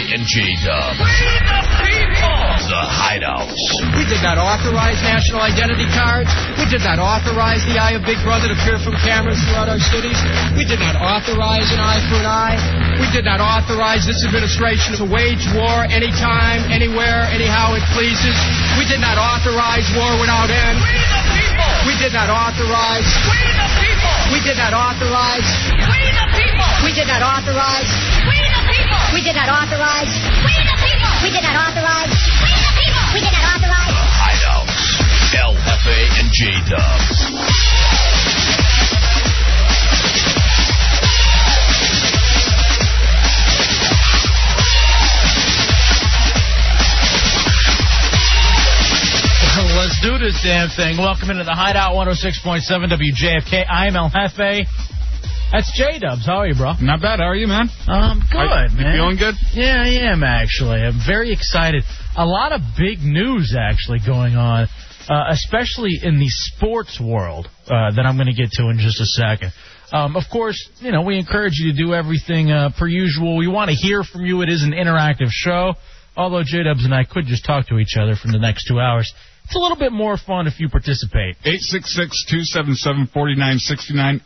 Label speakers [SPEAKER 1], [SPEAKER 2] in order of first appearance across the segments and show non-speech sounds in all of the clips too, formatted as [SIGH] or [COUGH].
[SPEAKER 1] J-Dub. The Hideout.
[SPEAKER 2] We did not authorize national identity cards. We did not authorize the eye of Big Brother to peer from cameras throughout our cities. We did not authorize an eye for an eye. We did not authorize this administration to wage war anytime, anywhere, anyhow it pleases. We did not authorize war without end. We the people. We did not authorize. We the people. We did not authorize. We the people. We did not authorize. We the people. We did not authorize. We the people. We did not authorize. We the people. We did not authorize.
[SPEAKER 1] The Hideout. LFA and J-Dub.
[SPEAKER 3] Let's do this damn thing. Welcome into the Hideout 106.7 WJFK. I am El Jefe. That's J Dubs. How are you, bro?
[SPEAKER 4] Not bad. How are you, man?
[SPEAKER 3] Um, good,
[SPEAKER 4] Are you
[SPEAKER 3] man.
[SPEAKER 4] feeling good?
[SPEAKER 3] Yeah, I am actually. I'm very excited. A lot of big news actually going on, uh, especially in the sports world uh, that I'm going to get to in just a second. Um, of course, you know we encourage you to do everything uh, per usual. We want to hear from you. It is an interactive show. Although J Dubs and I could just talk to each other for the next two hours, it's a little bit more fun if you participate.
[SPEAKER 4] 866-277-4969,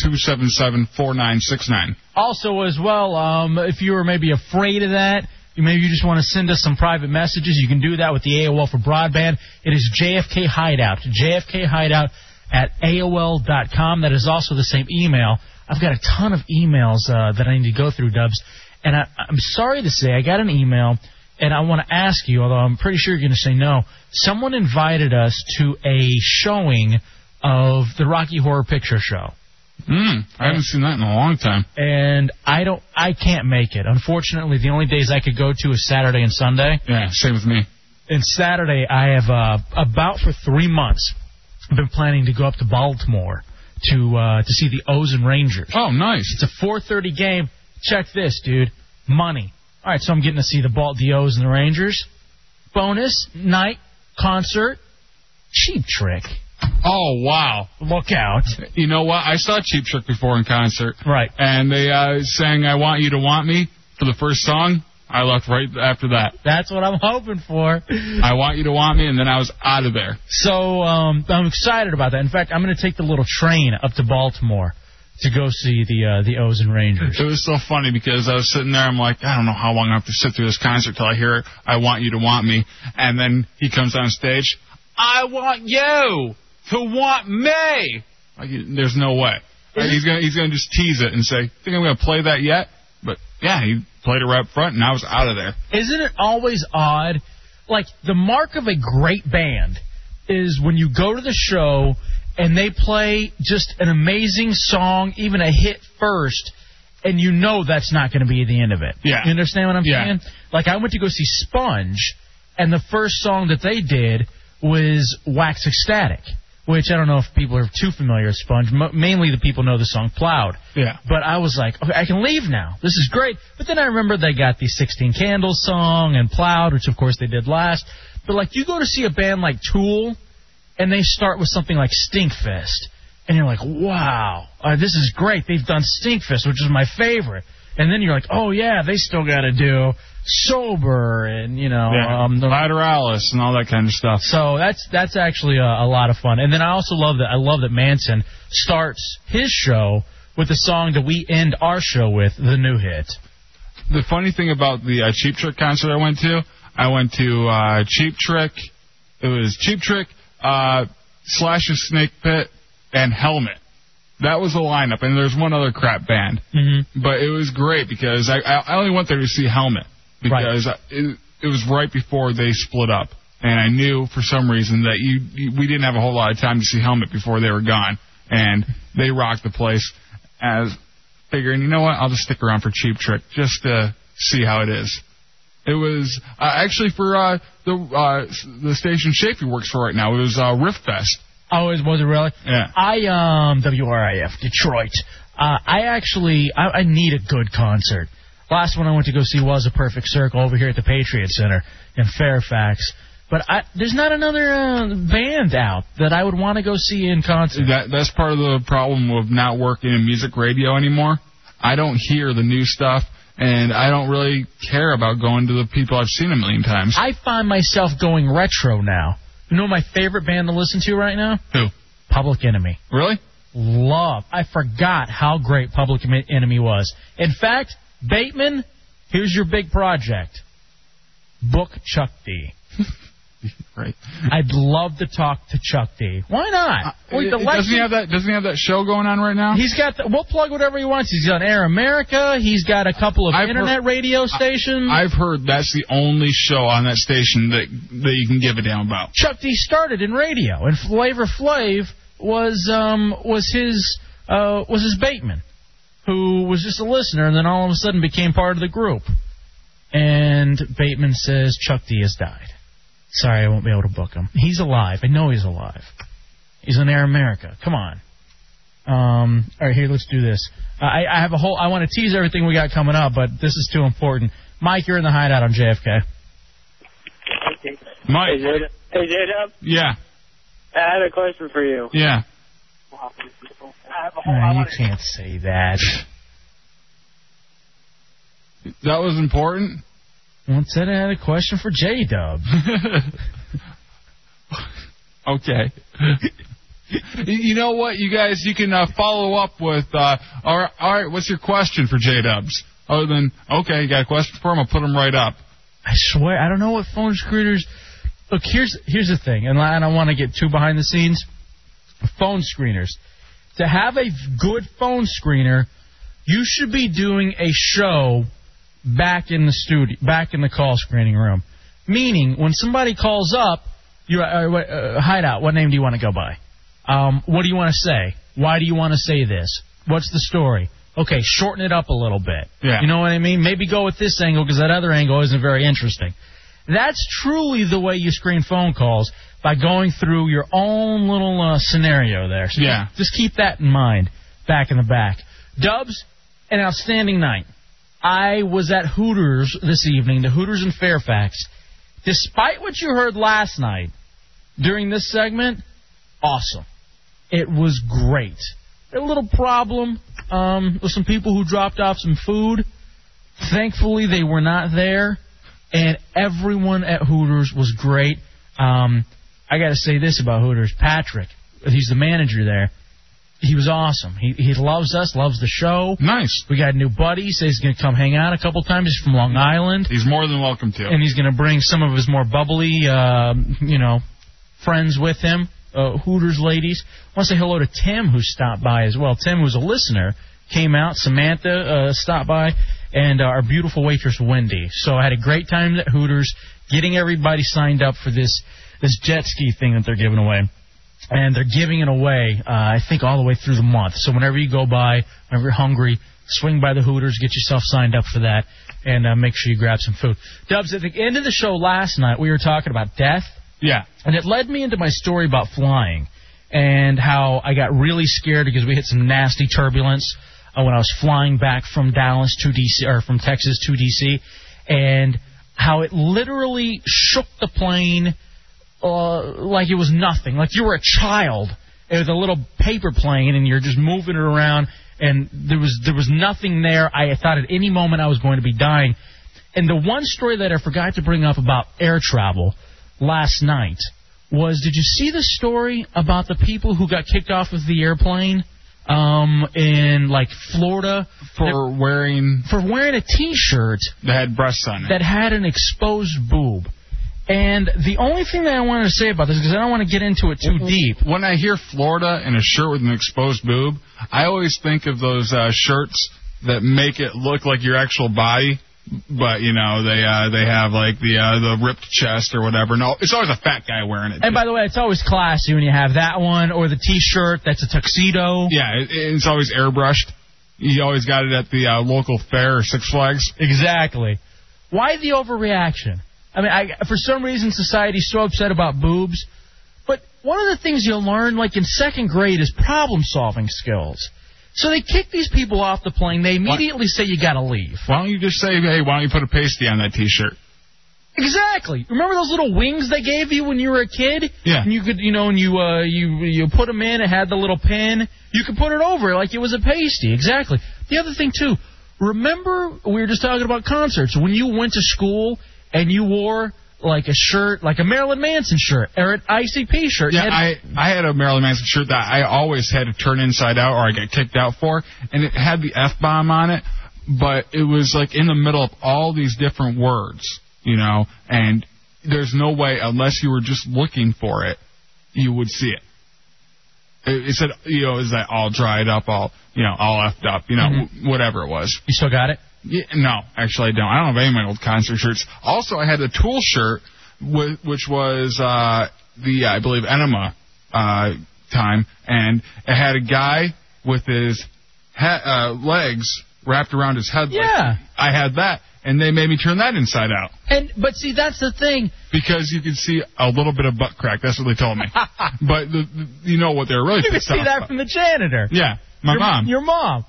[SPEAKER 4] 866-277-4969.
[SPEAKER 3] Also, as well, um, if you were maybe afraid of that, you- maybe you just want to send us some private messages, you can do that with the AOL for broadband. It is JFK Hideout, JFK Hideout at AOL.com. That is also the same email. I've got a ton of emails uh, that I need to go through, Dubs. And I, I'm sorry to say, I got an email, and I want to ask you, although I'm pretty sure you're going to say no. Someone invited us to a showing of the Rocky Horror Picture Show
[SPEAKER 4] Hmm. I haven't seen that in a long time.
[SPEAKER 3] and I don't, I can't make it. Unfortunately, the only days I could go to is Saturday and Sunday.
[SPEAKER 4] Yeah, same with me.
[SPEAKER 3] And Saturday, I have uh, about for three months, I've been planning to go up to Baltimore to uh, to see the Ozen Rangers.
[SPEAKER 4] Oh, nice.
[SPEAKER 3] It's a 4:30 game. Check this, dude. Money. All right, so I'm getting to see the Balt the O's and the Rangers. Bonus night concert. Cheap trick.
[SPEAKER 4] Oh, wow.
[SPEAKER 3] Look out.
[SPEAKER 4] You know what? I saw Cheap Trick before in concert.
[SPEAKER 3] Right.
[SPEAKER 4] And they uh, sang I Want You to Want Me for the first song. I left right after that.
[SPEAKER 3] That's what I'm hoping for.
[SPEAKER 4] I Want You to Want Me, and then I was out of there.
[SPEAKER 3] So um, I'm excited about that. In fact, I'm going to take the little train up to Baltimore to go see the uh, the O's and Rangers.
[SPEAKER 4] It was so funny because I was sitting there. I'm like, I don't know how long I have to sit through this concert till I hear "I Want You to Want Me," and then he comes on stage. I want you to want me. Like, there's no way. Like, he's gonna he's gonna just tease it and say, "Think I'm gonna play that yet?" But yeah, he played it right up front, and I was out of there.
[SPEAKER 3] Isn't it always odd? Like the mark of a great band is when you go to the show and they play just an amazing song, even a hit first, and you know that's not going to be the end of it.
[SPEAKER 4] Yeah.
[SPEAKER 3] You understand what I'm
[SPEAKER 4] Yeah.
[SPEAKER 3] saying? Like I went to go see Sponge, and the first song that they did was Wax Ecstatic, which I don't know if people are too familiar with Sponge. M- mainly the people know the song Plowed.
[SPEAKER 4] Yeah.
[SPEAKER 3] But I was like, okay, I can leave now. This is great. But then I remember they got the 16 Candles song and Plowed, which of course they did last. But like, you go to see a band like Tool, and they start with something like Stinkfest, and you're like, wow, uh, this is great. They've done Stinkfest, which is my favorite. And then you're like, oh yeah, they still got to do Sober and you know,
[SPEAKER 4] Yeah.
[SPEAKER 3] um, the
[SPEAKER 4] Lateralis and all that kind of stuff.
[SPEAKER 3] so that's that's actually a, a lot of fun. And then I also love that I love that Manson starts his show with the song that we end our show with, the new hit.
[SPEAKER 4] the funny thing about the uh, Cheap Trick concert I went to, I went to uh, Cheap Trick. It was Cheap Trick, uh, Slash a Snake Pit, and Helmet. That was the lineup, and there's one other crap band.
[SPEAKER 3] Mm-hmm.
[SPEAKER 4] But it was great because I, I I only went there to see Helmet because I, it, it was right before they split up, and I knew for some reason that you, you we didn't have a whole lot of time to see Helmet before they were gone, and they rocked the place. As figuring, you know what, I'll just stick around for Cheap Trick just to see how it is. It was uh, actually for uh, the uh, s- the station Shafee works for right now. It was uh, Rift Fest.
[SPEAKER 3] Always was it really?
[SPEAKER 4] Yeah.
[SPEAKER 3] I um WRIF Detroit. Uh, I actually I, I need a good concert. Last one I went to go see was a Perfect Circle over here at the Patriot Center in Fairfax. But I, there's not another uh, band out that I would want to go see in concert.
[SPEAKER 4] That that's part of the problem of not working in music radio anymore. I don't hear the new stuff, and I don't really care about going to the people I've seen a million times.
[SPEAKER 3] I find myself going retro now. You know my favorite band to listen to right now?
[SPEAKER 4] Who?
[SPEAKER 3] Public Enemy.
[SPEAKER 4] Really?
[SPEAKER 3] Love. I forgot how great Public Enemy was. In fact, Bateman, here's your big project. Book Chuck D.
[SPEAKER 4] [LAUGHS] Right. Uh,
[SPEAKER 3] I'd love to talk to Chuck D. Why not? Wait, the
[SPEAKER 4] doesn't he
[SPEAKER 3] Lexi-
[SPEAKER 4] have that? Doesn't he have that show going on right now?
[SPEAKER 3] He's got. The, we'll plug whatever he wants. He's on Air America. He's got a couple of
[SPEAKER 4] I've
[SPEAKER 3] internet radio stations.
[SPEAKER 4] I've heard that's the only show on that station that that you can give a damn about.
[SPEAKER 3] Chuck D started in radio, and Flavor Flav was um was his uh was his Bateman, who was just a listener, and then all of a sudden became part of the group. And Bateman says Chuck D has died. Sorry, I won't be able to book him. He's alive. I know he's alive. He's on Air America. Come on. Um, all right, here, let's do this. I, I have a whole. I want to tease everything we got coming up, but this is too important. Mike, you're in the hideout on JFK.
[SPEAKER 4] Mike,
[SPEAKER 5] Hey, Jada. Hey, Jada.
[SPEAKER 4] yeah,
[SPEAKER 5] I had a question for you.
[SPEAKER 4] yeah.
[SPEAKER 3] Ah, you can't say that.
[SPEAKER 4] That was important.
[SPEAKER 3] Well, said I had a question for J Dub.
[SPEAKER 4] [LAUGHS] okay. [LAUGHS] You you know what, you guys, you can uh, follow up with. Uh, all, right, all right, what's your question for J Dubs? Other than okay, you got a question for him? I'll put him right up.
[SPEAKER 3] I swear, I don't know what phone screeners. Look, here's here's the thing, and I I don't want to get too behind the scenes. Phone screeners. To have a good phone screener, you should be doing a show back in the studio, back in the call screening room. Meaning, when somebody calls up, you uh, wait, uh, hideout. What name do you want to go by? Um, what do you want to say? Why do you want to say this? What's the story? Okay, shorten it up a little bit.
[SPEAKER 4] Yeah.
[SPEAKER 3] You know what I mean? Maybe go with this angle because that other angle isn't very interesting. That's truly the way you screen phone calls by going through your own little uh, scenario there. So
[SPEAKER 4] Yeah.
[SPEAKER 3] Just keep that in mind back in the back. Dubs, an outstanding night. I was at Hooters this evening, the Hooters in Fairfax. Despite what you heard last night during this segment, awesome. It was great. A little problem um, with some people who dropped off some food. Thankfully, they were not there, and everyone at Hooters was great. Um, I got to say this about Hooters: Patrick, he's the manager there. He was awesome. He he loves us, loves the show.
[SPEAKER 4] Nice.
[SPEAKER 3] We got a new buddy. He says he's going to come hang out a couple times. He's from Long Island
[SPEAKER 4] He's more than welcome to.
[SPEAKER 3] and he's going to bring some of his more bubbly, uh, you know, friends with him. Uh, Hooters ladies. want to say hello to Tim who stopped by as well. Tim who's a listener came out. Samantha uh, stopped by, and uh, our beautiful waitress Wendy. So I had a great time at Hooters, getting everybody signed up for this this jet ski thing that they're giving away and they're giving it away. Uh, I think all the way through the month. So whenever you go by, whenever you're hungry, swing by the Hooters, get yourself signed up for that, and uh, make sure you grab some food. Dubs, at the end of the show last night, we were talking about death,
[SPEAKER 4] yeah.
[SPEAKER 3] and it led me into my story about flying and how I got really scared because we hit some nasty turbulence uh, when I was flying back from Dallas to DC or from Texas to DC, and how it literally shook the plane uh, like it was nothing, like you were a child with a little paper plane and you're just moving it around, and there was there was nothing there. I thought at any moment I was going to be dying. And the one story that I forgot to bring up about air travel last night was did you see the story about the people who got kicked off of the airplane um, in like Florida
[SPEAKER 4] For wearing
[SPEAKER 3] for wearing a T-shirt
[SPEAKER 4] that had breasts on it.
[SPEAKER 3] that had an exposed boob? And the only thing that I wanted to say about this because I don't want to get into it
[SPEAKER 4] Mm-hmm.
[SPEAKER 3] too deep.
[SPEAKER 4] When I hear Florida and a shirt with an exposed boob, I always think of those uh, shirts that make it look like your actual body, but you know they uh, they have like the uh, the ripped chest or whatever. No, it's always a fat guy wearing it.
[SPEAKER 3] And by the way, it's always classy when you have that one or the T-shirt that's a tuxedo.
[SPEAKER 4] yeah, it, it's always airbrushed. You always got it at the uh, local fair or Six Flags.
[SPEAKER 3] Exactly. Why the overreaction? I mean, I, for some reason, society's so upset about boobs. But one of the things you'll learn, like in second grade, is problem solving skills. So they kick these people off the plane. They immediately say you got to leave.
[SPEAKER 4] Why don't you just say, hey, why don't you put a pasty on that T-shirt?
[SPEAKER 3] Exactly. Remember those little wings they gave you when you were a kid?
[SPEAKER 4] Yeah.
[SPEAKER 3] And you could, you know, and you uh, you you put them in. It had the little pin. You could put it over it like it was a pasty. Exactly. The other thing too, Remember, we were just talking about concerts. When you went to school and you wore like a shirt, like a Marilyn Manson shirt or an ICP shirt.
[SPEAKER 4] Yeah,
[SPEAKER 3] you had-
[SPEAKER 4] I I had a Marilyn Manson shirt that I always had to turn inside out or I got kicked out for, and it had the f bomb on it, but it was like in the middle of all these different words, you know, and there's no way unless you were just looking for it, you would see it. It, it said, you know, is that all dried up, all you know, all effed up, you know, wh- whatever it was.
[SPEAKER 3] Mm-hmm. you still got it.
[SPEAKER 4] Yeah, no, actually I don't. I don't have any of my old concert shirts. Also, I had a Tool shirt, whi- which was uh, the I believe Enema uh, time, and it had a guy with his he- uh, legs wrapped around his head. like-
[SPEAKER 3] Yeah.
[SPEAKER 4] I had that, and they made me turn that inside out
[SPEAKER 3] And but see, that's the thing.
[SPEAKER 4] because you could see a little bit of butt crack. That's what they
[SPEAKER 3] [LAUGHS]
[SPEAKER 4] told me. but the, the, you know what they were really
[SPEAKER 3] You can
[SPEAKER 4] pissed
[SPEAKER 3] see
[SPEAKER 4] off [LAUGHS]
[SPEAKER 3] that
[SPEAKER 4] about.
[SPEAKER 3] from the janitor.
[SPEAKER 4] yeah, my
[SPEAKER 3] your,
[SPEAKER 4] mom.
[SPEAKER 3] Your mom.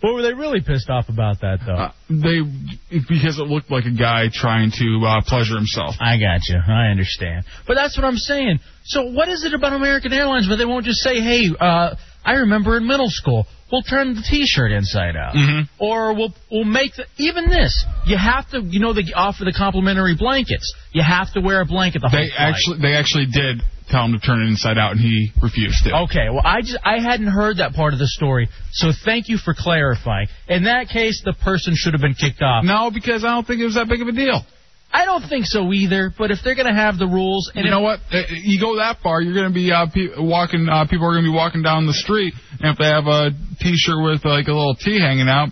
[SPEAKER 3] what were they really pissed off about that though?
[SPEAKER 4] Uh, they because it looked like a guy trying to uh, pleasure himself.
[SPEAKER 3] I got you. I understand. But that's what I'm saying. So what is it about American Airlines where they won't just say, "Hey, uh, I remember in middle school, we'll turn the T-shirt inside out,
[SPEAKER 4] Mm-hmm.
[SPEAKER 3] or we'll we'll make the, even this. You have to, you know, they offer the complimentary blankets. You have to wear a blanket the whole
[SPEAKER 4] They
[SPEAKER 3] flight.
[SPEAKER 4] actually they actually did tell him to turn it inside out, and he refused to.
[SPEAKER 3] Okay, well, I just I hadn't heard that part of the story, so thank you for clarifying. In that case, the person should have been kicked off.
[SPEAKER 4] No, because I don't think it was that big of a deal.
[SPEAKER 3] I don't think so either. But if they're gonna have the rules, and
[SPEAKER 4] you
[SPEAKER 3] if-
[SPEAKER 4] know what? Uh, You go that far, you're going to be uh, pe- walking. Uh, people are going to be walking down the street, and if they have a T-shirt with like a little T hanging out,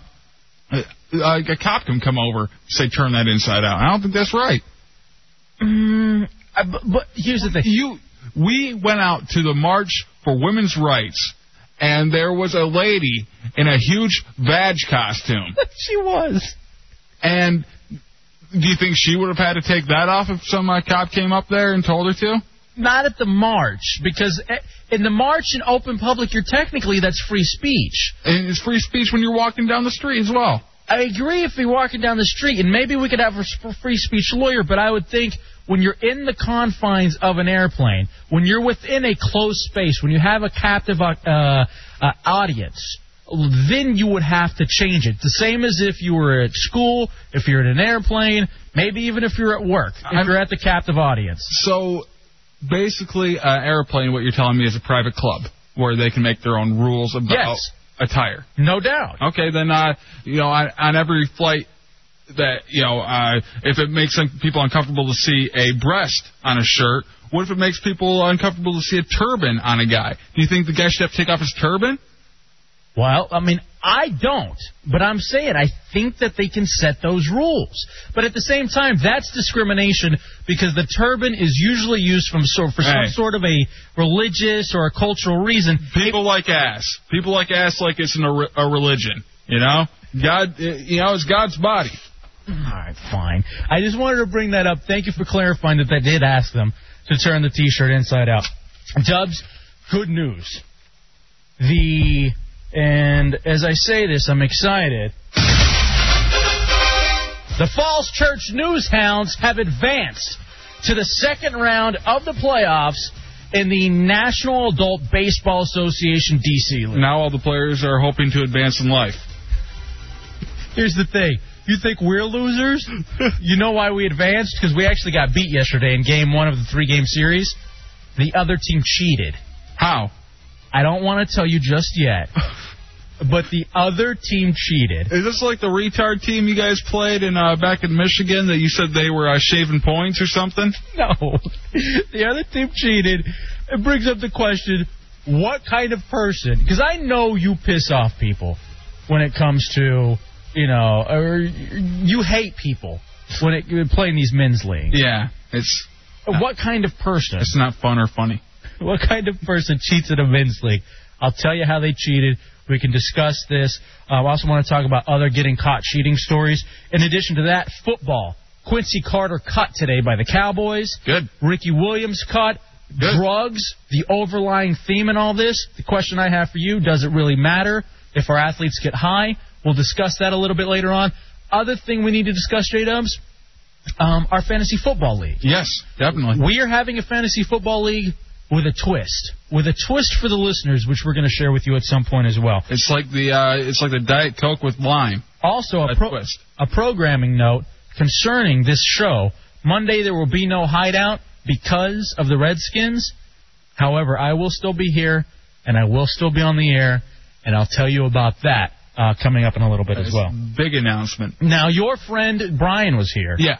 [SPEAKER 4] uh, like a cop can come over, say turn that inside out. I don't think that's right.
[SPEAKER 3] Mm, I- but, but here's the thing.
[SPEAKER 4] you we went out to the march for women's rights and there was a lady in a huge badge costume
[SPEAKER 3] [LAUGHS] She was.
[SPEAKER 4] and do you think she would have had to take that off if some uh, cop came up there and told her to
[SPEAKER 3] Not at the march, because eh, in the march in open public, you're technically that's free speech.
[SPEAKER 4] and it's free speech when you're walking down the street as well
[SPEAKER 3] I agree if you're walking down the street, and maybe we could have a sp- free speech lawyer, but I would think when you're in the confines of an airplane, when you're within a closed space, when you have a captive uh, uh, audience, then you would have to change it. The same as if you were at school, if you're in an airplane, maybe even if you're at work, if
[SPEAKER 4] I'm-
[SPEAKER 3] you're at the captive audience.
[SPEAKER 4] so basically uh, airplane what you're telling me is a private club where they can make their own rules about
[SPEAKER 3] Yes.
[SPEAKER 4] attire
[SPEAKER 3] No doubt.
[SPEAKER 4] Okay, then uh, you know, on, on every flight that you know, uh, if it makes some people uncomfortable to see a breast on a shirt, what if it makes people uncomfortable to see a turban on a guy? Do you think the guy should have to take off his turban?
[SPEAKER 3] Well, I mean, I don't, but I'm saying I think that they can set those rules. But at the same time, that's discrimination because the turban is usually used from so, for some
[SPEAKER 4] Hey.
[SPEAKER 3] sort of a religious or a cultural reason.
[SPEAKER 4] People like ass. People like ass like it's an, a, a religion. You know, God, eh, you know, it's God's body.
[SPEAKER 3] All right, fine. I just wanted to bring that up. Thank you for clarifying that I did ask them to turn the T-shirt inside out. Dubs, good news. The and as I say this, I'm excited. The Falls Church News Hounds have advanced to the second round of the playoffs in the National Adult Baseball Association DC League.
[SPEAKER 4] Now all the players are hoping to advance in life.
[SPEAKER 3] Here's the thing. You think we're losers? you know why we advanced? Because we actually got beat yesterday in game one of the three game series. The other team cheated.
[SPEAKER 4] How?
[SPEAKER 3] I don't want to tell you just yet, but the other team cheated.
[SPEAKER 4] Is this like the retard team you guys played in uh, back in Michigan that you said they were uh, shaving points or something?
[SPEAKER 3] No. [LAUGHS] the other team cheated. It brings up the question what kind of person? Because I know you piss off people when it comes to, you know, or you hate people when it playing these men's leagues.
[SPEAKER 4] Yeah, it's
[SPEAKER 3] Uh, What kind of person?
[SPEAKER 4] It's not fun or funny.
[SPEAKER 3] [LAUGHS] What kind of person cheats in a men's league? I'll tell you how they cheated. We can discuss this. Uh, I also want to talk about other getting caught cheating stories. In addition to that, football. Quincy Carter cut today by the Cowboys.
[SPEAKER 4] Good.
[SPEAKER 3] Ricky Williams cut.
[SPEAKER 4] Good.
[SPEAKER 3] Drugs, the overlying theme in all this. The question I have for you does it really matter if our athletes get high? We'll discuss that a little bit later on. Other thing we need to discuss, J Dubs, um, our fantasy football league.
[SPEAKER 4] Yes, definitely.
[SPEAKER 3] We are having a fantasy football league with a twist, with a twist for the listeners, which we're going to share with you at some point as well.
[SPEAKER 4] It's like the uh, it's like the Diet Coke with lime.
[SPEAKER 3] Also, a,
[SPEAKER 4] A
[SPEAKER 3] pro-
[SPEAKER 4] twist.
[SPEAKER 3] a programming note concerning this show. Monday there will be no hideout because of the Redskins. However, I will still be here and I will still be on the air, and I'll tell you about that uh, coming up in a little bit as
[SPEAKER 4] It's
[SPEAKER 3] well.
[SPEAKER 4] a Big announcement.
[SPEAKER 3] Now, your friend Brian was here.
[SPEAKER 4] Yeah.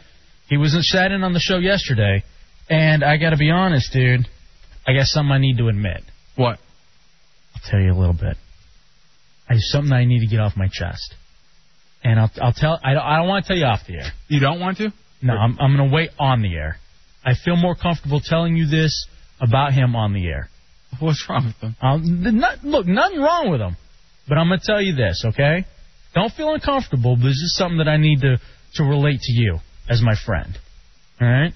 [SPEAKER 3] He was sat in on the show yesterday, and I got to be honest, dude. I guess something I need to admit.
[SPEAKER 4] What?
[SPEAKER 3] I'll tell you a little bit. I something I need to get off my chest, and I'll I'll tell. I don't, I don't want to tell you off the air.
[SPEAKER 4] You don't want to?
[SPEAKER 3] No, I'm I'm gonna wait on the air. I feel more comfortable telling you this about him on the air.
[SPEAKER 4] What's wrong with them?
[SPEAKER 3] I'll, not, look, nothing wrong with him, but I'm gonna tell you this, okay? Don't feel uncomfortable. But this is something that I need to to relate to you as my friend. All right,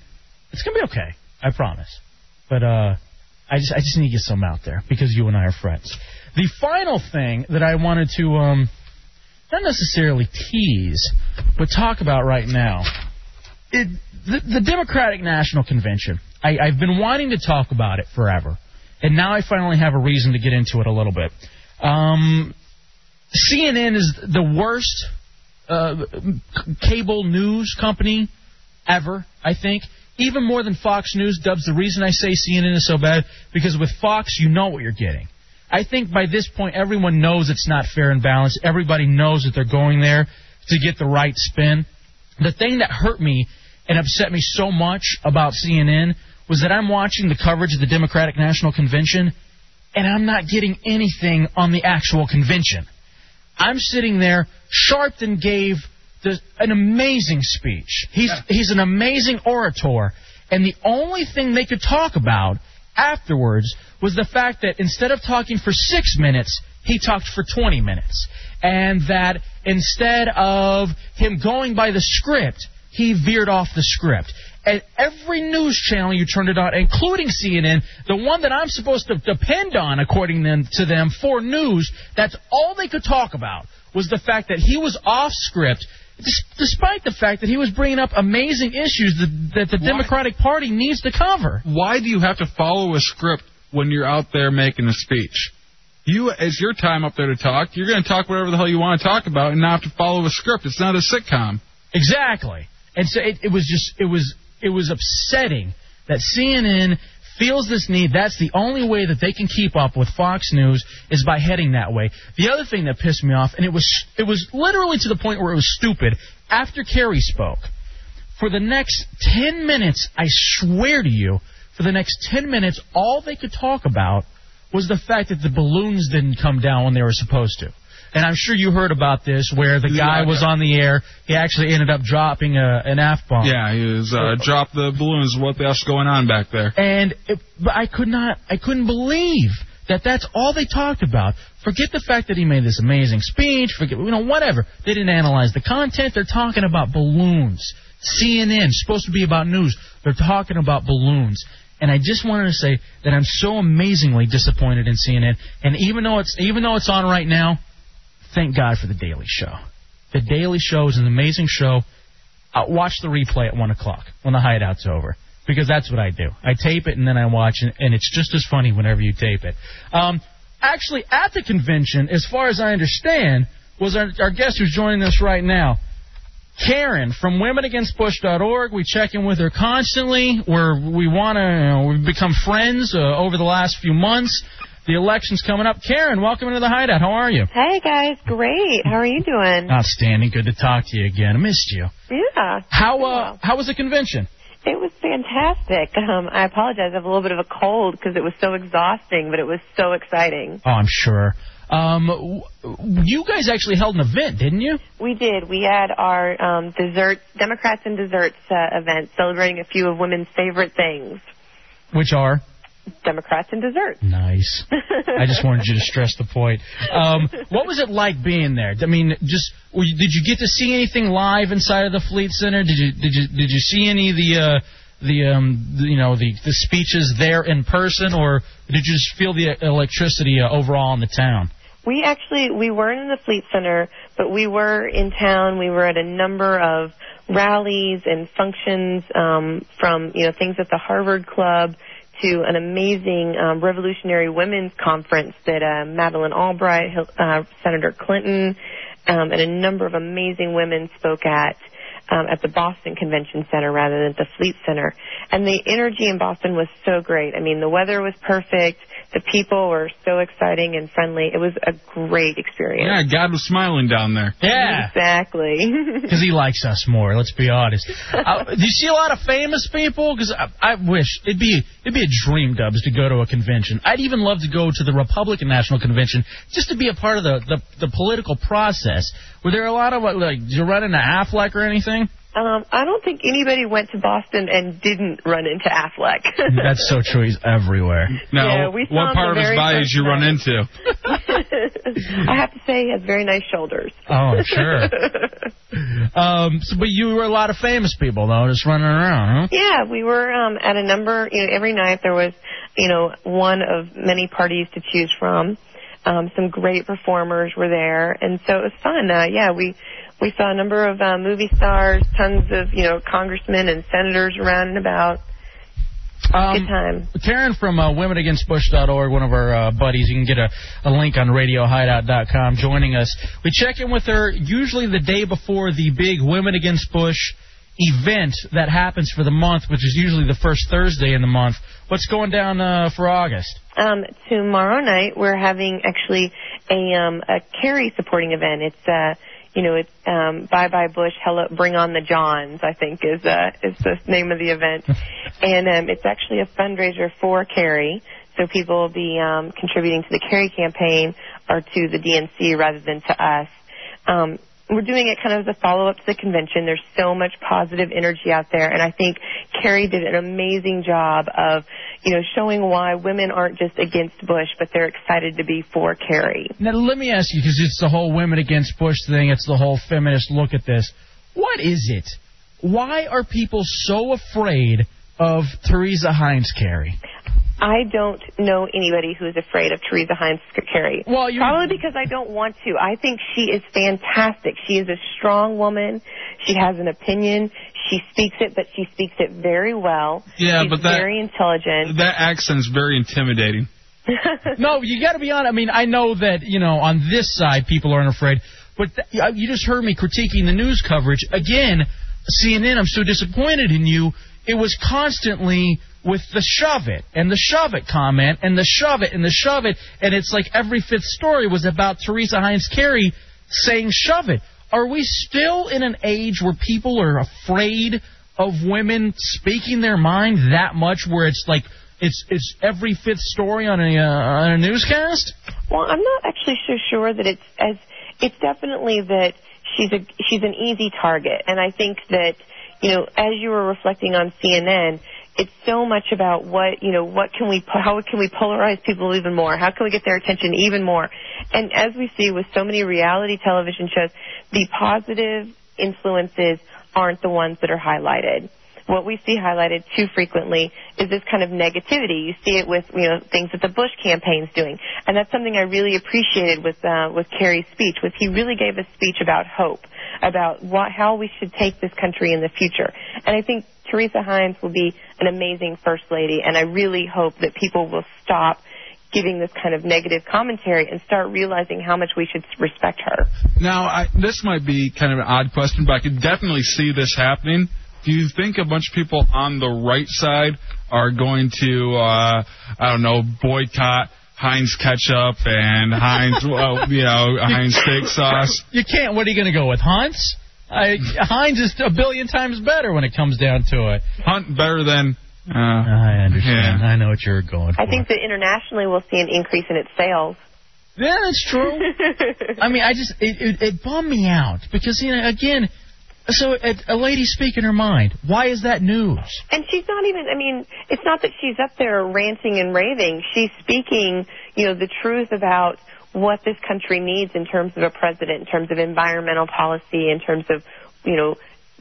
[SPEAKER 3] it's gonna be okay. I promise. But uh, I just I just need to get some out there because you and I are friends. The final thing that I wanted to um, not necessarily tease, but talk about right now, it, the, the Democratic National Convention. I, I've been wanting to talk about it forever, and now I finally have a reason to get into it a little bit. Um, CNN is the worst uh, c- cable news company ever, I think. Even more than Fox News, Dubs, the reason I say CNN is so bad, because with Fox, you know what you're getting. I think by this point, everyone knows it's not fair and balanced. Everybody knows that they're going there to get the right spin. The thing that hurt me and upset me so much about CNN was that I'm watching the coverage of the Democratic National Convention, and I'm not getting anything on the actual convention. I'm sitting there. Sharpton gave the, an amazing speech. He's he's an amazing orator, and the only thing they could talk about afterwards was the fact that instead of talking for six minutes, he talked for 20 minutes, and that instead of him going by the script, he veered off the script. At every news channel you turned it on, including CNN, the one that I'm supposed to depend on, according them, to them, for news, that's all they could talk about was the fact that he was off script, dis- despite the fact that he was bringing up amazing issues that, that the Democratic Party needs to cover.
[SPEAKER 4] Why do you have to follow a script when you're out there making a speech? You, it's your time up there to talk. You're going to talk whatever the hell you want to talk about, and not have to follow a script. It's not a sitcom.
[SPEAKER 3] Exactly. And so it, it was just it was it was upsetting that CNN feels this need. That's the only way that they can keep up with Fox News is by heading that way. The other thing that pissed me off, and it was it was literally to the point where it was stupid. After Kerry spoke, for the next 10 minutes, I swear to you, for the next 10 minutes, all they could talk about was the fact that the balloons didn't come down when they were supposed to. And I'm sure you heard about this, where the guy was on the air. He actually ended up dropping a, an F bomb.
[SPEAKER 4] Yeah, he was uh, drop the balloons. What the hell's going on back there?
[SPEAKER 3] And it, but I could not, I couldn't believe that that's all they talked about. Forget the fact that he made this amazing speech. Forget, you know, whatever. They didn't analyze the content. They're talking about balloons. CNN supposed to be about news. They're talking about balloons. And I just wanted to say that I'm so amazingly disappointed in CNN. And even though it's even though it's on right now, thank God for the Daily Show. The Daily Show is an amazing show. Uh, watch the replay at one o'clock when the hideout's over because that's what I do. I tape it and then I watch, and, and it's just as funny whenever you tape it. Um, actually, at the convention, as far as I understand, was our, our guest who's joining us right now. Karen from WomenAgainstBush.org. We check in with her constantly. We're, we want to. we've become friends uh, over the last few months. The election's coming up. Karen, welcome into the hideout. How are you?
[SPEAKER 6] Hey guys, great. How are you doing?
[SPEAKER 3] Outstanding. Good to talk to you again. I missed you.
[SPEAKER 6] Yeah,
[SPEAKER 3] How uh, how was the convention?
[SPEAKER 6] it was fantastic. Um, I apologize. I have a little bit of a cold because it was so exhausting, but it was so exciting.
[SPEAKER 3] Oh, I'm sure. Um, w- w- you guys actually held an event, didn't you?
[SPEAKER 6] We did. We had our um, dessert Democrats and desserts uh, event celebrating a few of women's favorite things:
[SPEAKER 3] Which are
[SPEAKER 6] Democrats and desserts.
[SPEAKER 3] nice. I just wanted you to stress the point. Um, what was it like being there? I mean, just were you, did you get to see anything live inside of the Fleet Center? Did you did you did you see any of the uh, the um the, you know the the speeches there in person, or did you just feel the electricity uh, overall in the town?
[SPEAKER 6] We actually we weren't in the Fleet Center, but we were in town. We were at a number of rallies and functions um, from you know things at the Harvard Club to an amazing um, revolutionary women's conference that uh, Madeleine Albright, Hil- uh, Senator Clinton, um, and a number of amazing women spoke at um, at the Boston Convention Center rather than at the Fleet Center. And the energy in Boston was so great. I mean, the weather was perfect. The people were so exciting and friendly. It was a great experience.
[SPEAKER 4] Yeah, God was smiling down there.
[SPEAKER 3] Yeah.
[SPEAKER 6] Exactly. [LAUGHS]
[SPEAKER 3] Because he likes us more. Let's be honest. Uh, do you see a lot of famous people? Because I, I wish it'd be it'd be a dream, Dubs, to go to a convention. I'd even love to go to the Republican National Convention just to be a part of the the, the political process. Were there a lot of what, like? Did you run into Affleck or
[SPEAKER 4] [LAUGHS]
[SPEAKER 3] anything?
[SPEAKER 6] um, I don't think anybody went to Boston and didn't run into Affleck. [LAUGHS]
[SPEAKER 3] That's so true. He's everywhere.
[SPEAKER 4] Now,
[SPEAKER 6] Yeah, we saw
[SPEAKER 4] what
[SPEAKER 6] him
[SPEAKER 4] part of
[SPEAKER 6] the
[SPEAKER 4] his
[SPEAKER 6] very
[SPEAKER 4] body did
[SPEAKER 6] first
[SPEAKER 4] you run
[SPEAKER 6] night.
[SPEAKER 4] into?
[SPEAKER 6] I have to say, he has very nice shoulders.
[SPEAKER 3] Oh,
[SPEAKER 6] [LAUGHS]
[SPEAKER 3] I'm sure. um, so, but you were a lot of famous people though, just running around, huh?
[SPEAKER 6] Yeah, we were um, at a number. You know, every night there was, you know, one of many parties to choose from. Um, some great performers were there, and so it was fun. Uh, yeah, we we saw a number of uh, movie stars, tons of you know congressmen and senators around and about.
[SPEAKER 3] Um,
[SPEAKER 6] Good time.
[SPEAKER 3] Karen from uh, WomenAgainstBush.org, one of our uh, buddies, you can get a, a link on RadioHideout.com, joining us. We check in with her usually the day before the big Women Against Bush event that happens for the month, which is usually the first Thursday in the month. What's going down uh, for August?
[SPEAKER 6] Um, tomorrow night we're having actually a um, a Carrie supporting event. It's uh you know it's um, Bye Bye Bush, Hello Bring On the Johns. I think is uh, is the name of the event, and um, it's actually a fundraiser for Carrie. So people will be um, contributing to the Carrie campaign or to the DNC rather than to us. Um, we're doing it kind of as a follow up to the convention. There's so much positive energy out there, and I think Carrie did an amazing job of, you know, showing why women aren't just against Bush, but they're excited to be for Carrie.
[SPEAKER 3] Now, let me ask you, because it's the whole Women Against Bush thing, it's the whole feminist look at this. What is it? Why are people so afraid of Theresa Heinz Carey?
[SPEAKER 6] I don't know anybody who's afraid of Teresa Hines Carey.
[SPEAKER 3] Well, you-
[SPEAKER 6] probably because I don't want to. I think she is fantastic. She is a strong woman. She has an opinion. She speaks it, but she speaks it very well.
[SPEAKER 4] Yeah,
[SPEAKER 6] She's
[SPEAKER 4] but that-
[SPEAKER 6] very intelligent.
[SPEAKER 4] That accent's very intimidating.
[SPEAKER 3] No, you got to be honest. I mean, I know that you know on this side people aren't afraid, but th- you- you just heard me critiquing the news coverage again. CNN, I'm so disappointed in you. It was constantly with the shove it and the shove it comment and the shove it and the shove it, and it's like every fifth story was about Teresa Hines Carey saying shove it. Are we still in an age where people are afraid of women speaking their mind that much, where it's like it's it's every fifth story on a uh, on a newscast.
[SPEAKER 6] Well, I'm not actually so sure that it's as it's definitely that she's a she's an easy target, and I think that you know as you were reflecting on CNN, it's so much about what you know what can we po- how can we polarize people even more? How can we get their attention even more? And as we see with so many reality television shows, the positive influences aren't the ones that are highlighted what we see highlighted too frequently is this kind of negativity. You see it with you know things that the Bush campaign's doing, and that's something I really appreciated with uh, with Kerry's speech. Was he really gave a speech about hope, about what, how we should take this country in the future, and I think Teresa Hines will be an amazing first lady, and I really hope that people will stop giving this kind of negative commentary and start realizing how much we should respect her.
[SPEAKER 4] Now, I, this might be kind of an odd question, but I could definitely see this happening. Do you think a bunch of people on the right side are going to, uh, I don't know, boycott Heinz ketchup
[SPEAKER 3] [LAUGHS]
[SPEAKER 4] and Heinz, well, you know, Heinz steak sauce?
[SPEAKER 3] You can't. What are you going to go with, Heinz? I, Heinz is a billion times better when it comes down to it.
[SPEAKER 4] Hunt better than. Uh,
[SPEAKER 3] I understand.
[SPEAKER 4] Yeah.
[SPEAKER 3] I know what you're going for.
[SPEAKER 6] I think that internationally we'll see an increase in its sales.
[SPEAKER 3] yeah, that's
[SPEAKER 6] [LAUGHS]
[SPEAKER 3] true. I mean, I just it, it it bummed me out because you know again, so a, a lady speaking her mind. Why is that news?
[SPEAKER 6] And she's not even, I mean, it's not that she's up there ranting and raving. She's speaking, you know, the truth about what this country needs in terms of a president, in terms of environmental policy, in terms of, you know,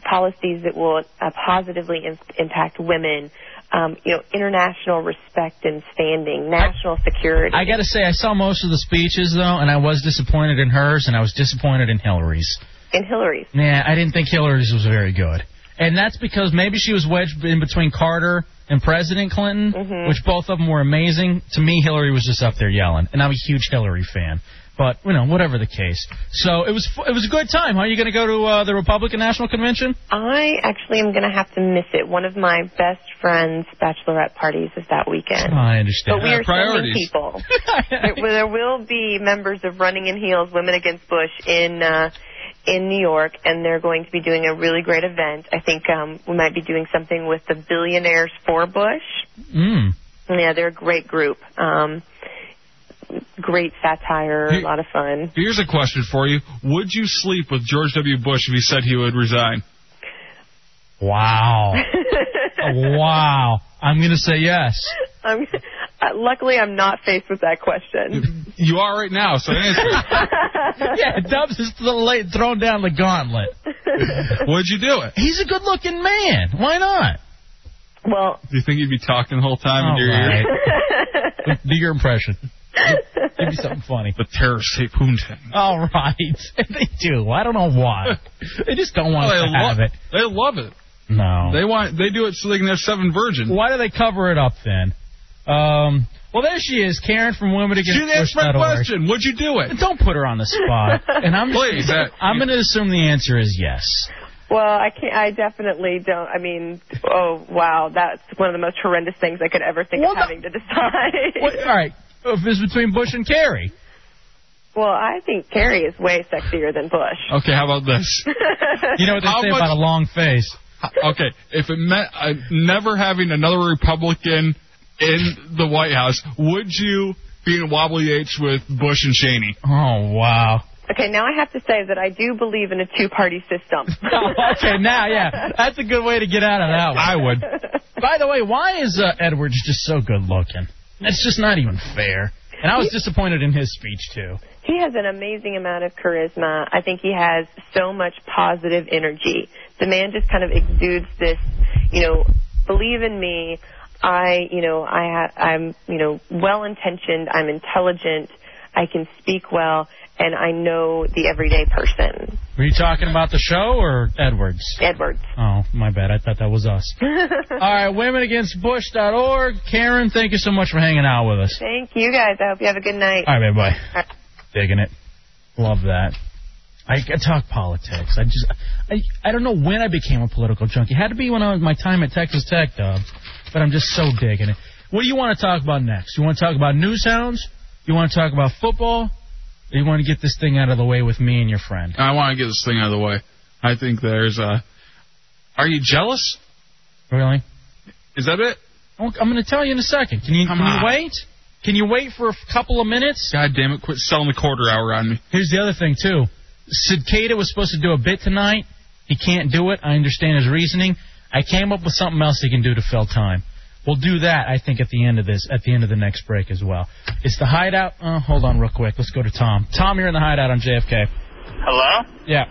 [SPEAKER 6] policies that will uh, positively in- impact women, um, you know, international respect and standing, national security.
[SPEAKER 3] I got to say, I saw most of the speeches though, and I was disappointed in hers, and I was disappointed in Hillary's.
[SPEAKER 6] and Hillary's.
[SPEAKER 3] Nah, I didn't think Hillary's was very good. and that's because maybe she was wedged in between Carter and President Clinton, which both of them were amazing. To me, Hillary was just up there yelling, and I'm a huge Hillary fan. But you know, whatever the case, so it was it was a good time. Huh? you going to go to uh, the Republican National Convention?
[SPEAKER 6] I actually am going to have to miss it. One of my best friends' bachelorette parties is that weekend.
[SPEAKER 3] I understand.
[SPEAKER 6] But
[SPEAKER 5] Uh,
[SPEAKER 6] we are sending people. there, there will be members of Running in Heels, Women Against Bush in uh, in New York, and they're going to be doing a really great event. I think um, we might be doing something with the Billionaires for Bush.
[SPEAKER 3] Mm. [LAUGHS]
[SPEAKER 6] Yeah, they're a great group. Um, great satire, a lot of fun. [LAUGHS]
[SPEAKER 4] Here's a question for you: Would you sleep with George W. Bush if he said he would resign?
[SPEAKER 3] Wow. wow. I'm going to say yes.
[SPEAKER 6] I'm, uh, luckily, I'm not faced with that
[SPEAKER 4] [LAUGHS]
[SPEAKER 6] question. [LAUGHS]
[SPEAKER 4] You are right now, so
[SPEAKER 3] [LAUGHS]
[SPEAKER 4] answer.
[SPEAKER 3] yeah, Dubs is the late, thrown down the
[SPEAKER 6] [LAUGHS]
[SPEAKER 3] gauntlet.
[SPEAKER 4] Would you do it?
[SPEAKER 3] He's a good-looking man. Why not?
[SPEAKER 6] Well,
[SPEAKER 4] Do you think you'd be talking the whole time in your
[SPEAKER 3] All
[SPEAKER 4] [LAUGHS] ear?
[SPEAKER 3] right. do your impression. Give me something funny.
[SPEAKER 4] The terrorists hate Poontang.
[SPEAKER 3] [LAUGHS] All right, they do. I don't
[SPEAKER 4] [LAUGHS]
[SPEAKER 3] know why. They just don't want us
[SPEAKER 4] they
[SPEAKER 3] to have
[SPEAKER 4] love
[SPEAKER 3] it.
[SPEAKER 4] They love it.
[SPEAKER 3] No.
[SPEAKER 4] They want. They do it so they can have seven virgin.
[SPEAKER 3] why do they cover it up then? Um, well, there she is, Karen from Women Against
[SPEAKER 4] She
[SPEAKER 3] Bush.
[SPEAKER 4] asked my
[SPEAKER 3] dot org.
[SPEAKER 4] question. Would you do it?
[SPEAKER 3] Don't put her on the spot. And I'm
[SPEAKER 4] [LAUGHS] Please, that-
[SPEAKER 3] I'm going to assume the answer is yes.
[SPEAKER 6] well, I can't. I definitely don't. I mean, oh wow, that's one of the most horrendous things I could ever think
[SPEAKER 3] What
[SPEAKER 6] of
[SPEAKER 3] the-
[SPEAKER 6] having to decide. [LAUGHS]
[SPEAKER 3] What, all right, if it's between Bush and
[SPEAKER 4] [LAUGHS]
[SPEAKER 3] Kerry.
[SPEAKER 6] Well, I think Carrie is way sexier than
[SPEAKER 3] [LAUGHS]
[SPEAKER 6] Bush.
[SPEAKER 4] Okay, how about this?
[SPEAKER 3] You know what they
[SPEAKER 4] How
[SPEAKER 3] say
[SPEAKER 4] much-
[SPEAKER 3] about a long face.
[SPEAKER 4] Okay, if it meant uh, never having another Republican in the White House, would you be in wobbly H with Bush and Cheney?
[SPEAKER 3] Oh wow.
[SPEAKER 6] Okay, now I have to say that I do believe in a two-party system.
[SPEAKER 3] Oh, okay, now
[SPEAKER 6] [LAUGHS]
[SPEAKER 3] yeah, that's a good way to get out of that one.
[SPEAKER 4] I would.
[SPEAKER 3] By the way, why is uh, Edwards just so good looking? That's just not even fair. And I was disappointed in his speech too.
[SPEAKER 6] he has an amazing amount of charisma. I think he has so much positive energy. The man just kind of exudes this, you know, believe in me. I, you know, I ha- I'm, you know, well-intentioned. I'm intelligent. I can speak well, and I know the everyday person.
[SPEAKER 3] Were you talking about the show or Edwards?
[SPEAKER 6] Edwards.
[SPEAKER 3] Oh, my bad. I thought that was us. All right, womenagainstbush.org. Karen, thank you so much for hanging out with us.
[SPEAKER 6] Thank you guys. I hope you have a good night.
[SPEAKER 3] All right, bye bye. Digging it. Love that. I, I talk politics. I just, I, I don't know when I became a political junkie. It had to be when I was my time at Texas Tech, Dub. But I'm just so digging it. What do you want to talk about next? You want to talk about new sounds? You want to talk about football? Or you want to get this thing out of the way with me and your friend?
[SPEAKER 4] I want to get this thing out of the way. I think there's a. Are you jealous?
[SPEAKER 3] Really?
[SPEAKER 4] Is that it?
[SPEAKER 3] I'm going to tell you in a second. Can you,
[SPEAKER 4] Come
[SPEAKER 3] can you
[SPEAKER 4] on.
[SPEAKER 3] wait? Can you wait for a couple of minutes?
[SPEAKER 4] God damn it! Quit selling the quarter hour on me.
[SPEAKER 3] Here's the other thing too. Cicada was supposed to do a bit tonight. He can't do it. I understand his reasoning. I came up with something else he can do to fill time. We'll do that, I think, at the end of this, at the end of the next break as well. It's the hideout. Uh, hold on, real quick. Let's go to Tom. Tom, you're in the hideout on JFK.
[SPEAKER 5] Hello?
[SPEAKER 3] Yeah,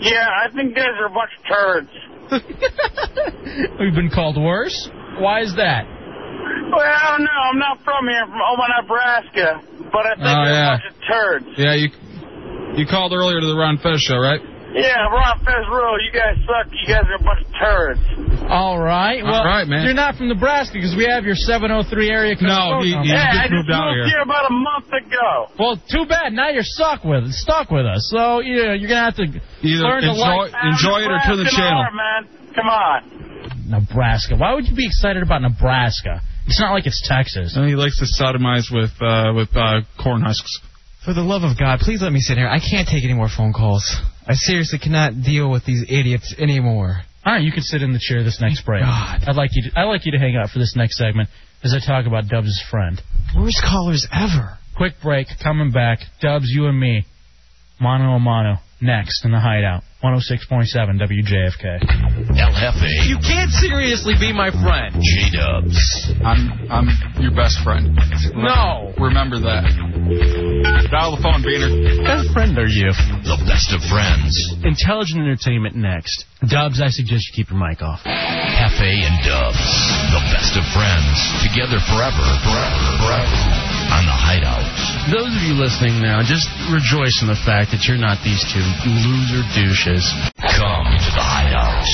[SPEAKER 5] Yeah, I think you guys are a bunch of turds.
[SPEAKER 3] [LAUGHS] we've been called worse. Why is that?
[SPEAKER 5] Well, I don't know. I'm not from here. I'm from Omaha, Nebraska. But I think
[SPEAKER 4] Oh,
[SPEAKER 5] you're
[SPEAKER 4] yeah.
[SPEAKER 5] a bunch of turds.
[SPEAKER 4] Yeah, you. You called earlier to the Ron Fez show, right?
[SPEAKER 5] Yeah, Ron Fez rule. You guys suck. You guys are a bunch of turds.
[SPEAKER 3] All right. Well,
[SPEAKER 4] All right, man.
[SPEAKER 3] you're not from Nebraska because we have your 703 area code.
[SPEAKER 4] No,
[SPEAKER 3] phone
[SPEAKER 4] he-
[SPEAKER 3] number.
[SPEAKER 5] Yeah,
[SPEAKER 4] he- just
[SPEAKER 5] I just
[SPEAKER 4] moved
[SPEAKER 5] moved
[SPEAKER 4] out here.
[SPEAKER 5] here about a month ago.
[SPEAKER 3] Well, too bad. Now you're stuck with stuck with us. So yeah, you're gonna have to
[SPEAKER 4] Either
[SPEAKER 3] learn to like
[SPEAKER 4] enjoy, enjoy it or turn the
[SPEAKER 5] Nebraska
[SPEAKER 4] channel.
[SPEAKER 5] are, man. Come on.
[SPEAKER 3] Nebraska. Why would you be excited about Nebraska? It's not like it's Texas.
[SPEAKER 4] And he likes to sodomize with uh, with uh, corn husks.
[SPEAKER 7] For the love of God, please let me sit here. I can't take any more phone calls. I seriously cannot deal with these idiots anymore.
[SPEAKER 3] All right, you can sit in the chair this next break.
[SPEAKER 7] God.
[SPEAKER 3] I'd like you. To, I'd like you to hang out for this next segment as I talk about Dubs' friend.
[SPEAKER 7] Worst callers ever.
[SPEAKER 3] Quick break. Coming back. Dubs, you and me, mano a mano. Next in the hideout, 106.7 WJFK.
[SPEAKER 1] El Jefe,
[SPEAKER 7] You can't seriously be my friend.
[SPEAKER 1] J Dubs.
[SPEAKER 4] I'm I'm your best friend.
[SPEAKER 7] No.
[SPEAKER 4] Remember that. Dial the phone, Beaner.
[SPEAKER 3] What friend are you?
[SPEAKER 1] The best of friends.
[SPEAKER 3] Intelligent entertainment next. Dubs, I suggest you keep your mic off.
[SPEAKER 1] Hefe and Dubs. The best of friends. Together forever. Forever. Forever. On the hideout.
[SPEAKER 8] Those of you listening now, just rejoice in the fact that you're not these two loser douches.
[SPEAKER 1] Come to the hideout.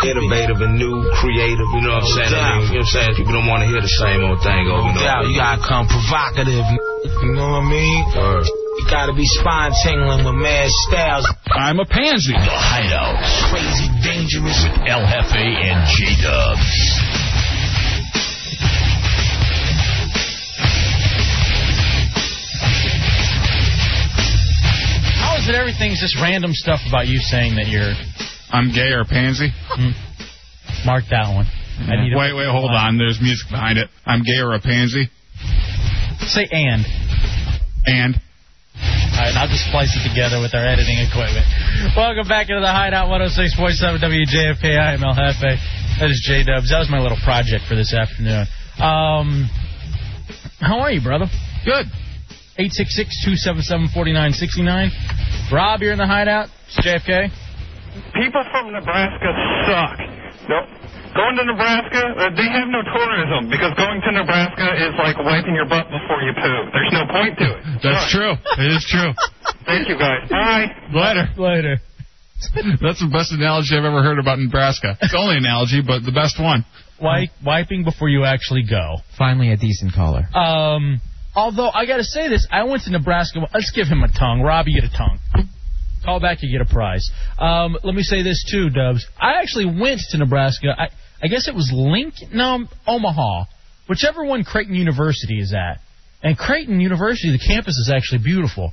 [SPEAKER 9] innovative and new, creative. You know what I'm saying? I mean, you know what I'm saying? People don't want to hear the same old thing over and over. You gotta come provocative. You know what I mean? You gotta be spine tingling with mad styles.
[SPEAKER 4] I'm a pansy.
[SPEAKER 1] The Hideout. Crazy Dangerous with LFA and J Dubs.
[SPEAKER 3] How is it everything's just random stuff about you saying that you're. Hmm.
[SPEAKER 4] I'm gay or pansy?
[SPEAKER 3] Mark that one. I need a-
[SPEAKER 4] Wait, wait, hold on. There's music behind it. I'm gay or a pansy?
[SPEAKER 3] Say and.
[SPEAKER 4] And?
[SPEAKER 3] All right, I'll just splice it together with our editing equipment. Welcome back into the Hideout 106.7 WJFK. I am El Jefe. That is J Dubs. That was my little project for this afternoon. Um, how are you, brother?
[SPEAKER 4] Good.
[SPEAKER 3] 866-277-4969. Rob, you're in the Hideout. It's JFK.
[SPEAKER 5] People from Nebraska suck. Nope. Going to Nebraska, uh, they have no tourism because going to Nebraska is like wiping your butt before you poo. There's no point to it.
[SPEAKER 4] That's true. It is true.
[SPEAKER 5] Thank you guys. Bye.
[SPEAKER 4] Later.
[SPEAKER 3] Later.
[SPEAKER 4] That's the best analogy I've ever heard about Nebraska. It's the only analogy, but the best one.
[SPEAKER 3] Wi- wiping before you actually go.
[SPEAKER 7] Finally, a decent caller.
[SPEAKER 3] Um, although I got to say this, I went to Nebraska. Let's give him a tongue. Robbie, you get a tongue. Call back, you get a prize. Um, let me say this too, Dubs. I actually went to Nebraska. I, I guess it was Lincoln, no, Omaha, whichever one Creighton University is at. And Creighton University, the campus is actually beautiful.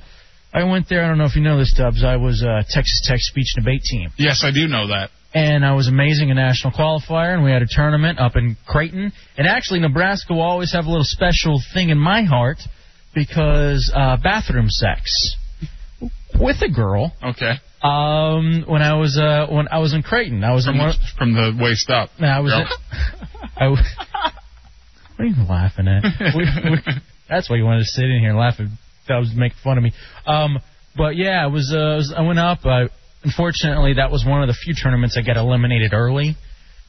[SPEAKER 3] I went there. I don't know if you know this, Dubs. I was uh, Texas Tech speech and debate team
[SPEAKER 4] Yes, I do know that.
[SPEAKER 3] and I was amazing a national qualifier, and we had a tournament up in Creighton. And actually, Nebraska will always have a little special thing in my heart because uh, bathroom sex with a girl.
[SPEAKER 4] Okay.
[SPEAKER 3] Um, when I was uh, when I was in Creighton, I was
[SPEAKER 4] From
[SPEAKER 3] in
[SPEAKER 4] the,
[SPEAKER 3] one.
[SPEAKER 4] from the waist up.
[SPEAKER 3] I was.
[SPEAKER 4] Girl. [LAUGHS]
[SPEAKER 3] in- I w- what are you laughing
[SPEAKER 10] Hmm.
[SPEAKER 3] at? [LAUGHS] We, we, that's why you wanted to sit in here and laugh. At, that was making fun of me. Um, but yeah, I was, uh, I was. I went up. I, unfortunately, that was one of the few tournaments I got eliminated early.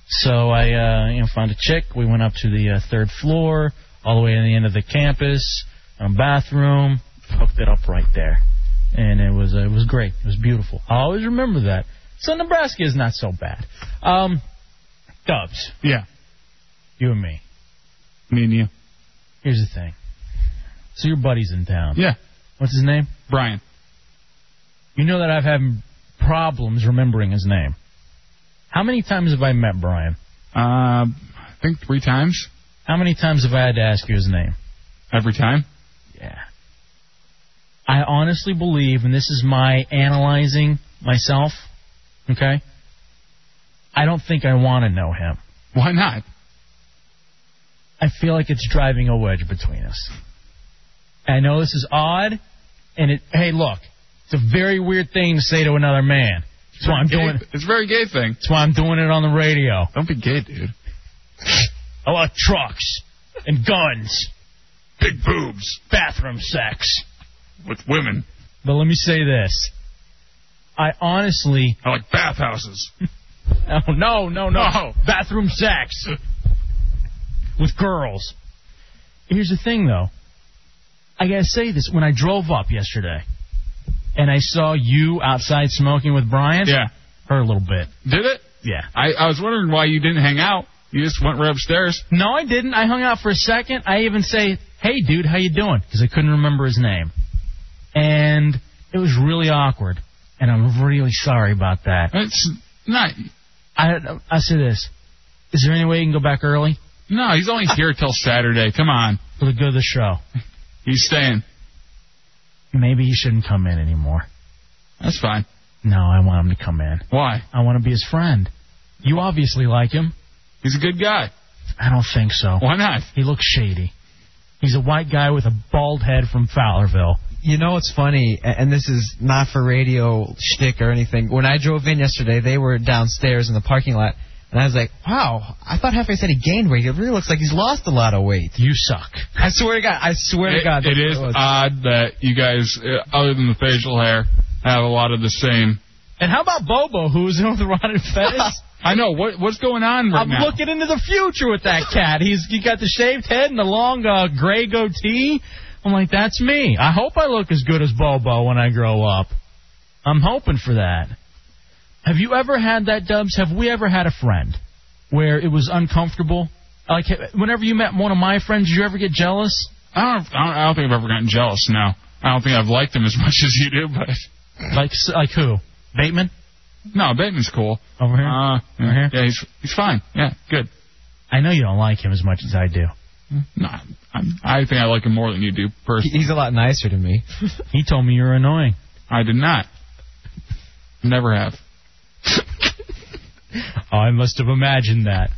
[SPEAKER 3] So I, uh, you know, found a chick. We went up to the uh, third floor, all the way to the end of the campus, a bathroom, hooked it up right there, and it was, uh, it was great. It was beautiful. I always remember that. So Nebraska is not so bad. Um, Dubs,
[SPEAKER 4] Yeah.
[SPEAKER 3] you and me.
[SPEAKER 4] Me and you.
[SPEAKER 3] Here's the thing. So your buddy's in town.
[SPEAKER 4] Yeah.
[SPEAKER 3] What's his name?
[SPEAKER 4] Brian.
[SPEAKER 3] You know that I've had problems remembering his name. How many times have I met Brian?
[SPEAKER 4] Uh, I think three times.
[SPEAKER 3] How many times have I had to ask you his name?
[SPEAKER 4] Every time.
[SPEAKER 3] Yeah. I honestly believe, and this is my analyzing myself, okay? I don't think I want to know him.
[SPEAKER 4] Why not?
[SPEAKER 3] I feel like it's driving a wedge between us. I know this is odd, and it. Hey, look, it's a very weird thing to say to another man. That's why I'm doing.
[SPEAKER 4] It's a very gay thing.
[SPEAKER 3] That's why I'm doing it on the radio.
[SPEAKER 4] Don't be gay, dude.
[SPEAKER 3] I want trucks and guns,
[SPEAKER 4] Big boobs
[SPEAKER 3] bathroom sex.
[SPEAKER 4] with women.
[SPEAKER 3] But let me say this. I honestly,
[SPEAKER 4] I like bathhouses.
[SPEAKER 3] [LAUGHS] oh no, no, no,
[SPEAKER 4] No.
[SPEAKER 3] bathroom sex with girls. Here's the thing, though. I gotta say this. When I drove up yesterday, and I saw you outside smoking with Brian,
[SPEAKER 4] Yeah.
[SPEAKER 3] her a little bit.
[SPEAKER 4] Did it?
[SPEAKER 3] Yeah.
[SPEAKER 4] I, I was wondering why you didn't hang out. You just went right upstairs.
[SPEAKER 3] No, I didn't. I hung out for a second. I even say, "Hey, dude, how you doing?" Because I couldn't remember his name, and it was really awkward. And I'm really sorry about that.
[SPEAKER 4] It's not.
[SPEAKER 3] I I say this: Is there any way you can go back early
[SPEAKER 4] No, he's only here till Saturday. Come on.
[SPEAKER 3] for the good of the show?
[SPEAKER 4] He's staying.
[SPEAKER 3] Maybe he shouldn't come in anymore.
[SPEAKER 4] That's fine.
[SPEAKER 3] No, I want him to come in.
[SPEAKER 4] Why?
[SPEAKER 3] I want to be his friend. You obviously like him.
[SPEAKER 4] He's a good guy.
[SPEAKER 3] I don't think so.
[SPEAKER 4] Why not?
[SPEAKER 3] He looks shady. He's a white guy with a bald head from Fowlerville.
[SPEAKER 7] You know it's funny, a- and this is not for radio shtick or anything. When I drove in yesterday, they were downstairs in the parking lot, and I was like, "Wow, I thought halfway said he gained weight. It really looks like he's lost a lot of weight."
[SPEAKER 3] You suck.
[SPEAKER 7] I swear to God, I swear to
[SPEAKER 4] It-
[SPEAKER 7] God,
[SPEAKER 4] it
[SPEAKER 7] that's what
[SPEAKER 4] is uh,
[SPEAKER 7] was.
[SPEAKER 4] odd that you guys, uh, other than the facial hair, have a lot of the same.
[SPEAKER 3] And how about Bobo, who was in with Ron
[SPEAKER 4] [LAUGHS]
[SPEAKER 3] and Fez?
[SPEAKER 4] I know what what's going on right
[SPEAKER 3] I'm
[SPEAKER 4] now.
[SPEAKER 3] looking into the future with that cat. He's he got the shaved head and the long uh, gray goatee. I'm like, that's me. I hope I look as good as Bobo when I grow up. I'm hoping for that. Have you ever had that, Dubs? Have we ever had a friend where it was uncomfortable? Uh, Like, whenever you met one of my friends, did you ever get jealous?
[SPEAKER 4] I don't, I don't, I don't think I've ever gotten jealous. No, I don't think I've liked him as [LAUGHS] much as you do. But
[SPEAKER 3] like, like who? Bateman?
[SPEAKER 4] No, Bateman's cool.
[SPEAKER 3] Over here?
[SPEAKER 4] Uh,
[SPEAKER 3] Over here?
[SPEAKER 4] Yeah, he's he's fine. Yeah, good.
[SPEAKER 3] I know you don't like him as much as I do.
[SPEAKER 4] No, I'm, I think I like him more than you do personally.
[SPEAKER 7] He's a lot nicer to me.
[SPEAKER 3] [LAUGHS] He told me you were annoying.
[SPEAKER 4] I did not. Never have.
[SPEAKER 3] [LAUGHS] I must have imagined that.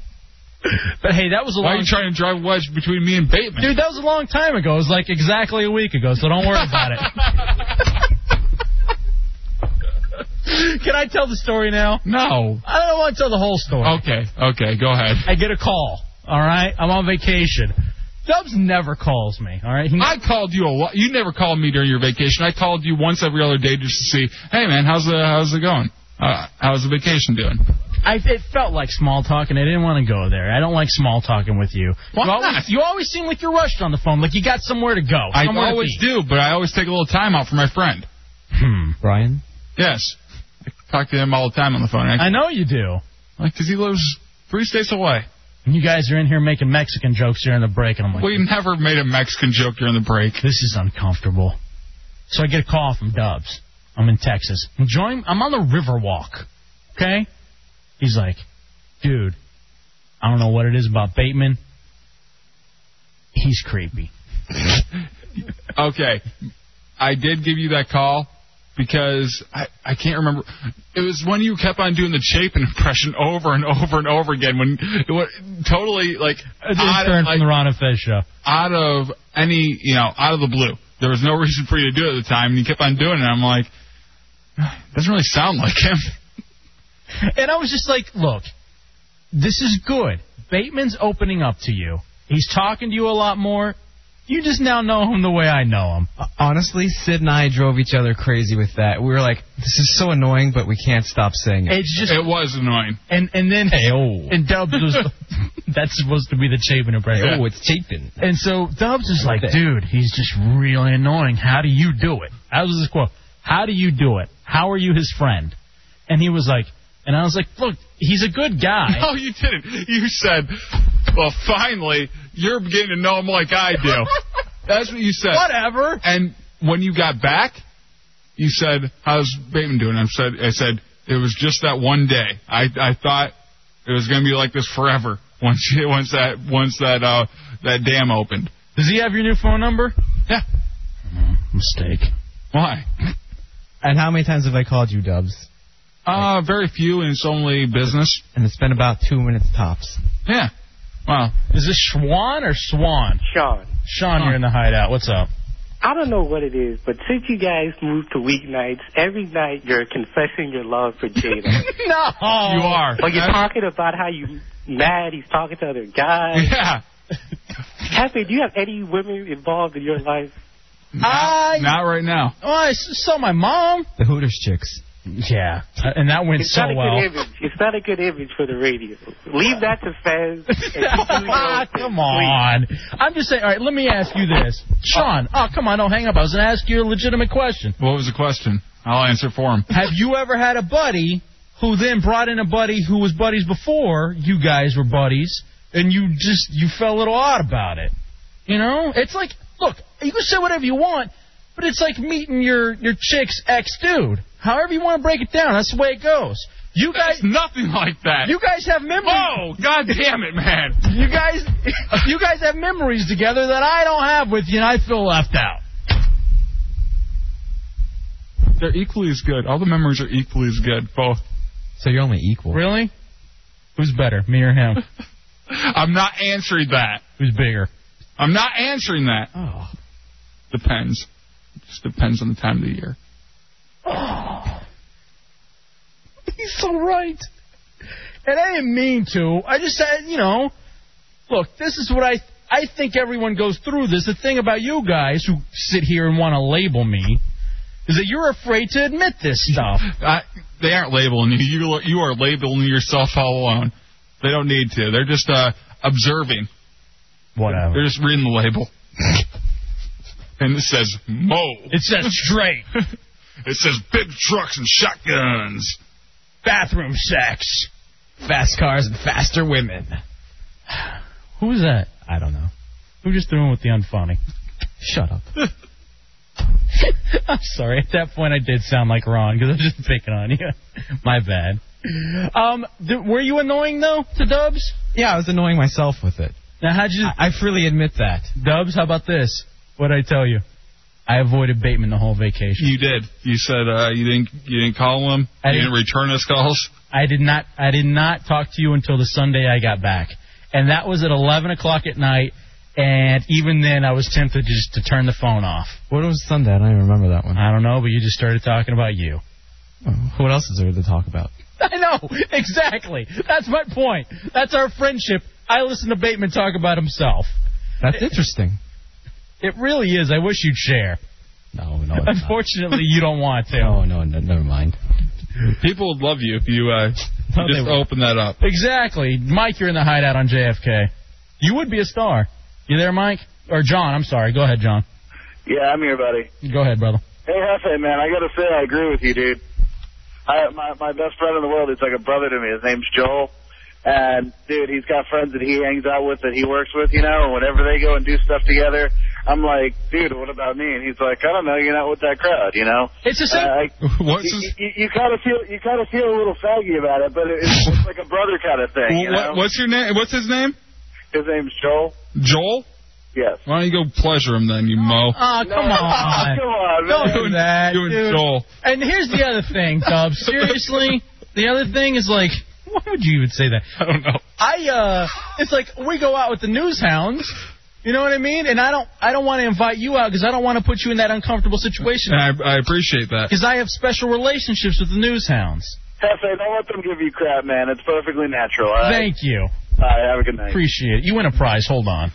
[SPEAKER 3] But hey, that was a
[SPEAKER 4] Why are
[SPEAKER 3] long
[SPEAKER 4] you trying to drive a wedge between me and Bateman?
[SPEAKER 3] Dude, that was a long time ago. It was like exactly a week ago, so don't worry
[SPEAKER 4] [LAUGHS]
[SPEAKER 3] about it. Can I tell the story now?
[SPEAKER 4] No.
[SPEAKER 3] I don't want to tell the whole story.
[SPEAKER 4] Okay, okay, go ahead.
[SPEAKER 3] I get a call. All right, I'm on vacation. Dubs never calls me. All right, He-
[SPEAKER 4] I called you a lot. You never called me during your vacation. I called you once every other day just to see, hey man, how's the how's it going? Uh, how's the vacation doing?
[SPEAKER 3] I, it felt like small talk, and I didn't want to go there. I don't like small talking with you.
[SPEAKER 4] Why
[SPEAKER 3] you, always,
[SPEAKER 4] not?
[SPEAKER 3] you always seem like you're rushed on the phone, like you got somewhere to go.
[SPEAKER 4] I
[SPEAKER 3] somewhere to
[SPEAKER 4] always
[SPEAKER 3] be.
[SPEAKER 4] do, but I always take a little time out for my friend.
[SPEAKER 3] Hmm.
[SPEAKER 7] Brian?
[SPEAKER 4] Yes, I talk to him all the time on the phone. I,
[SPEAKER 3] I know you do.
[SPEAKER 4] like, cause he lives three states away.
[SPEAKER 3] And you guys are in here making Mexican jokes during the break, and I'm like,
[SPEAKER 4] We never made a Mexican joke during the break.
[SPEAKER 3] this is uncomfortable. So I get a call from Dubs. I'm in Texas. Enjoying. I'm on the river walk. Okay. He's like, dude, I don't know what it is about Bateman. He's creepy.
[SPEAKER 4] Okay. I did give you that call because I, I can't remember. It was when you kept on doing the Chapin impression over and over and over again when it was totally like
[SPEAKER 3] It's
[SPEAKER 4] out
[SPEAKER 3] Stern
[SPEAKER 4] of,
[SPEAKER 3] from
[SPEAKER 4] like,
[SPEAKER 3] the Ron and Fez show.
[SPEAKER 4] out of any, you know, out of the blue. There was no reason for you to do it at the time and you kept on doing it. I'm like, doesn't really sound like him.
[SPEAKER 3] And I was just like, look, this is good. Bateman's opening up to you. He's talking to you a lot more. You just now know him the way I know him.
[SPEAKER 7] Uh, Honestly, Sid and I drove each other crazy with that. We were like, this is so annoying, but we can't stop saying it.
[SPEAKER 3] It's just
[SPEAKER 4] It was annoying.
[SPEAKER 3] and and then and Dubs
[SPEAKER 7] [LAUGHS]
[SPEAKER 3] was that's supposed to be the Chapin impression.
[SPEAKER 4] Yeah.
[SPEAKER 7] it's
[SPEAKER 10] [LAUGHS]
[SPEAKER 7] Chapin.
[SPEAKER 3] And so Dubs is like,
[SPEAKER 7] that.
[SPEAKER 3] dude, he's just really annoying. How do you do it? That was his quote. How do you do it? How are you his friend? And he was like, and I was like, look, he's a good
[SPEAKER 4] [LAUGHS]
[SPEAKER 3] guy.
[SPEAKER 4] No, Oh, you didn't. You said, well, finally, you're beginning to know him like I do. That's what you said.
[SPEAKER 3] Whatever.
[SPEAKER 4] And when you got back, you said, "How's Bateman doing?" I said, "I said it was just that one day. I I thought it was gonna be like this forever. Once once that once that uh that dam opened.
[SPEAKER 3] Does he have your new phone number?
[SPEAKER 4] Yeah.
[SPEAKER 3] Mistake.
[SPEAKER 4] Why?
[SPEAKER 7] And how many times have I called you, Dubs?
[SPEAKER 4] Uh, very few, and it's only business.
[SPEAKER 7] And it's been about two minutes tops.
[SPEAKER 4] Yeah. Wow.
[SPEAKER 3] Is this Schwan or Swan?
[SPEAKER 10] Sean,
[SPEAKER 3] Sean, you're in the hideout. What's up?
[SPEAKER 10] I don't know what it is, but since you guys moved to weeknights, every night you're confessing your love for Jada.
[SPEAKER 3] No.
[SPEAKER 4] You are.
[SPEAKER 10] but you're
[SPEAKER 4] That's-
[SPEAKER 10] talking about how you mad he's talking to other guys.
[SPEAKER 4] Yeah.
[SPEAKER 10] Happy, do you have any women involved in your life?
[SPEAKER 3] I,
[SPEAKER 4] Not right now.
[SPEAKER 3] well, Oh, I s- saw my mom.
[SPEAKER 7] The Hooters chicks.
[SPEAKER 3] Yeah. Uh, And that went
[SPEAKER 10] It's
[SPEAKER 3] so
[SPEAKER 10] not a
[SPEAKER 3] well.
[SPEAKER 10] good image. It's not a good image for the radio. Leave that to Fez. and do your thing,
[SPEAKER 3] come on. I'm just saying, all right, let me ask you this. Sean, oh, come on, don't hang up. I was going to ask you a legitimate question.
[SPEAKER 4] What was the question? I'll answer for him.
[SPEAKER 3] Have you ever had a buddy who then brought in a buddy who was buddies before you guys were buddies, and you just, you felt a little odd about it? You know? It's like, look, you can say whatever you want, but it's like meeting your, your chick's ex dude. However you want to break it down, that's the way it goes. You guys,
[SPEAKER 4] It's nothing like that.
[SPEAKER 3] you guys have memories.
[SPEAKER 4] Whoa! God damn it, man.
[SPEAKER 3] You guys, [LAUGHS] [LAUGHS] you guys have memories together that I don't have with you, and I feel left out.
[SPEAKER 4] They're equally as good. All the memories are equally as good. Both.
[SPEAKER 7] So you're only equal.
[SPEAKER 3] Really? Who's better, me or him?
[SPEAKER 4] [LAUGHS] I'm not answering that.
[SPEAKER 3] Who's bigger?
[SPEAKER 4] I'm not answering that.
[SPEAKER 3] Oh.
[SPEAKER 4] Depends. Just depends on the time of the year.
[SPEAKER 3] He's so right. And I didn't mean to. I just said, you know, look, this is what I. I think everyone goes through this. The thing about you guys who sit here and want to label me is that you're afraid to admit this [LAUGHS] stuff.
[SPEAKER 4] I, they aren't labeling you. you. You are labeling yourself all alone. They don't need to. They're just uh, observing.
[SPEAKER 3] Whatever.
[SPEAKER 4] They're just reading the
[SPEAKER 3] [LAUGHS]
[SPEAKER 4] label. and it says Mo. [LAUGHS]
[SPEAKER 3] It says straight.
[SPEAKER 4] It says big trucks and shotguns.
[SPEAKER 11] Bathroom sex.
[SPEAKER 7] Fast cars and faster women.
[SPEAKER 3] Who was that?
[SPEAKER 7] I don't know.
[SPEAKER 3] Who just threw in with the unfunny? [LAUGHS]
[SPEAKER 7] Shut up.
[SPEAKER 3] I'm sorry. At that point, I did sound like Ron because I was just picking on you. [LAUGHS] My bad. Um, th- were you annoying though to Dubs?
[SPEAKER 7] Yeah, I was annoying myself with it.
[SPEAKER 3] Now, how'd you?
[SPEAKER 7] I, I freely admit that.
[SPEAKER 3] Dubs, how about this? What would I tell you? I avoided Bateman the whole vacation.
[SPEAKER 4] You did. You said uh, you didn't you didn't call him.
[SPEAKER 3] I
[SPEAKER 4] you
[SPEAKER 3] didn't-
[SPEAKER 4] didn't return his calls.
[SPEAKER 3] I did not. I did not talk to you until the Sunday I got back, and that was at 11 o'clock at night. And even then, I was tempted just to turn the phone off.
[SPEAKER 7] What was Sunday? I don't even remember that one.
[SPEAKER 3] I don't know, but you just started talking about
[SPEAKER 7] [LAUGHS]
[SPEAKER 3] you.
[SPEAKER 7] What else is there to talk about?
[SPEAKER 3] [LAUGHS] I know exactly. That's my point. That's our friendship. I listen to Bateman talk about himself.
[SPEAKER 7] That's interesting.
[SPEAKER 3] It really is. I wish you'd share.
[SPEAKER 7] No, no.
[SPEAKER 3] Unfortunately, you don't want to.
[SPEAKER 7] Oh no, no, never mind.
[SPEAKER 4] People would love you if you uh,
[SPEAKER 3] [LAUGHS] No, they
[SPEAKER 4] just
[SPEAKER 3] won't.
[SPEAKER 4] open that up.
[SPEAKER 3] Exactly. Mike, you're in the hideout on JFK. You would be a star. You there, Mike? Or John, I'm sorry. Go ahead, John.
[SPEAKER 12] Yeah, I'm here, buddy.
[SPEAKER 3] Go ahead, brother.
[SPEAKER 12] Hey, Hefe, man, I gotta say I agree with you, dude. I, my my best friend in the world, he's like a brother to me. His name's Joel, and dude, he's got friends that he hangs out with that he works with, you know. And whenever they go and do stuff together, I'm like, dude, what about me? And he's like, I don't know, you're not with that crowd, you know.
[SPEAKER 3] It's the
[SPEAKER 12] same.
[SPEAKER 4] What's
[SPEAKER 12] you, you, you kind of feel you kind of feel a little faggy about it, but it's, it's like a brother kind of thing, you know.
[SPEAKER 4] What, what's your name? What's his name?
[SPEAKER 12] His name's Joel.
[SPEAKER 4] Joel.
[SPEAKER 12] Yes.
[SPEAKER 4] Why don't you go pleasure him then, you mo?
[SPEAKER 3] Oh, come on.
[SPEAKER 12] [LAUGHS] come on,
[SPEAKER 3] Don't do
[SPEAKER 4] Doing-
[SPEAKER 3] Oh, that.
[SPEAKER 4] doing
[SPEAKER 3] dude.
[SPEAKER 4] Joel.
[SPEAKER 3] And here's the other
[SPEAKER 4] [LAUGHS]
[SPEAKER 3] thing, Dub. Seriously, the other thing is like, why would you even say that?
[SPEAKER 4] I don't know.
[SPEAKER 3] I uh, it's like we go out with the news hounds. You know what I mean? And I don't, I don't want to invite you out because I don't want to put you in that uncomfortable situation.
[SPEAKER 4] And I, I appreciate that.
[SPEAKER 3] Because I have special relationships with the news hounds.
[SPEAKER 12] Hefe, don't let them give you crap, man. It's perfectly natural. all right?
[SPEAKER 3] Thank you.
[SPEAKER 12] All right, have a good night.
[SPEAKER 3] Appreciate it. You win a prize. Hold on.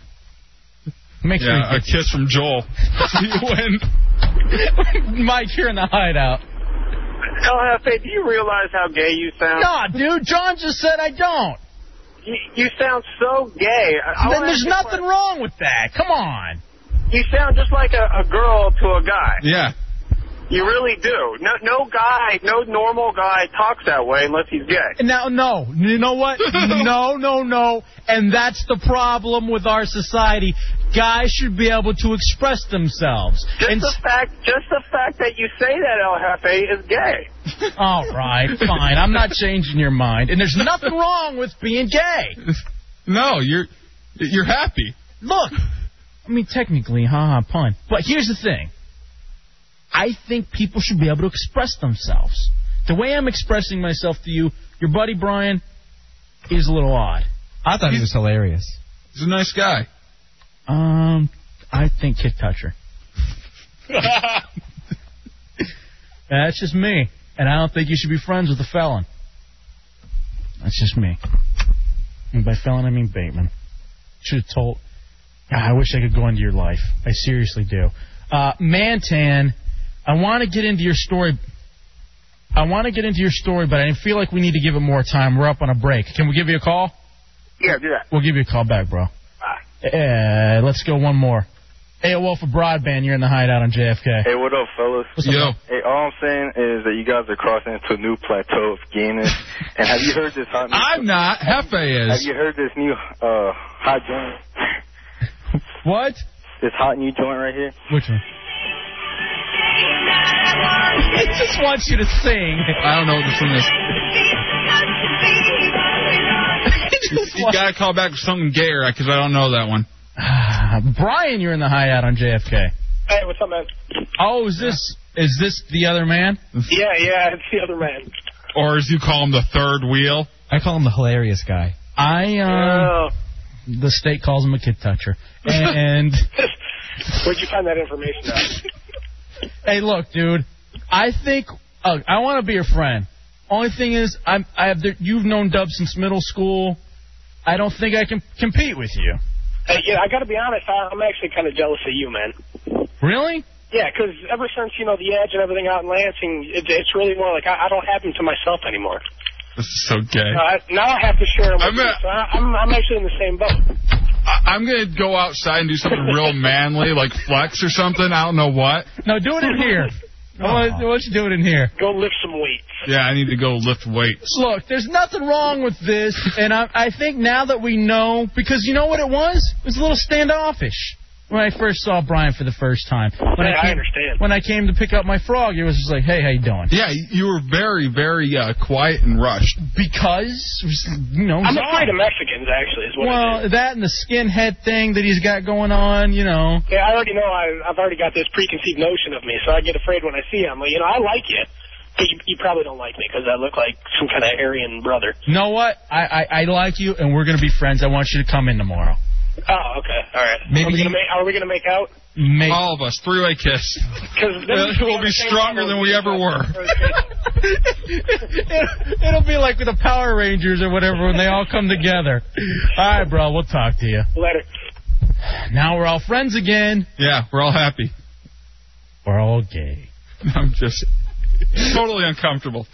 [SPEAKER 3] Make sure
[SPEAKER 4] Yeah,
[SPEAKER 3] you
[SPEAKER 4] a kiss from Joel. [LAUGHS] you win.
[SPEAKER 3] [LAUGHS] Mike, you're in the hideout.
[SPEAKER 12] El Jefe, Oh, do you realize how gay you sound?
[SPEAKER 3] Nah, dude, John just said I don't.
[SPEAKER 12] You, you sound so gay. I, I
[SPEAKER 3] then
[SPEAKER 12] wanna ask
[SPEAKER 3] there's
[SPEAKER 12] you
[SPEAKER 3] nothing wrong with that. Come on.
[SPEAKER 12] a- You sound just like a, a girl to a guy.
[SPEAKER 4] Yeah.
[SPEAKER 12] You really do. No, no guy, no normal guy talks that way unless he's gay.
[SPEAKER 3] Now, no, you
[SPEAKER 4] [LAUGHS]
[SPEAKER 3] know what? no, no, no. And that's the problem with our society. Guys should be able to express themselves.
[SPEAKER 12] Just
[SPEAKER 3] And
[SPEAKER 12] the fact, just the fact that you say that El Jefe is gay.
[SPEAKER 3] s- all right, fine. I'm not changing your mind. And there's nothing wrong with being gay.
[SPEAKER 4] [LAUGHS] No, you're [LAUGHS] you're
[SPEAKER 3] [LAUGHS]
[SPEAKER 4] happy.
[SPEAKER 3] Look, I mean, technically, haha, pun. But here's the thing. I think people should be able to express themselves. The way I'm expressing myself to you, your buddy Brian, is a little odd.
[SPEAKER 7] I thought he was hilarious.
[SPEAKER 4] He's a nice guy.
[SPEAKER 3] Um, I think Kit Toucher. That's just me, and I don't think you should be friends with a felon. That's just me. And by felon, I mean Bateman. Should have told. God, I wish I could go into your life. I seriously do. Uh, Mantan, I want to get into your story. I want to get into your story, but I feel like we need to give it more time. We're up on a break. Can we give you a call?
[SPEAKER 12] Yeah, do that.
[SPEAKER 3] We'll give you a call back, bro. Uh, let's go one more. AOL for broadband. You're in the hideout
[SPEAKER 12] [LAUGHS]
[SPEAKER 3] on JFK.
[SPEAKER 13] Hey, what up, fellas?
[SPEAKER 3] What's up, Yo. man?
[SPEAKER 13] Hey, all I'm saying is that you guys are crossing into a new plateau of gayness. and have you heard this hot
[SPEAKER 3] [LAUGHS]
[SPEAKER 13] new...
[SPEAKER 4] I'm not. Hefe
[SPEAKER 13] Have
[SPEAKER 4] is.
[SPEAKER 13] you heard this new uh, hot joint?
[SPEAKER 3] [LAUGHS] What?
[SPEAKER 13] This hot new joint right
[SPEAKER 3] [LAUGHS]
[SPEAKER 13] here?
[SPEAKER 3] Which one? It just wants you to sing.
[SPEAKER 4] I don't know what this one is.
[SPEAKER 3] [LAUGHS]
[SPEAKER 4] You gotta call back with something gayer because I don't know that one.
[SPEAKER 3] Brian, you're in the hideout on JFK.
[SPEAKER 14] Hey, what's up, man?
[SPEAKER 3] Oh, is this is this the other man?
[SPEAKER 14] Yeah, yeah, it's the other man.
[SPEAKER 4] Or as you call him, the third wheel.
[SPEAKER 7] I call him the hilarious guy.
[SPEAKER 3] I uh, the state calls him a kid
[SPEAKER 14] [LAUGHS]
[SPEAKER 3] toucher. And
[SPEAKER 14] Where'd you find that information out?
[SPEAKER 3] hey, look, dude, I think uh, I want to be your friend. Only thing is, I'm I have the, you've known Dub since middle school. I don't think I can compete with you.
[SPEAKER 14] Hey, yeah, I gotta be honest, I, I'm actually kind of jealous of you, man.
[SPEAKER 3] Really?
[SPEAKER 14] Yeah, 'cause ever since, you know, the edge and everything out in Lansing, it, it's really more like I, I don't have him to myself anymore.
[SPEAKER 4] This is so gay.
[SPEAKER 14] Uh, now I have to share him with
[SPEAKER 4] I'm
[SPEAKER 14] you,
[SPEAKER 4] a-
[SPEAKER 14] so I, I'm, I'm actually in the same boat.
[SPEAKER 4] I- I'm gonna go
[SPEAKER 3] [LAUGHS]
[SPEAKER 4] outside and do something real manly, like flex or something. I don't know what.
[SPEAKER 3] No, do it in here. Why don't- why don't you do it in here?
[SPEAKER 14] Go lift some weights.
[SPEAKER 4] Yeah, I need to go lift weights.
[SPEAKER 3] Look, there's nothing wrong with this, and I, I think now that we know, because you know what it was? It was a little standoffish when I first saw Brian for the first time. When
[SPEAKER 14] Yeah, I
[SPEAKER 3] came,
[SPEAKER 14] understand.
[SPEAKER 3] When I came to pick up my frog, it was just like, hey, how you doing?
[SPEAKER 4] Yeah, you were very, very uh, quiet and rushed.
[SPEAKER 3] Because, you know,
[SPEAKER 14] I'm
[SPEAKER 3] he's
[SPEAKER 14] afraid of
[SPEAKER 3] on.
[SPEAKER 14] Mexicans, actually, is what it is.
[SPEAKER 3] Well, that and the skinhead thing that he's got going on, you know.
[SPEAKER 14] Yeah, I already know I, I've already got this preconceived notion of me, so I get afraid when I see him. Like, you know, I like you, but you, you probably don't like me because I look like some kind of Aryan brother.
[SPEAKER 3] You know what? I, I, I like you, and we're going to be friends. I want you to come in tomorrow.
[SPEAKER 14] Oh, okay, all right.
[SPEAKER 3] Maybe
[SPEAKER 14] are we
[SPEAKER 3] you-
[SPEAKER 14] gonna make, are we gonna make out?
[SPEAKER 3] Maybe.
[SPEAKER 4] All of us, three-way kiss.
[SPEAKER 14] [LAUGHS]
[SPEAKER 4] Uh,
[SPEAKER 14] 'Cause then
[SPEAKER 4] We'll
[SPEAKER 14] we-
[SPEAKER 4] we'll be stronger than we ever were.
[SPEAKER 3] [LAUGHS] It, it'll be like with the Power Rangers or whatever when they all come together. All right, bro, we'll talk to you.
[SPEAKER 14] Later.
[SPEAKER 3] Now we're all friends again.
[SPEAKER 4] Yeah, we're all happy.
[SPEAKER 3] We're all gay.
[SPEAKER 4] [LAUGHS] I'm just totally uncomfortable.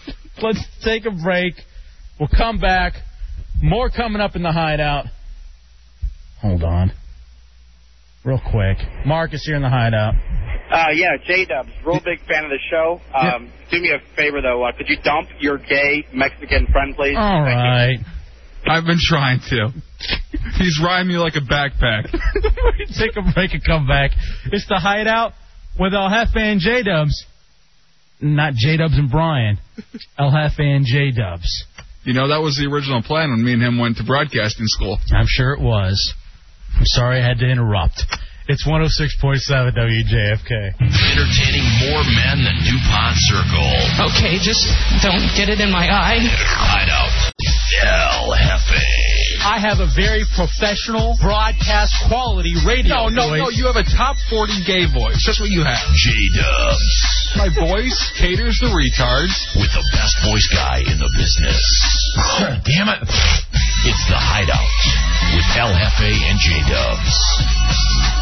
[SPEAKER 3] Let's take a break. We'll come back. More coming up in the hideout. Hold on. Real quick. Marcus here in the hideout.
[SPEAKER 11] Uh, yeah, J Dubs, real big fan of the show. Um, Do me a favor though, uh, could you dump your gay Mexican friend, please?
[SPEAKER 14] [LAUGHS]
[SPEAKER 3] All right.
[SPEAKER 4] I've been trying to. He's riding me like a backpack.
[SPEAKER 3] [LAUGHS] Take a break and come back. It's the hideout with El Jefe and J Dubs. Not J Dubs and Brian. El Jefe and J Dubs.
[SPEAKER 4] You know, that was the original plan when me and him went to broadcasting school.
[SPEAKER 3] I'm sure it was. I'm sorry I had to interrupt. It's 106.7 WJFK.
[SPEAKER 1] Entertaining more men than DuPont Circle.
[SPEAKER 15] Okay, just don't get it in my eye.
[SPEAKER 1] Hideout. El Jefe.
[SPEAKER 3] I have a very professional broadcast quality radio.
[SPEAKER 4] No, no, no. You have a top 40 gay voice. That's what you have.
[SPEAKER 1] J Dubs.
[SPEAKER 4] My voice caters the retards.
[SPEAKER 1] With the best voice guy in the business. [LAUGHS] Damn it. It's the Hideout with El Jefe and J Dubs.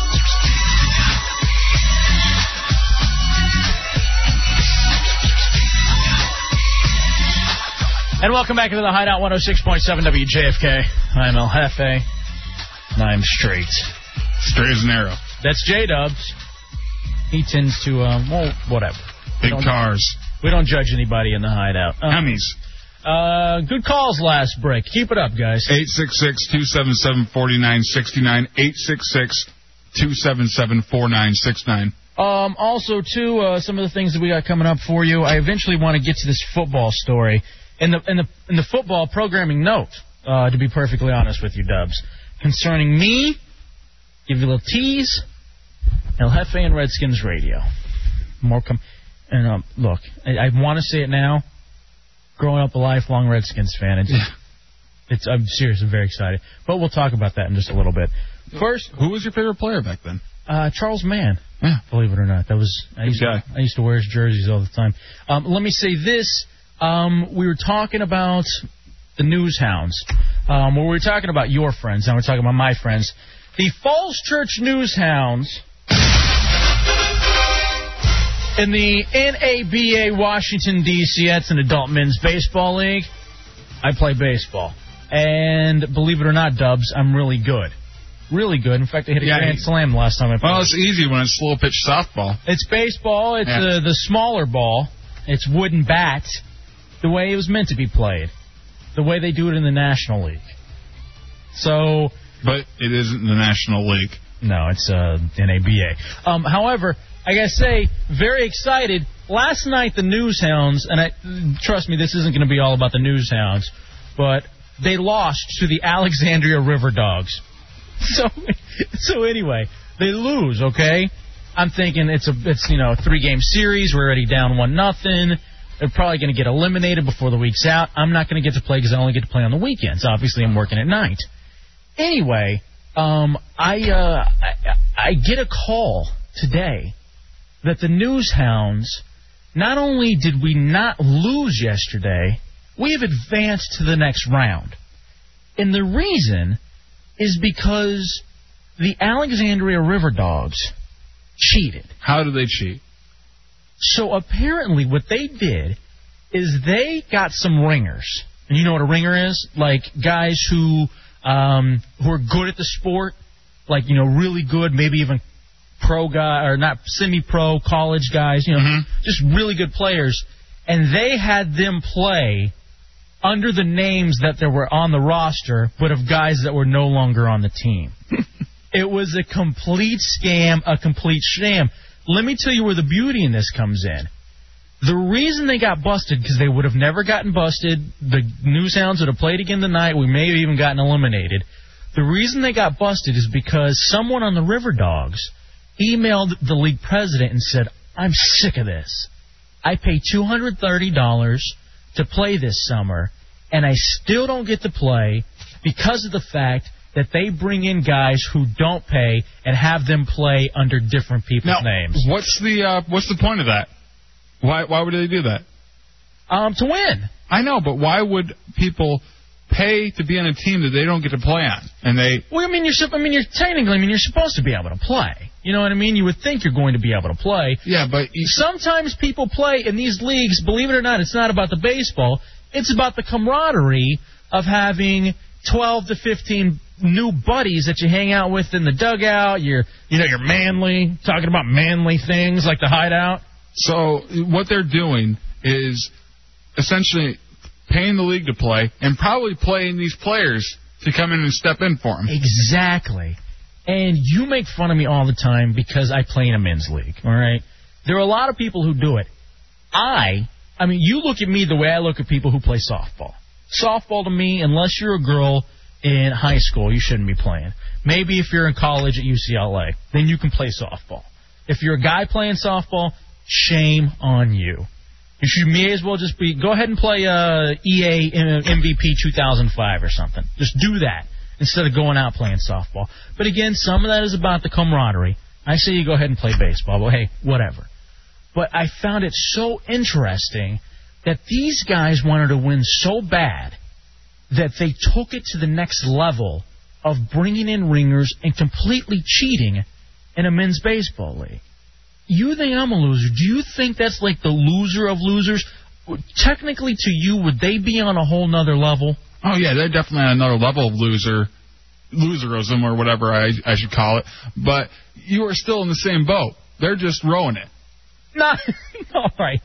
[SPEAKER 3] And welcome back into the Hideout 106.7 WJFK. I'm El Jefe. And I'm straight.
[SPEAKER 4] Straight as an arrow.
[SPEAKER 3] That's J Dubs. He tends to, um, well, whatever.
[SPEAKER 4] Big
[SPEAKER 3] We don't-
[SPEAKER 4] cars.
[SPEAKER 3] We don't judge anybody in the Hideout. Uh,
[SPEAKER 4] Hemmies.
[SPEAKER 3] Uh, good calls last break. Keep it up, guys.
[SPEAKER 4] 866-277-4969. 866-277-4969.
[SPEAKER 3] Um, also, too, uh, some of the things that we got coming up for you. I eventually want to get to this football story and the and the and the football programming note. Uh, to be perfectly honest with you, Dubs, concerning me, give you a little tease. El Jefe and Redskins radio. More com- and um, look, I, I want to say it now. Growing up a lifelong Redskins fan, it's, it's I'm serious. I'm very excited, but we'll talk about that in just a little bit. First,
[SPEAKER 4] who was your favorite player back then?
[SPEAKER 3] Uh, Charles Mann. Believe it or not, that was I used, to, I used to wear his jerseys all the time. Um, let me say this: um, we were talking about the news hounds. Um, well, we were talking about your friends, now we're talking about my friends. The Falls Church News Hounds in the NABA Washington D.C. That's an adult men's baseball league. I play baseball, and believe it or not, Dubs, I'm really good. Really good. In fact, I hit a
[SPEAKER 4] Yeah,
[SPEAKER 3] grand
[SPEAKER 4] he-
[SPEAKER 3] slam last time I played.
[SPEAKER 4] Well, it's easy when it's slow pitch softball.
[SPEAKER 3] It's baseball. It's
[SPEAKER 4] Yeah.
[SPEAKER 3] uh, the smaller ball. It's wooden bat. The way it was meant to be played. The way they do it in the National League. So.
[SPEAKER 4] But it isn't the National League.
[SPEAKER 3] No, it's uh, NABA. Um, however, I gotta say, very excited. Last night the News Hounds, and I trust me, this isn't going to be all about the News Hounds, but they lost to the Alexandria River Dogs. [LAUGHS] So, so anyway, they lose. Okay, I'm thinking it's a it's you know a three game series. We're already down one nothing. They're probably going to get eliminated before the week's out. I'm not going to get to play because I only get to play on the weekends. Obviously, I'm working at night. Anyway, um, I, uh, I I get a call today that the news hounds. Not only did we not lose yesterday, we have advanced to the next round, and the reason is because the Alexandria River Dogs cheated.
[SPEAKER 4] How did they cheat?
[SPEAKER 3] So apparently, what they did is they got some ringers, and you know what a ringer is? Like guys who um, who are good at the sport, like you know really good, maybe even pro guy or not semi-pro college guys, you know, just really good players, and they had them play under the names that there were on the roster, but of guys that were no longer on the team. it was a complete scam, a complete sham. Let me tell you where the beauty in this comes in. The reason they got busted, because they would have never gotten busted, the New Sounds would have played again tonight, we may have even gotten eliminated. The reason they got busted is because someone on the River Dogs emailed the league president and said, I'm sick of this. I pay $230 to play this summer, and I still don't get to play because of the fact that they bring in guys who don't pay and have them play under different people's names.
[SPEAKER 4] What's the uh, What's the point of that? Why Why would they do that?
[SPEAKER 3] Um, to win.
[SPEAKER 4] I know, but why would people pay to be on a team that they don't get to play on? And they
[SPEAKER 3] Well, I mean, you're. sup- I mean, you're technically. I mean, you're supposed to be able to play. You know what I mean? You would think you're going to be able to play.
[SPEAKER 4] Yeah, but
[SPEAKER 3] sometimes people play in these leagues. Believe it or not, it's not about the baseball. It's about the camaraderie of having 12 to 15 new buddies that you hang out with in the dugout. You're, you know, you're manly, talking about manly things like the hideout.
[SPEAKER 4] So what they're doing is essentially paying the league to play and probably playing these players to come in and step in for them.
[SPEAKER 3] Exactly. And you make fun of me all the time because I play in a men's league, all right? There are a lot of people who do it. I, I mean, you look at me the way I look at people who play softball. Softball to me, unless you're a girl in high school, you shouldn't be playing. Maybe if you're in college at UCLA, then you can play softball. If you're a guy playing softball, shame on you. You should may as well just be go ahead and play uh, EA M- MVP 2005 or something. Just do that instead of going out playing softball. But again, some of that is about the camaraderie. I say you go ahead and play baseball, but hey, whatever. But I found it so interesting that these guys wanted to win so bad that they took it to the next level of bringing in ringers and completely cheating in a men's baseball league you think I'm a loser. Do you think that's like the loser of losers? Technically, to you, would they be on a whole nother level?
[SPEAKER 4] Oh yeah, they're definitely on another level of loser, loserism or whatever I, I should call it. But you are still in the same boat. They're just rowing it.
[SPEAKER 3] No, [LAUGHS] all right.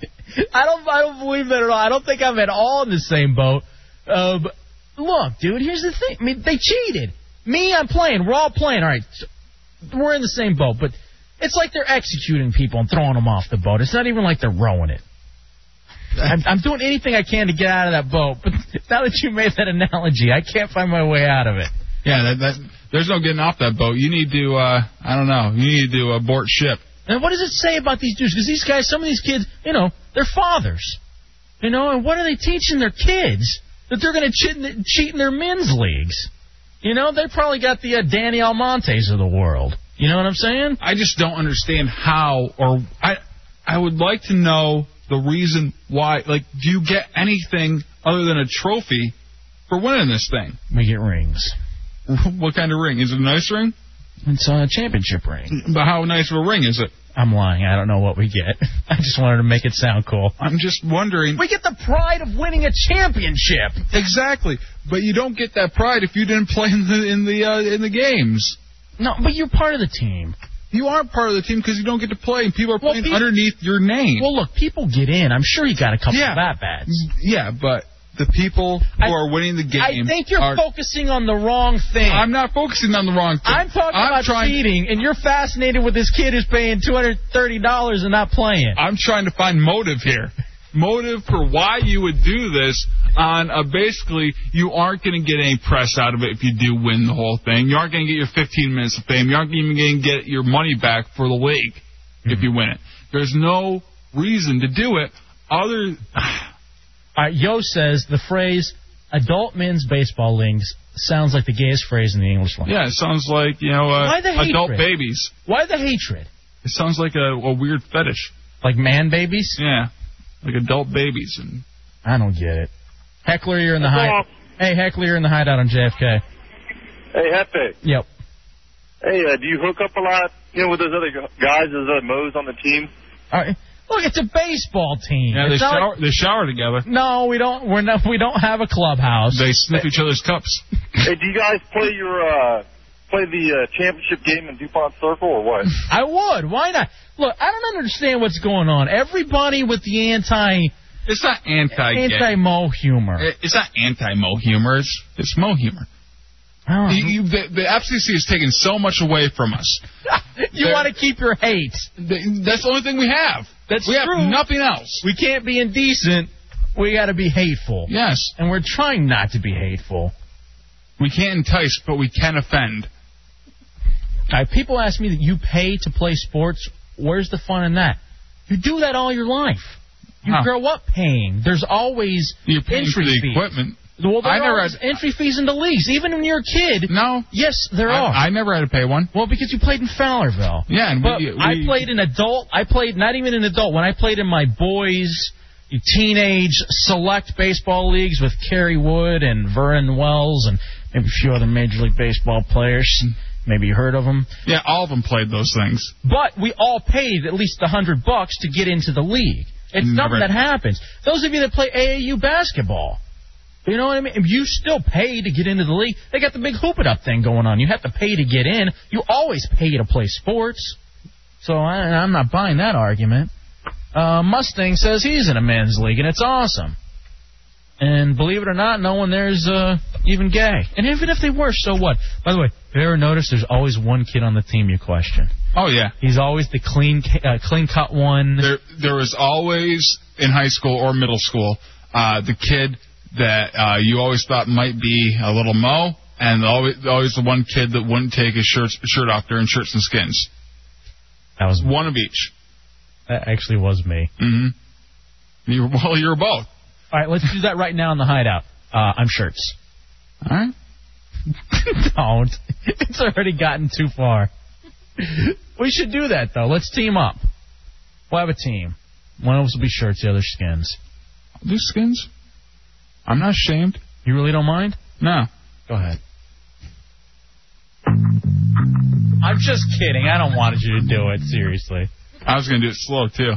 [SPEAKER 3] I don't. I don't believe that at all. I don't think I'm at all in the same boat. Uh, but look, dude. Here's the thing. I mean, they cheated. Me, I'm playing. We're all playing. All right. So We're in the same boat, but it's like they're executing people and throwing them off the boat. It's not even like they're rowing it. I'm, I'm doing anything I can to get out of that boat, but [LAUGHS] now that you made that analogy, I can't find my way out of it.
[SPEAKER 4] Yeah, that, that there's no getting off that boat. You need to. Uh, I don't know. You need to abort ship.
[SPEAKER 3] And what does it say about these dudes? Because these guys, some of these kids, you know, they're fathers. You know, and what are they teaching their kids? That they're going to cheat, in the- cheat in their men's leagues. You know, they probably got the uh, Danny Almontes of the world. You know what I'm saying?
[SPEAKER 4] I just don't understand how, or I, I would like to know the reason why. Like, do you get anything other than a trophy for winning this thing? [LAUGHS]
[SPEAKER 3] We get rings.
[SPEAKER 4] What kind of ring? Is it a nice ring?
[SPEAKER 3] It's a championship ring.
[SPEAKER 4] But how nice of a ring is it?
[SPEAKER 3] I'm lying. I don't know what we get. [LAUGHS] I just wanted to make it sound cool.
[SPEAKER 4] I'm just wondering.
[SPEAKER 3] We get the pride of winning a championship.
[SPEAKER 4] Exactly, but you don't get that pride if you didn't play in the in the uh, in the games.
[SPEAKER 3] No, but you're part of the team.
[SPEAKER 4] You aren't part of the team because you don't get to play, and people are playing
[SPEAKER 3] peop-
[SPEAKER 4] underneath your name.
[SPEAKER 3] Well, look, people get in. I'm sure you got a couple
[SPEAKER 4] Yeah.
[SPEAKER 3] of at bats.
[SPEAKER 4] yeah, but the people who are winning the game.
[SPEAKER 3] I think you're
[SPEAKER 4] are-
[SPEAKER 3] focusing on the wrong thing.
[SPEAKER 4] I'm not focusing on the wrong thing.
[SPEAKER 3] I'm talking
[SPEAKER 4] I'm
[SPEAKER 3] about
[SPEAKER 4] trying-
[SPEAKER 3] cheating, and you're fascinated with this kid who's paying two hundred thirty dollars and not playing.
[SPEAKER 4] I'm trying to find motive here. Motive for why you would do this on a basically you aren't going to get any press out of it if you do win the whole thing. You aren't going to get your 15 minutes of fame. You aren't even going to get your money back for the league if you win it. There's no reason to do it other.
[SPEAKER 3] All right, Yo says the phrase "adult men's baseball leagues" sounds like the gayest phrase in the English language.
[SPEAKER 4] Yeah, it sounds like you know uh,
[SPEAKER 3] Why the hatred?
[SPEAKER 4] adult babies.
[SPEAKER 3] Why the hatred?
[SPEAKER 4] It sounds like a, a weird fetish.
[SPEAKER 3] Like man babies?
[SPEAKER 4] Yeah, like adult babies and
[SPEAKER 3] I don't get it. Heckler, you're in the hideout. Hey, Heckler, you're in the hideout on JFK.
[SPEAKER 16] Hey, Hefe.
[SPEAKER 3] Yep.
[SPEAKER 16] Hey, uh, do you hook up a lot? You know, with those other gu- guys, those other Mo's on the
[SPEAKER 3] [LAUGHS]
[SPEAKER 16] team.
[SPEAKER 3] All right. Look, it's a baseball team.
[SPEAKER 4] yeah they
[SPEAKER 3] It's not like-
[SPEAKER 4] shower they shower together.
[SPEAKER 3] no, we don't. We're not. We don't have a clubhouse.
[SPEAKER 4] They sniff each other's cups.
[SPEAKER 16] hey, do you guys play your uh, play the uh, championship game in DuPont Circle or
[SPEAKER 3] [LAUGHS]
[SPEAKER 16] what?
[SPEAKER 3] I would. Why not? Look, I don't understand what's going on. Everybody with the anti.
[SPEAKER 4] It's not anti-gay.
[SPEAKER 3] Anti-mo humor.
[SPEAKER 4] It- Eh, It's not anti-mo humor. It's, it's mo humor. You- you- the, the FCC has taken so much away from us.
[SPEAKER 3] You wanna
[SPEAKER 4] to keep your hate. That's the only thing we have.
[SPEAKER 3] That's
[SPEAKER 4] we
[SPEAKER 3] true.
[SPEAKER 4] have nothing else.
[SPEAKER 3] We can't be indecent. We got to be
[SPEAKER 1] [LAUGHS]
[SPEAKER 3] hateful.
[SPEAKER 4] Yes.
[SPEAKER 3] And we're trying not to be hateful.
[SPEAKER 4] We can't entice, but we can offend.
[SPEAKER 3] Now, if people ask me that you pay to play sports. Where's the fun in that? You do that all your life. You grow up paying. There's always
[SPEAKER 4] You're paying for
[SPEAKER 3] entry
[SPEAKER 4] the
[SPEAKER 3] fees.
[SPEAKER 4] equipment.
[SPEAKER 3] Well, there
[SPEAKER 4] I never
[SPEAKER 3] are entry fees into leagues, even when you're a kid.
[SPEAKER 4] No.
[SPEAKER 3] Yes, there
[SPEAKER 4] I-
[SPEAKER 3] are.
[SPEAKER 4] I never had to pay one.
[SPEAKER 3] Well, because you played in Fowlerville.
[SPEAKER 4] Yeah, and we-
[SPEAKER 3] but
[SPEAKER 4] we-
[SPEAKER 3] I played an adult. I played not even an adult. When I played in my boys' teenage select baseball leagues with Kerry Wood and Vernon Wells and maybe a few other Major League Baseball players. Maybe you heard of them.
[SPEAKER 4] Yeah, all of them played those things.
[SPEAKER 3] But we all paid at least the hundred bucks to get into the league. It's
[SPEAKER 4] Never-
[SPEAKER 3] something that happens. Those of you that play AAU basketball, you know what I mean? If you still pay to get into the league, they got the big hoop it up thing going on. You have to pay to get in. You always pay to play sports. So I, I'm not buying that argument. Uh, Mustang says he's in a men's league and it's awesome. And believe it or not, no one there's uh, even gay. And even if they were, so what? By the way, have you ever noticed there's always one kid on the team you question?
[SPEAKER 4] Oh yeah.
[SPEAKER 3] He's always the clean, ca- uh, clean cut one.
[SPEAKER 4] There, there was always in high school or middle school uh, the kid that uh, you always thought might be a little mo, and always, always the one kid that wouldn't take his shirt shirt off during shirts and skins.
[SPEAKER 3] That was
[SPEAKER 4] one of each.
[SPEAKER 3] That actually was me.
[SPEAKER 4] Mm-hmm. You well, you're both.
[SPEAKER 3] All right, let's do that right now in the hideout. Uh, I'm shirts.
[SPEAKER 4] All right.
[SPEAKER 3] [LAUGHS] Don't. It's already gotten too far. We should do that though. Let's team up. We'll have a team. One of us will be shirts, the other skins.
[SPEAKER 4] Do skins? I'm not ashamed.
[SPEAKER 3] You really don't mind?
[SPEAKER 4] No.
[SPEAKER 3] Go ahead. I'm just kidding. I don't want you to do it. Seriously.
[SPEAKER 4] I was gonna do it slow too.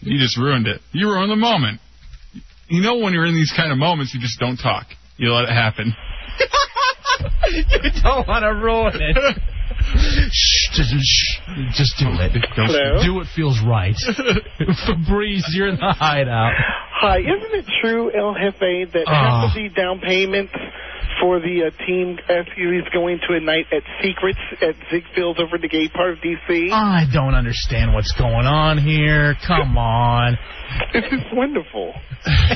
[SPEAKER 4] You just ruined it. You ruined the moment. You know when you're in these kind of moments, you just don't talk. You let it happen.
[SPEAKER 3] you don't want to ruin it. shh, just, shh, just do it.
[SPEAKER 17] Hello?
[SPEAKER 3] Do what feels
[SPEAKER 17] [LAUGHS]
[SPEAKER 3] right. Febreze, you're in the hideout.
[SPEAKER 17] Hi, isn't it true, El Jefe, that half of the down payments for the uh, team SU is going to a night at Secrets at Ziegfeld's over in the gay part of D.C.?
[SPEAKER 3] I don't understand what's going on here. Come on.
[SPEAKER 17] This is wonderful.
[SPEAKER 3] [LAUGHS]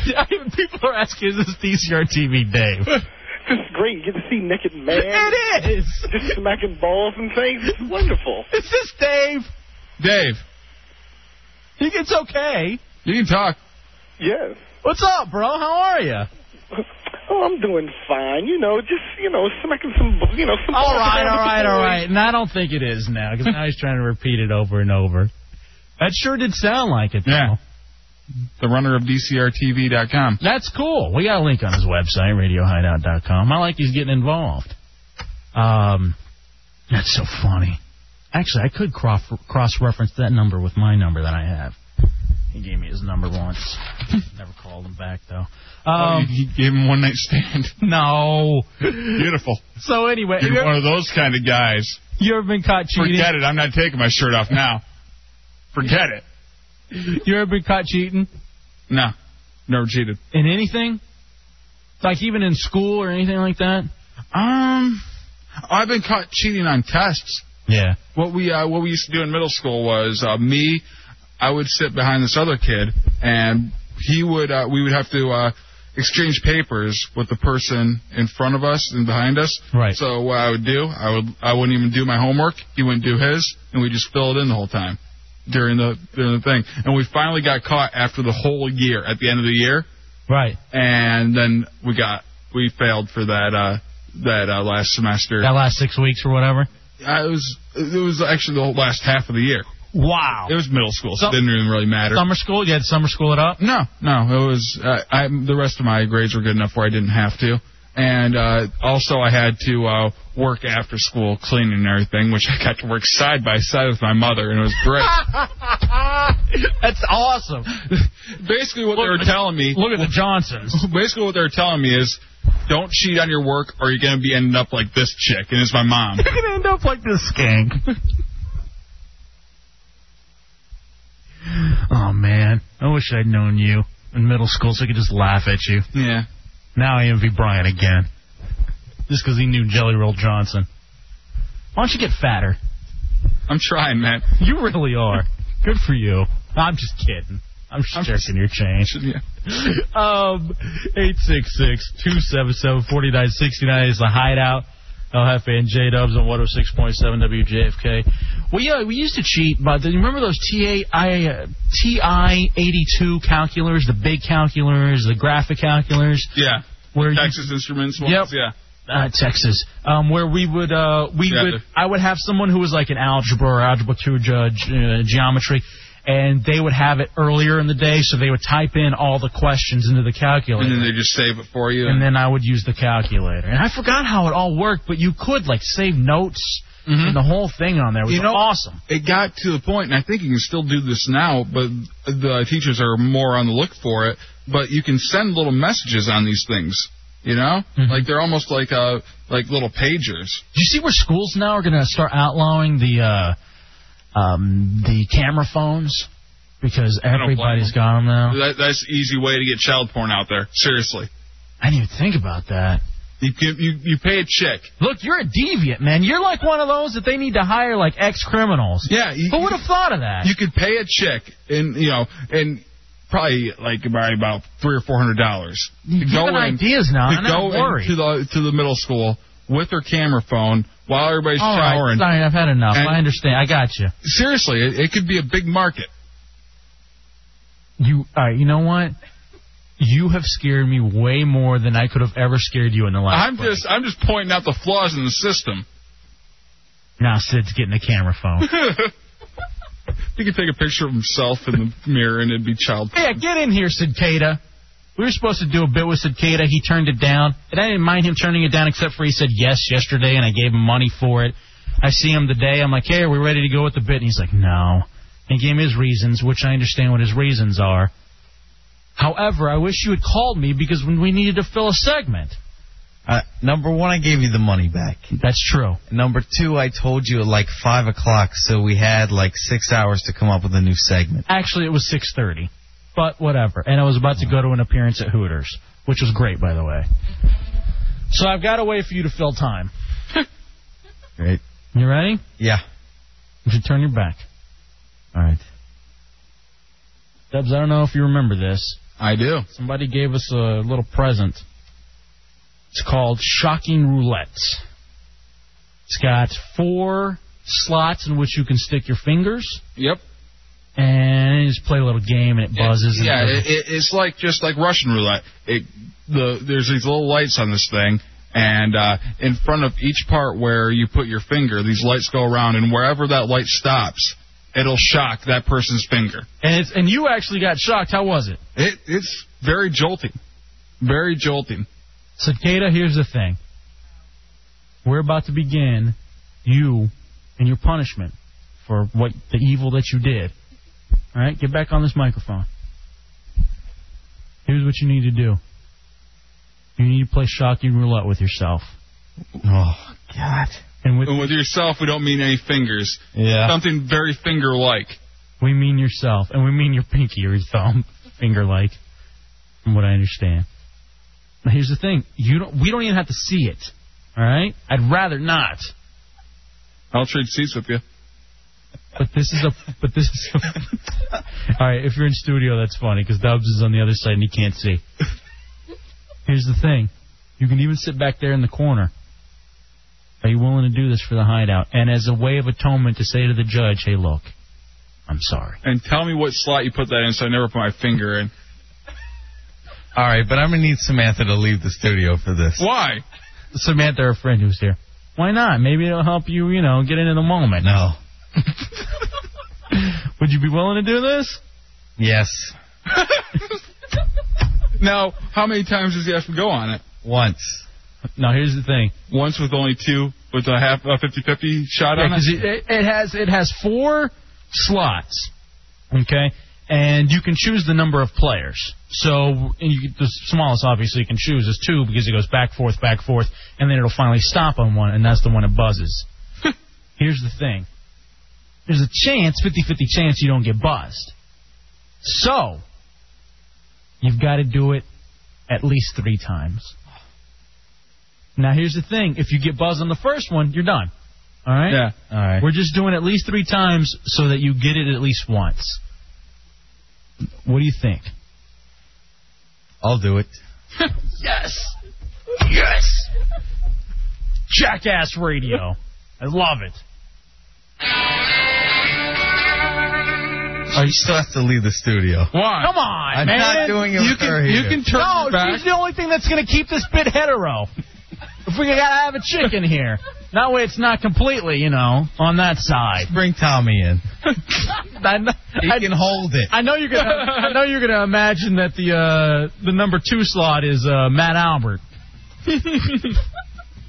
[SPEAKER 3] People are asking, is this DCR TV, Dave?
[SPEAKER 17] [LAUGHS] This is great. You get to see naked man.
[SPEAKER 3] It is.
[SPEAKER 17] Just smacking balls and things. It's wonderful.
[SPEAKER 3] Is this Dave?
[SPEAKER 4] Dave.
[SPEAKER 3] Think it's okay.
[SPEAKER 4] You can talk.
[SPEAKER 17] Yes.
[SPEAKER 3] What's up, bro? How are you?
[SPEAKER 17] Oh, I'm doing fine. You know, just you know, smacking some, you know, some.
[SPEAKER 3] All
[SPEAKER 17] balls
[SPEAKER 3] right,
[SPEAKER 17] around
[SPEAKER 3] all
[SPEAKER 17] with the
[SPEAKER 3] right, all
[SPEAKER 17] boys.
[SPEAKER 3] right. And I don't think it is now because now he's trying to repeat it over and over. That sure did sound like it. Though. Yeah.
[SPEAKER 4] The runner of DCRTV.com.
[SPEAKER 3] That's cool. We got a link on his website, RadioHideout.com. I like he's getting involved. Um, that's so funny. Actually, I could cross reference that number with my number that I have. He gave me his number once. Never called him back though. Um,
[SPEAKER 4] he Oh, [LAUGHS] gave him one night stand.
[SPEAKER 3] [LAUGHS] No.
[SPEAKER 4] Beautiful.
[SPEAKER 3] So anyway,
[SPEAKER 4] You're one of those kind of guys.
[SPEAKER 3] You ever been caught cheating?
[SPEAKER 4] Forget it. I'm not taking my shirt off now. Forget it.
[SPEAKER 3] [LAUGHS] You ever been caught cheating?
[SPEAKER 4] No, never cheated.
[SPEAKER 3] In anything? Like even in school or anything like that?
[SPEAKER 4] Um, I've been caught cheating on tests.
[SPEAKER 3] Yeah.
[SPEAKER 4] What we uh, what we used to do in middle school was uh, me, I would sit behind this other kid, and he would uh, we would have to uh, exchange papers with the person in front of us and behind us.
[SPEAKER 3] Right.
[SPEAKER 4] So what I would do, I would I wouldn't even do my homework. He wouldn't do his, and we just fill it in the whole time during the during the thing. And we finally got caught after the whole year at the end of the year,
[SPEAKER 3] Right.
[SPEAKER 4] and then we got we failed for that uh, that uh, last semester.
[SPEAKER 3] That last six weeks or whatever.
[SPEAKER 4] I was it was actually the whole last half of the year.
[SPEAKER 3] Wow.
[SPEAKER 4] It was middle school, so
[SPEAKER 3] Some-
[SPEAKER 4] it didn't even really matter.
[SPEAKER 3] Summer school. You had summer school it up.
[SPEAKER 4] No, no, it was uh, I the rest of my grades were good enough where I didn't have to. And uh also I had to uh work after school cleaning and everything, which I got to work side by side with my mother and it was
[SPEAKER 1] [LAUGHS]
[SPEAKER 4] great.
[SPEAKER 3] That's [LAUGHS] awesome.
[SPEAKER 4] Basically what they were telling me
[SPEAKER 3] Look at the Johnsons.
[SPEAKER 4] [LAUGHS] Basically what they were telling me is Don't cheat on your work, or you're gonna be ending up like this chick, and it's my mom. You're
[SPEAKER 18] gonna end up like this skank.
[SPEAKER 1] [LAUGHS]
[SPEAKER 3] Oh man, I wish I'd known you in middle school so I could just laugh at you.
[SPEAKER 4] Yeah.
[SPEAKER 3] Now I envy Brian again, just because he knew Jelly Roll Johnson. Why don't you get fatter?
[SPEAKER 4] I'm trying, man.
[SPEAKER 3] You really are. Good for you. I'm just kidding. I'm just jerking your
[SPEAKER 4] [LAUGHS]
[SPEAKER 3] chain. um, 866-277-4969 is the hideout. El Jefe and J Dubs on 106.7 WJFK. We uh, we used to cheat, but do you remember those TI uh, TI 82 calculators, the big calculators, the graphic calculators?
[SPEAKER 4] Yeah.
[SPEAKER 3] Where you-
[SPEAKER 4] Texas Instruments ones.
[SPEAKER 3] Yep.
[SPEAKER 4] Yeah.
[SPEAKER 3] uh, Texas, um, where we would uh, we
[SPEAKER 4] Yeah,
[SPEAKER 3] would
[SPEAKER 4] the-
[SPEAKER 3] I would have someone who was like an algebra or algebra two judge uh, geometry, and they would have it earlier in the day, so they would type in all the questions into the
[SPEAKER 4] And
[SPEAKER 3] calculator,
[SPEAKER 4] then they just save it for you.
[SPEAKER 3] and then I would use the calculator. And I forgot how it all worked, but you could like save notes and the whole thing on there. It was
[SPEAKER 4] Mm-hmm. You know-
[SPEAKER 3] awesome.
[SPEAKER 4] it got to the point, and I think you can still do this now, but the teachers are more on the look for it. But you can send little messages on these things. You know,
[SPEAKER 3] Mm-hmm.
[SPEAKER 4] like they're almost like uh like little pagers.
[SPEAKER 3] Do you see where schools now are going to start outlawing the uh, um, the camera phones because
[SPEAKER 4] I don't blame them.
[SPEAKER 3] everybody's got them now?
[SPEAKER 4] That, that's an easy way to get child porn out there. Seriously,
[SPEAKER 3] I didn't even think about that.
[SPEAKER 4] you can, you you pay a chick.
[SPEAKER 3] Look, you're a deviant, man. You're like one of those that they need to hire like ex criminals.
[SPEAKER 4] Yeah, you,
[SPEAKER 3] Who would have thought of that?
[SPEAKER 4] you could pay a chick, and you know, and probably like by about three or four hundred dollars.
[SPEAKER 3] You're giving ideas now,
[SPEAKER 4] To
[SPEAKER 3] and I'm
[SPEAKER 4] go
[SPEAKER 3] worried.
[SPEAKER 4] into the to the middle school with her camera phone while everybody's
[SPEAKER 3] All right,
[SPEAKER 4] showering.
[SPEAKER 3] sorry, I've had enough.
[SPEAKER 4] And-
[SPEAKER 3] I understand. I got you.
[SPEAKER 4] Seriously, it, it could be a big market.
[SPEAKER 3] You, all right. You know what? You have scared me way more than I could have ever scared you in the last.
[SPEAKER 4] I'm just I'm just pointing out the flaws in the system. [LAUGHS]
[SPEAKER 3] Now Sid's getting a camera phone.
[SPEAKER 4] He could take a picture of himself in the mirror and it'd be child.
[SPEAKER 3] Yeah, get in here, Cicada. We were supposed to do a bit with Cicada. He turned it down, and I didn't mind him turning it down, except for he said yes yesterday, and I gave him money for it. I see him today. I'm like, hey, are we ready to go with the bit? And he's like, no. And he gave me his reasons, which I understand what his reasons are. However, I wish you had called me because when we needed to fill a segment.
[SPEAKER 7] Uh, number one, I gave you the money back.
[SPEAKER 3] That's true.
[SPEAKER 7] Number two, I told you at like five o'clock, so we had like six hours to come up with a new segment.
[SPEAKER 3] Actually, it was 6:30, but whatever. And I was about to go to an appearance at Hooters, which was great, by the way. So I've got a way for you to
[SPEAKER 4] [LAUGHS]
[SPEAKER 3] fill time.
[SPEAKER 7] Great.
[SPEAKER 3] You ready?
[SPEAKER 7] Yeah.
[SPEAKER 3] You should turn your back.
[SPEAKER 7] All right.
[SPEAKER 3] Dubs, I don't know if you remember this.
[SPEAKER 4] I do.
[SPEAKER 3] Somebody gave us a little present. It's called Shocking Roulette. It's got four slots in which you can stick your fingers,
[SPEAKER 4] Yep.
[SPEAKER 3] and you just play a little game, and it buzzes. and
[SPEAKER 4] Yeah,
[SPEAKER 3] it
[SPEAKER 4] it, it, it's like just like Russian roulette. It the there's these little lights on this thing, and uh, in front of each part where you put your finger, these lights go around, and wherever that light stops, it'll shock that person's finger.
[SPEAKER 3] And it's, and you actually got shocked. How was it?
[SPEAKER 4] It it's very jolting, very jolting.
[SPEAKER 3] So, Cicada, here's the thing. We're about to begin you and your punishment for what the evil that you did. All right, get back on this microphone. Here's what you need to do. You need to play shocking roulette with yourself.
[SPEAKER 7] Oh God.
[SPEAKER 3] And with
[SPEAKER 4] And with yourself, we don't mean any fingers.
[SPEAKER 7] Yeah.
[SPEAKER 4] Something very finger-like.
[SPEAKER 3] we mean yourself, and we mean your pinky or your thumb, finger-like, from what I understand. Now, here's the thing: you don't. We don't even have to see it. All right, I'd rather not.
[SPEAKER 4] I'll trade seats with you.
[SPEAKER 3] But this is a. But this is. A, [LAUGHS] all right. If you're in studio, that's funny because Dubs is on the other side and he can't see. Here's the thing: you can even sit back there in the corner. Are you willing to do this for the hideout? And as a way of atonement, to say to the judge, "Hey, look, I'm sorry."
[SPEAKER 4] And tell me what slot you put that in, so I never put my finger in.
[SPEAKER 7] All right, but I'm gonna need Samantha to leave the studio for this.
[SPEAKER 4] Why?
[SPEAKER 3] Samantha, our friend who's here. Why not? Maybe it'll help you, you know, get into the moment.
[SPEAKER 7] No.
[SPEAKER 3] [LAUGHS] Would you be willing to do this?
[SPEAKER 7] Yes.
[SPEAKER 4] [LAUGHS] Now, how many times does he have to go on it?
[SPEAKER 7] Once.
[SPEAKER 3] Now, here's the thing.
[SPEAKER 4] Once with only two, with a half a 50-50 shot
[SPEAKER 3] Yeah,
[SPEAKER 4] on
[SPEAKER 3] 'cause
[SPEAKER 4] it.
[SPEAKER 3] it, it has it has four slots. Okay, and you can choose the number of players. So and you, the smallest, obviously, you can choose is two because it goes back forth, back forth, and then it'll finally stop on one, and that's the one
[SPEAKER 4] [LAUGHS]
[SPEAKER 3] that buzzes. Here's the thing: there's a chance, 50-50 chance, you don't get buzzed. So you've got to do it at least three times. Now here's the thing: if you get buzzed on the first one, you're done. All right.
[SPEAKER 4] Yeah.
[SPEAKER 3] All right. We're just doing it at least three times so that you get it at least once. What do you think?
[SPEAKER 7] I'll do it.
[SPEAKER 3] yes. Yes. Jackass Radio. I love it.
[SPEAKER 7] Oh, you still have to leave the studio.
[SPEAKER 4] Why?
[SPEAKER 3] Come on,
[SPEAKER 7] I'm
[SPEAKER 3] man.
[SPEAKER 7] not doing it
[SPEAKER 3] You
[SPEAKER 7] with
[SPEAKER 3] can-
[SPEAKER 7] her here.
[SPEAKER 3] you can turn No, your back. she's the only thing that's going to keep this bit hetero. If we gotta have a chicken here, that way it's not completely, you know, on that side.
[SPEAKER 7] Bring Tommy in.
[SPEAKER 3] [LAUGHS] I, kn- I can
[SPEAKER 7] hold it.
[SPEAKER 3] I know you're gonna. I know you're gonna imagine that the uh, the number two slot is uh, Matt
[SPEAKER 7] [LAUGHS]
[SPEAKER 3] Albert.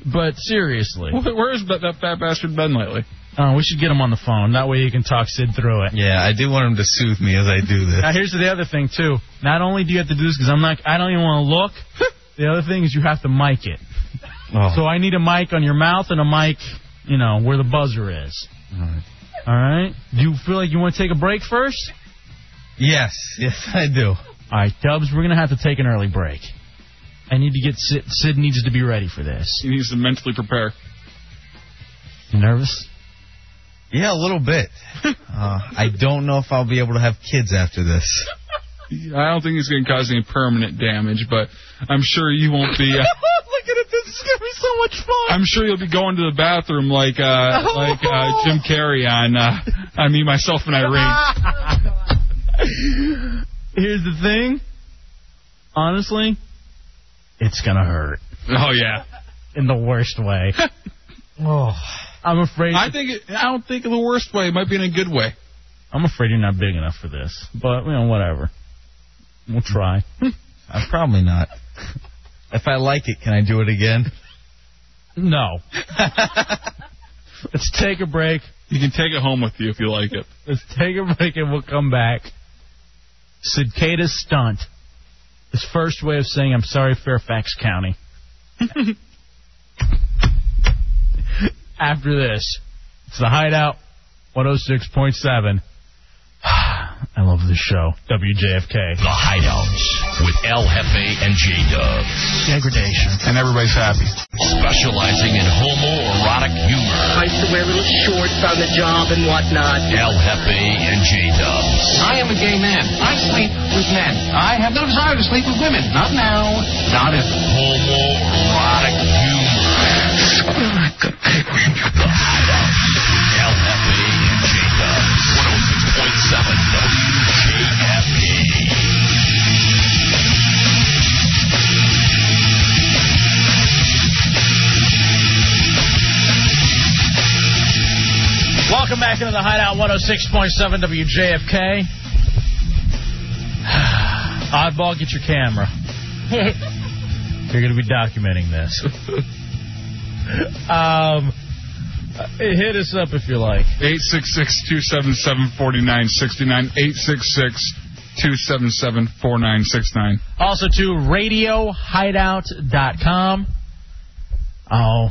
[SPEAKER 3] but seriously,
[SPEAKER 4] where's that, that fat bastard been lately?
[SPEAKER 3] Uh, we should get him on the phone. That way you can talk Sid through it.
[SPEAKER 7] Yeah, I do want him to soothe me as I do this.
[SPEAKER 3] Now here's the other thing too. Not only do you have to do this because I'm not. I don't even want to look. [LAUGHS] the other thing is you have to mic it.
[SPEAKER 7] Oh.
[SPEAKER 3] So I need a mic on your mouth and a mic, you know, where the buzzer is. All right. Do you feel like you want to take a break first?
[SPEAKER 7] Yes, yes, I do.
[SPEAKER 3] All right, Dubs, we're gonna have to take an early break. I need to get Sid. Sid needs to be ready for this.
[SPEAKER 4] He needs to mentally prepare.
[SPEAKER 3] You nervous?
[SPEAKER 7] Yeah, a little
[SPEAKER 3] [LAUGHS]
[SPEAKER 7] bit. Uh, I don't know if I'll be able to have kids after this.
[SPEAKER 4] I don't think he's going to cause any permanent damage, but I'm sure you won't be.
[SPEAKER 3] [LAUGHS]
[SPEAKER 4] Uh,
[SPEAKER 3] Looking at this is gonna be so much fun.
[SPEAKER 4] I'm sure you'll be going to the bathroom like uh, like
[SPEAKER 3] [LAUGHS]
[SPEAKER 4] uh, Jim Carrey on uh, I mean myself and Irene.
[SPEAKER 3] Here's the thing. Honestly, it's gonna hurt.
[SPEAKER 4] Oh yeah.
[SPEAKER 3] In the worst
[SPEAKER 7] [LAUGHS]
[SPEAKER 3] way. oh, I'm afraid.
[SPEAKER 4] I think it, I don't think in the worst way. It might be in a good way.
[SPEAKER 3] I'm afraid you're not big enough for this, but you know whatever. We'll
[SPEAKER 7] [LAUGHS]
[SPEAKER 3] try.
[SPEAKER 7] I'm Uh, probably
[SPEAKER 3] [LAUGHS]
[SPEAKER 7] not. If I like it, can I do it again?
[SPEAKER 3] No. Let's take a break.
[SPEAKER 4] You can take it home with you if you like it.
[SPEAKER 3] Let's take a break and we'll come back. Cicada stunt. His first way of saying I'm sorry, Fairfax
[SPEAKER 1] [LAUGHS]
[SPEAKER 3] County. After this, it's the Hideout 106.7. [SIGHS] I love this show. WJFK.
[SPEAKER 1] The Hideouts with [LAUGHS] L. Hefe and J Dub.
[SPEAKER 3] Degradation.
[SPEAKER 4] And everybody's happy.
[SPEAKER 1] Specializing in homoerotic humor.
[SPEAKER 18] I used to wear little shorts on the job and whatnot.
[SPEAKER 1] L. Hefe and J Dub.
[SPEAKER 18] I am a gay man. I sleep with men. I have no desire to sleep with women. Not now.
[SPEAKER 1] Not if homoerotic humor. The Hideouts with L. Hefe and J Dub. 106.7 WJFK.
[SPEAKER 3] Welcome back into the Hideout 106.7 WJFK. [SIGHS] Oddball, get your
[SPEAKER 7] [LAUGHS]
[SPEAKER 3] camera. You're going to be documenting this. um, uh, hit us up if you like.
[SPEAKER 4] 866-277-4969. 866-277-4969.
[SPEAKER 3] Also to radiohideout.com. Oh,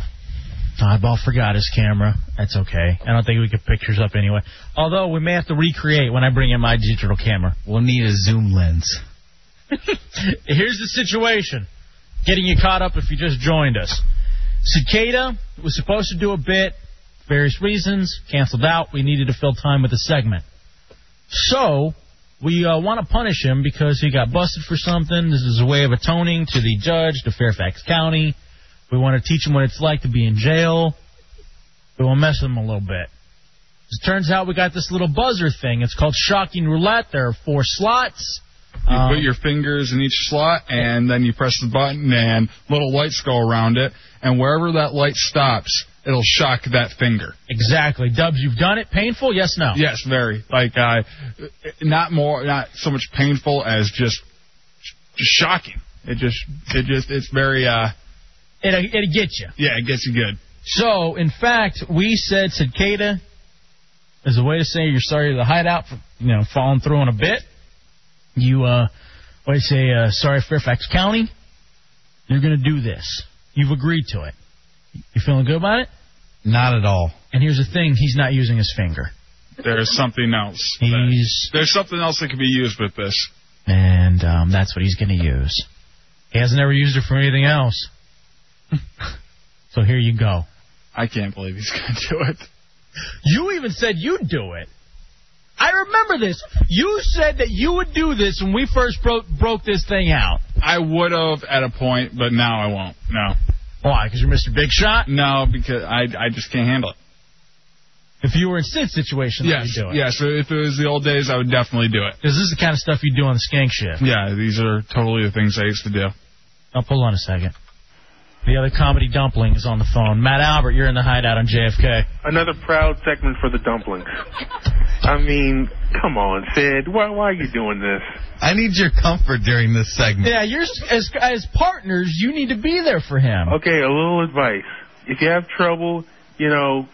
[SPEAKER 3] Oddball forgot his camera. That's okay. I don't think we could pictures up anyway. Although we may have to recreate when I bring in my digital camera.
[SPEAKER 7] We'll need a zoom lens.
[SPEAKER 3] Here's the situation. Getting you caught up if you just joined us. Cicada was supposed to do a bit, various reasons, canceled out. We needed to fill time with a segment. So, we uh, want to punish him because he got busted for something. This is a way of atoning to the judge, to Fairfax County. We want to teach him what it's like to be in jail. We will mess with him a little bit. As it turns out, we got this little buzzer thing. It's called Shocking Roulette. There are four slots.
[SPEAKER 4] You
[SPEAKER 3] Uh-huh.
[SPEAKER 4] put your fingers in each slot, and then you press the button, and little lights go around it, and wherever that light stops, it'll shock that finger.
[SPEAKER 3] Exactly. Dubs, you've done it. Painful? Yes, no.
[SPEAKER 4] Yes, very. Like, uh, not more, not so much painful as just, just shocking. It just, it just, it's very, uh,
[SPEAKER 3] It, it gets you.
[SPEAKER 4] yeah, it gets you good.
[SPEAKER 3] So, in fact, we said cicada is a way to say you're sorry to the hideout for, you know, falling through on a bit. you, uh, what do you say, uh, sorry, Fairfax County, you're going to do this. You've agreed to it. You feeling good about it?
[SPEAKER 7] Not at all.
[SPEAKER 3] And here's the thing he's not using his finger.
[SPEAKER 4] There's something else.
[SPEAKER 3] He's
[SPEAKER 4] There's something else that could be used with this.
[SPEAKER 3] and um, that's what he's going to use. He hasn't ever used it for anything else. [LAUGHS] so here you go.
[SPEAKER 4] I can't believe he's going to do it.
[SPEAKER 3] You even said you'd do it. I remember this. You said that you would do this when we first broke broke this thing out.
[SPEAKER 4] I would have at a point, but now I won't. No.
[SPEAKER 3] Why? Because you're Mr. Big Shot?
[SPEAKER 4] No, because I I just can't handle it.
[SPEAKER 3] If you were in Sid's situation, then
[SPEAKER 4] Yes,
[SPEAKER 3] you'd do it.
[SPEAKER 4] yes. If it was the old days, I would definitely do it.
[SPEAKER 3] Because this is the kind of stuff you do on the skank shift.
[SPEAKER 4] Yeah, these are totally the things I used to do.
[SPEAKER 3] Now, hold on a second. The other comedy dumpling is on the phone. Matt Albert, you're in the hideout on JFK.
[SPEAKER 19] Another proud segment for the dumplings. I mean, come on, Sid. Why, why are you doing this?
[SPEAKER 7] I need your comfort during this segment.
[SPEAKER 3] Yeah, you're as as partners, you need to be there for him.
[SPEAKER 19] Okay, a little advice. If you have trouble, you know,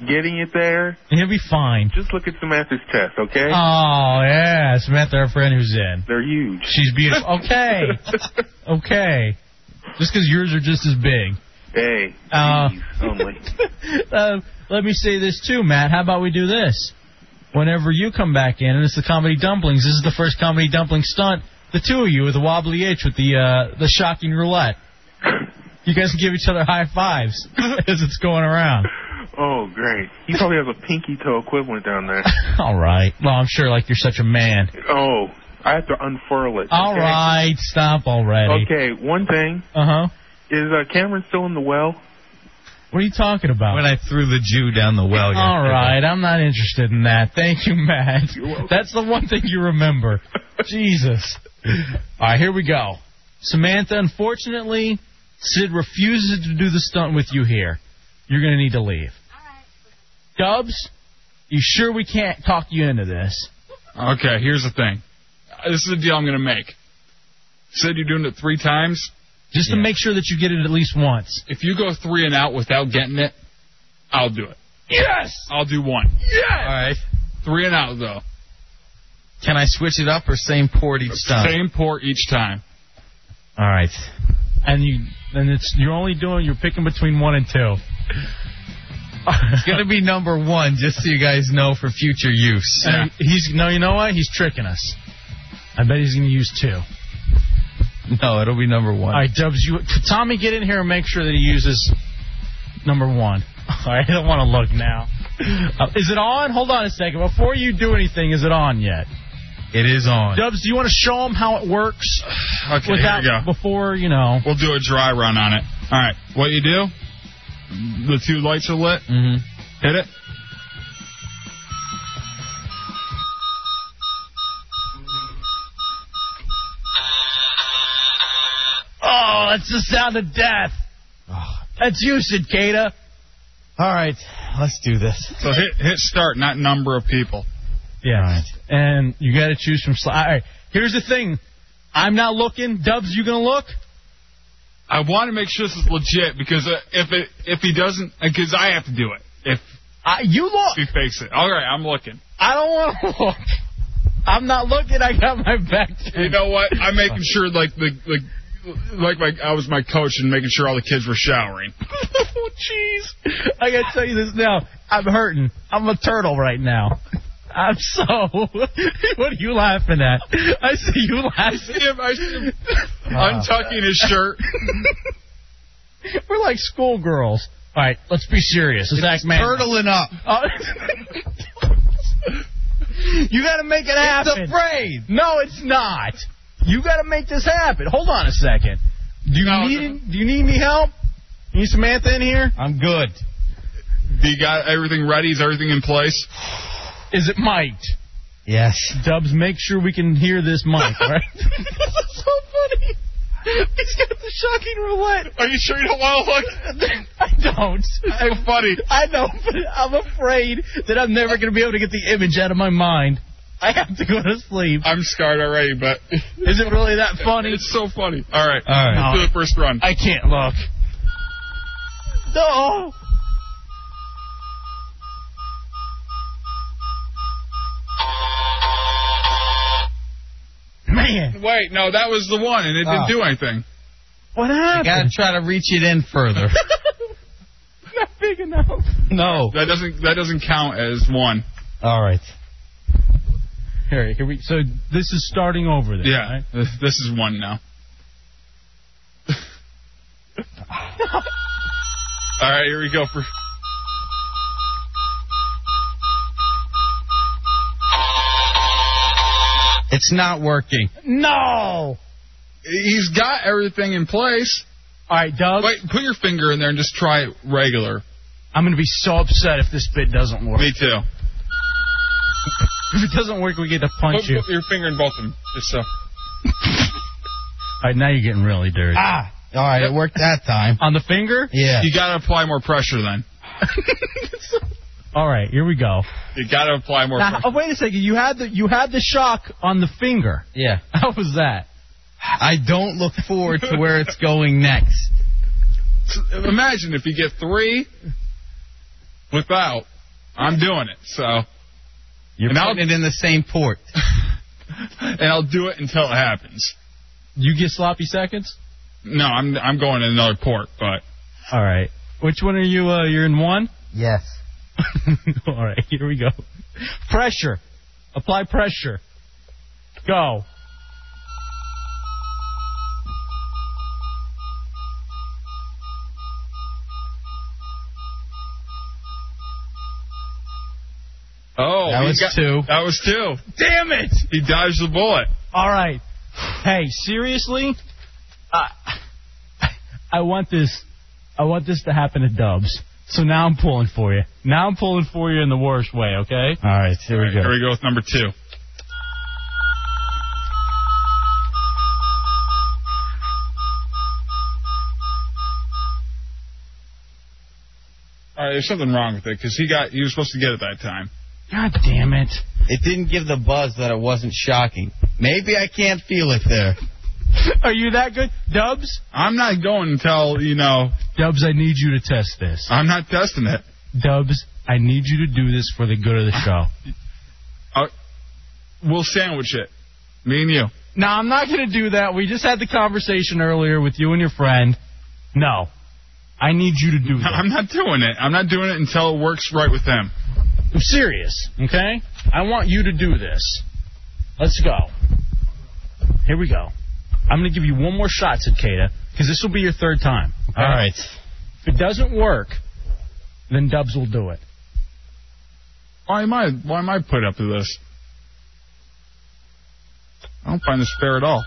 [SPEAKER 19] getting it there,
[SPEAKER 3] He'll be fine.
[SPEAKER 19] just look at Samantha's test, okay?
[SPEAKER 3] Oh yeah, Samantha, our friend who's in.
[SPEAKER 19] They're huge.
[SPEAKER 3] She's beautiful. Okay, okay. Just because yours are just as big.
[SPEAKER 19] Hey.
[SPEAKER 3] Uh,
[SPEAKER 19] Only.
[SPEAKER 3] [LAUGHS] uh, let me say this too, Matt. How about we do this? Whenever you come back in, and it's the comedy dumplings. This is the first comedy dumpling stunt. The two of you with the wobbly H with the uh, the shocking roulette. You guys can give each other high fives [LAUGHS] as it's going around.
[SPEAKER 19] Oh, great. He probably has a pinky toe equivalent down
[SPEAKER 3] [LAUGHS]
[SPEAKER 19] there.
[SPEAKER 3] All right. Well, I'm sure like you're such a man.
[SPEAKER 19] Oh, I have to unfurl it.
[SPEAKER 3] All
[SPEAKER 19] okay?
[SPEAKER 3] right, stop already.
[SPEAKER 19] Okay, one thing.
[SPEAKER 3] Uh huh.
[SPEAKER 19] Is uh, Cameron still in the well?
[SPEAKER 3] What are you talking about?
[SPEAKER 7] When I threw the Jew down the well. yesterday.
[SPEAKER 3] All right, I'm not interested in that. Thank you, Matt. That's the one thing you [LAUGHS] remember. Jesus. All right, here we go. Samantha, unfortunately, Sid refuses to do the stunt with you here. You're going to need to leave. Dubs, you sure we can't talk you into this?
[SPEAKER 4] Okay, here's the thing. Uh, This is a deal I'm going to make. Said you're doing it three times.
[SPEAKER 3] Just to make sure that you get it at least once.
[SPEAKER 4] If you go three and out without getting it, I'll do it.
[SPEAKER 3] Yes.
[SPEAKER 4] I'll do one. Yes. All
[SPEAKER 7] right.
[SPEAKER 4] Three and out though.
[SPEAKER 7] Can I switch it up or same port each time?
[SPEAKER 4] Same pour each time.
[SPEAKER 7] All right.
[SPEAKER 3] And you, and it's you're only doing you're picking between one and two.
[SPEAKER 7] It's gonna be number one, just so you guys know for future use. [LAUGHS]
[SPEAKER 3] And he's no, you know what? He's tricking us. I bet he's going to use two.
[SPEAKER 7] No, it'll be number one.
[SPEAKER 3] All right, Dubs, you Tommy, get in here and make sure that he uses number one. All right, I don't want to look now. Uh, is it on? Hold on a second. Before you do anything, is it on yet?
[SPEAKER 7] It is on.
[SPEAKER 3] Dubs, do you want to show him how it works?
[SPEAKER 4] Oh. [SIGHS] Okay,
[SPEAKER 3] Without-
[SPEAKER 4] here we go.
[SPEAKER 3] Before you know,
[SPEAKER 4] we'll do a dry run on it. All right, what you do? The two lights are lit.
[SPEAKER 7] Mm-hmm.
[SPEAKER 4] Hit it.
[SPEAKER 3] Oh, that's the sound of death. That's you, Cicada.
[SPEAKER 7] All right, let's do this.
[SPEAKER 4] So hit hit start, not number of people.
[SPEAKER 3] Yeah. And you got to choose from. Sli- All right. Here's the thing. I'm not looking. Dubs, you gonna look?
[SPEAKER 4] I want to make sure this is legit because uh, if it if he doesn't, because I have to do it. If
[SPEAKER 3] I, you look,
[SPEAKER 4] if he fakes it. All right, I'm looking.
[SPEAKER 3] I don't want to [LAUGHS] look. I'm not looking. I got my
[SPEAKER 7] [LAUGHS]
[SPEAKER 3] back.
[SPEAKER 4] You know what? I'm making sure like the the like my I was my coach and making sure all the kids were showering.
[SPEAKER 3] oh, jeez. [LAUGHS] I gotta tell you this now. I'm hurting. I'm a turtle right now. [LAUGHS] I'm so. [LAUGHS] what are you laughing at? I see you laughing.
[SPEAKER 4] [LAUGHS]
[SPEAKER 3] Uh.
[SPEAKER 4] I see
[SPEAKER 3] [LAUGHS]
[SPEAKER 4] him untucking his shirt.
[SPEAKER 3] We're like schoolgirls. All right, let's be serious. Let's act man. Oh,
[SPEAKER 7] Turtling up.
[SPEAKER 3] [LAUGHS] you got to make it happen.
[SPEAKER 7] It's a brain.
[SPEAKER 3] No, it's not. You got to make this happen. Hold on a second. Do you [LAUGHS] need Do you need me help? You need Samantha in here?
[SPEAKER 7] I'm good.
[SPEAKER 4] He got everything ready. Is everything in place?
[SPEAKER 3] Is it mic'd?
[SPEAKER 7] Yes.
[SPEAKER 3] Dubs, make sure we can hear this
[SPEAKER 7] [LAUGHS]
[SPEAKER 3] mic, all right? so funny. He's got the shocking roulette.
[SPEAKER 4] Are you sure you don't want to
[SPEAKER 3] look? [LAUGHS] I don't.
[SPEAKER 4] It's funny.
[SPEAKER 3] I know, but I'm afraid that I'm never going to be able to get the image out of my mind. I have to go to sleep.
[SPEAKER 4] I'm scarred already, but
[SPEAKER 3] is it really that funny?
[SPEAKER 4] It's so funny. All right,
[SPEAKER 7] All right.
[SPEAKER 4] Let's do the first run.
[SPEAKER 3] I can't look. No. Man.
[SPEAKER 4] Wait, no, that was the one, and it didn't
[SPEAKER 7] Oh.
[SPEAKER 4] do anything.
[SPEAKER 3] What happened?
[SPEAKER 7] gotta try to reach it in
[SPEAKER 3] [LAUGHS]
[SPEAKER 7] further.
[SPEAKER 4] Not big enough.
[SPEAKER 7] No.
[SPEAKER 4] That doesn't that doesn't count as one.
[SPEAKER 7] All right.
[SPEAKER 3] Here, here we. So this is starting over. Then,
[SPEAKER 4] Yeah,
[SPEAKER 3] right?
[SPEAKER 4] th- this is one
[SPEAKER 7] [LAUGHS]
[SPEAKER 4] now. All right, here we go for.
[SPEAKER 7] It's not working.
[SPEAKER 3] No.
[SPEAKER 4] He's got everything in place.
[SPEAKER 3] All right, Doug.
[SPEAKER 4] Wait, put your finger in there and just try it regular.
[SPEAKER 3] I'm gonna be so upset if this bit doesn't work.
[SPEAKER 4] Me too.
[SPEAKER 3] If it doesn't work, we get to punch
[SPEAKER 4] put,
[SPEAKER 3] you.
[SPEAKER 4] put your finger in both of them, just so.
[SPEAKER 3] All right, now you're getting really dirty.
[SPEAKER 7] Ah. All right, it worked that time.
[SPEAKER 3] On the finger?
[SPEAKER 7] Yeah.
[SPEAKER 4] You gotta apply more pressure then.
[SPEAKER 3] [LAUGHS] All right, here we go.
[SPEAKER 4] You gotta apply
[SPEAKER 3] [LAUGHS]
[SPEAKER 4] more
[SPEAKER 3] Now,
[SPEAKER 4] pressure.
[SPEAKER 3] oh, wait a second. You had the you had the shock on the finger. [LAUGHS]
[SPEAKER 7] Yeah.
[SPEAKER 3] How was that?
[SPEAKER 7] I don't look forward to where it's going next.
[SPEAKER 4] Imagine if you get three without. I'm doing it, so.
[SPEAKER 7] You're
[SPEAKER 4] And I'll-
[SPEAKER 7] putting it in the same port.
[SPEAKER 4] [LAUGHS] and I'll do it until it happens.
[SPEAKER 3] You get sloppy seconds.
[SPEAKER 4] No, I'm I'm going to another port, but
[SPEAKER 3] All right. Which one are you? Uh, you're in one.
[SPEAKER 7] Yes.
[SPEAKER 3] [LAUGHS] All right. Here we go. Pressure. Apply pressure. Go.
[SPEAKER 4] oh,
[SPEAKER 3] That
[SPEAKER 4] he
[SPEAKER 3] was
[SPEAKER 4] got-
[SPEAKER 3] two.
[SPEAKER 4] That was two.
[SPEAKER 3] Damn it!
[SPEAKER 4] He dodged the bullet.
[SPEAKER 3] All right. Hey, seriously, I I want this I want this to happen to Dubs. So now I'm pulling for you. Now I'm pulling for you in the worst way. Okay.
[SPEAKER 7] All right, here we
[SPEAKER 4] Here
[SPEAKER 7] go.
[SPEAKER 4] we go with number two. All right, there's something wrong with it because he got he was supposed to get it that time.
[SPEAKER 3] God damn it!
[SPEAKER 7] It didn't give the buzz that it wasn't shocking. Maybe I can't feel it there.
[SPEAKER 3] [LAUGHS] Are you that good, Dubs?
[SPEAKER 4] I'm not going until you know
[SPEAKER 3] Dubs, I need you to test this.
[SPEAKER 4] I'm not testing it.
[SPEAKER 3] Dubs, I need you to do this for the good of the show.
[SPEAKER 4] i Uh, we'll sandwich it, me and you.
[SPEAKER 3] No, I'm not going to do that. We just had the conversation earlier with you and your friend. No, I need you to do that.
[SPEAKER 4] [LAUGHS] I'm not doing it. I'm not doing it until it works right with them.
[SPEAKER 3] I'm serious, okay? I want you to do this. Let's go. Here we go. I'm going to give you one more shot, Cicada, because this will be your third time. okay?
[SPEAKER 7] All right.
[SPEAKER 3] If it doesn't work, then Dubs will do it.
[SPEAKER 4] Why am I why am I put up to this? I don't find this fair at all.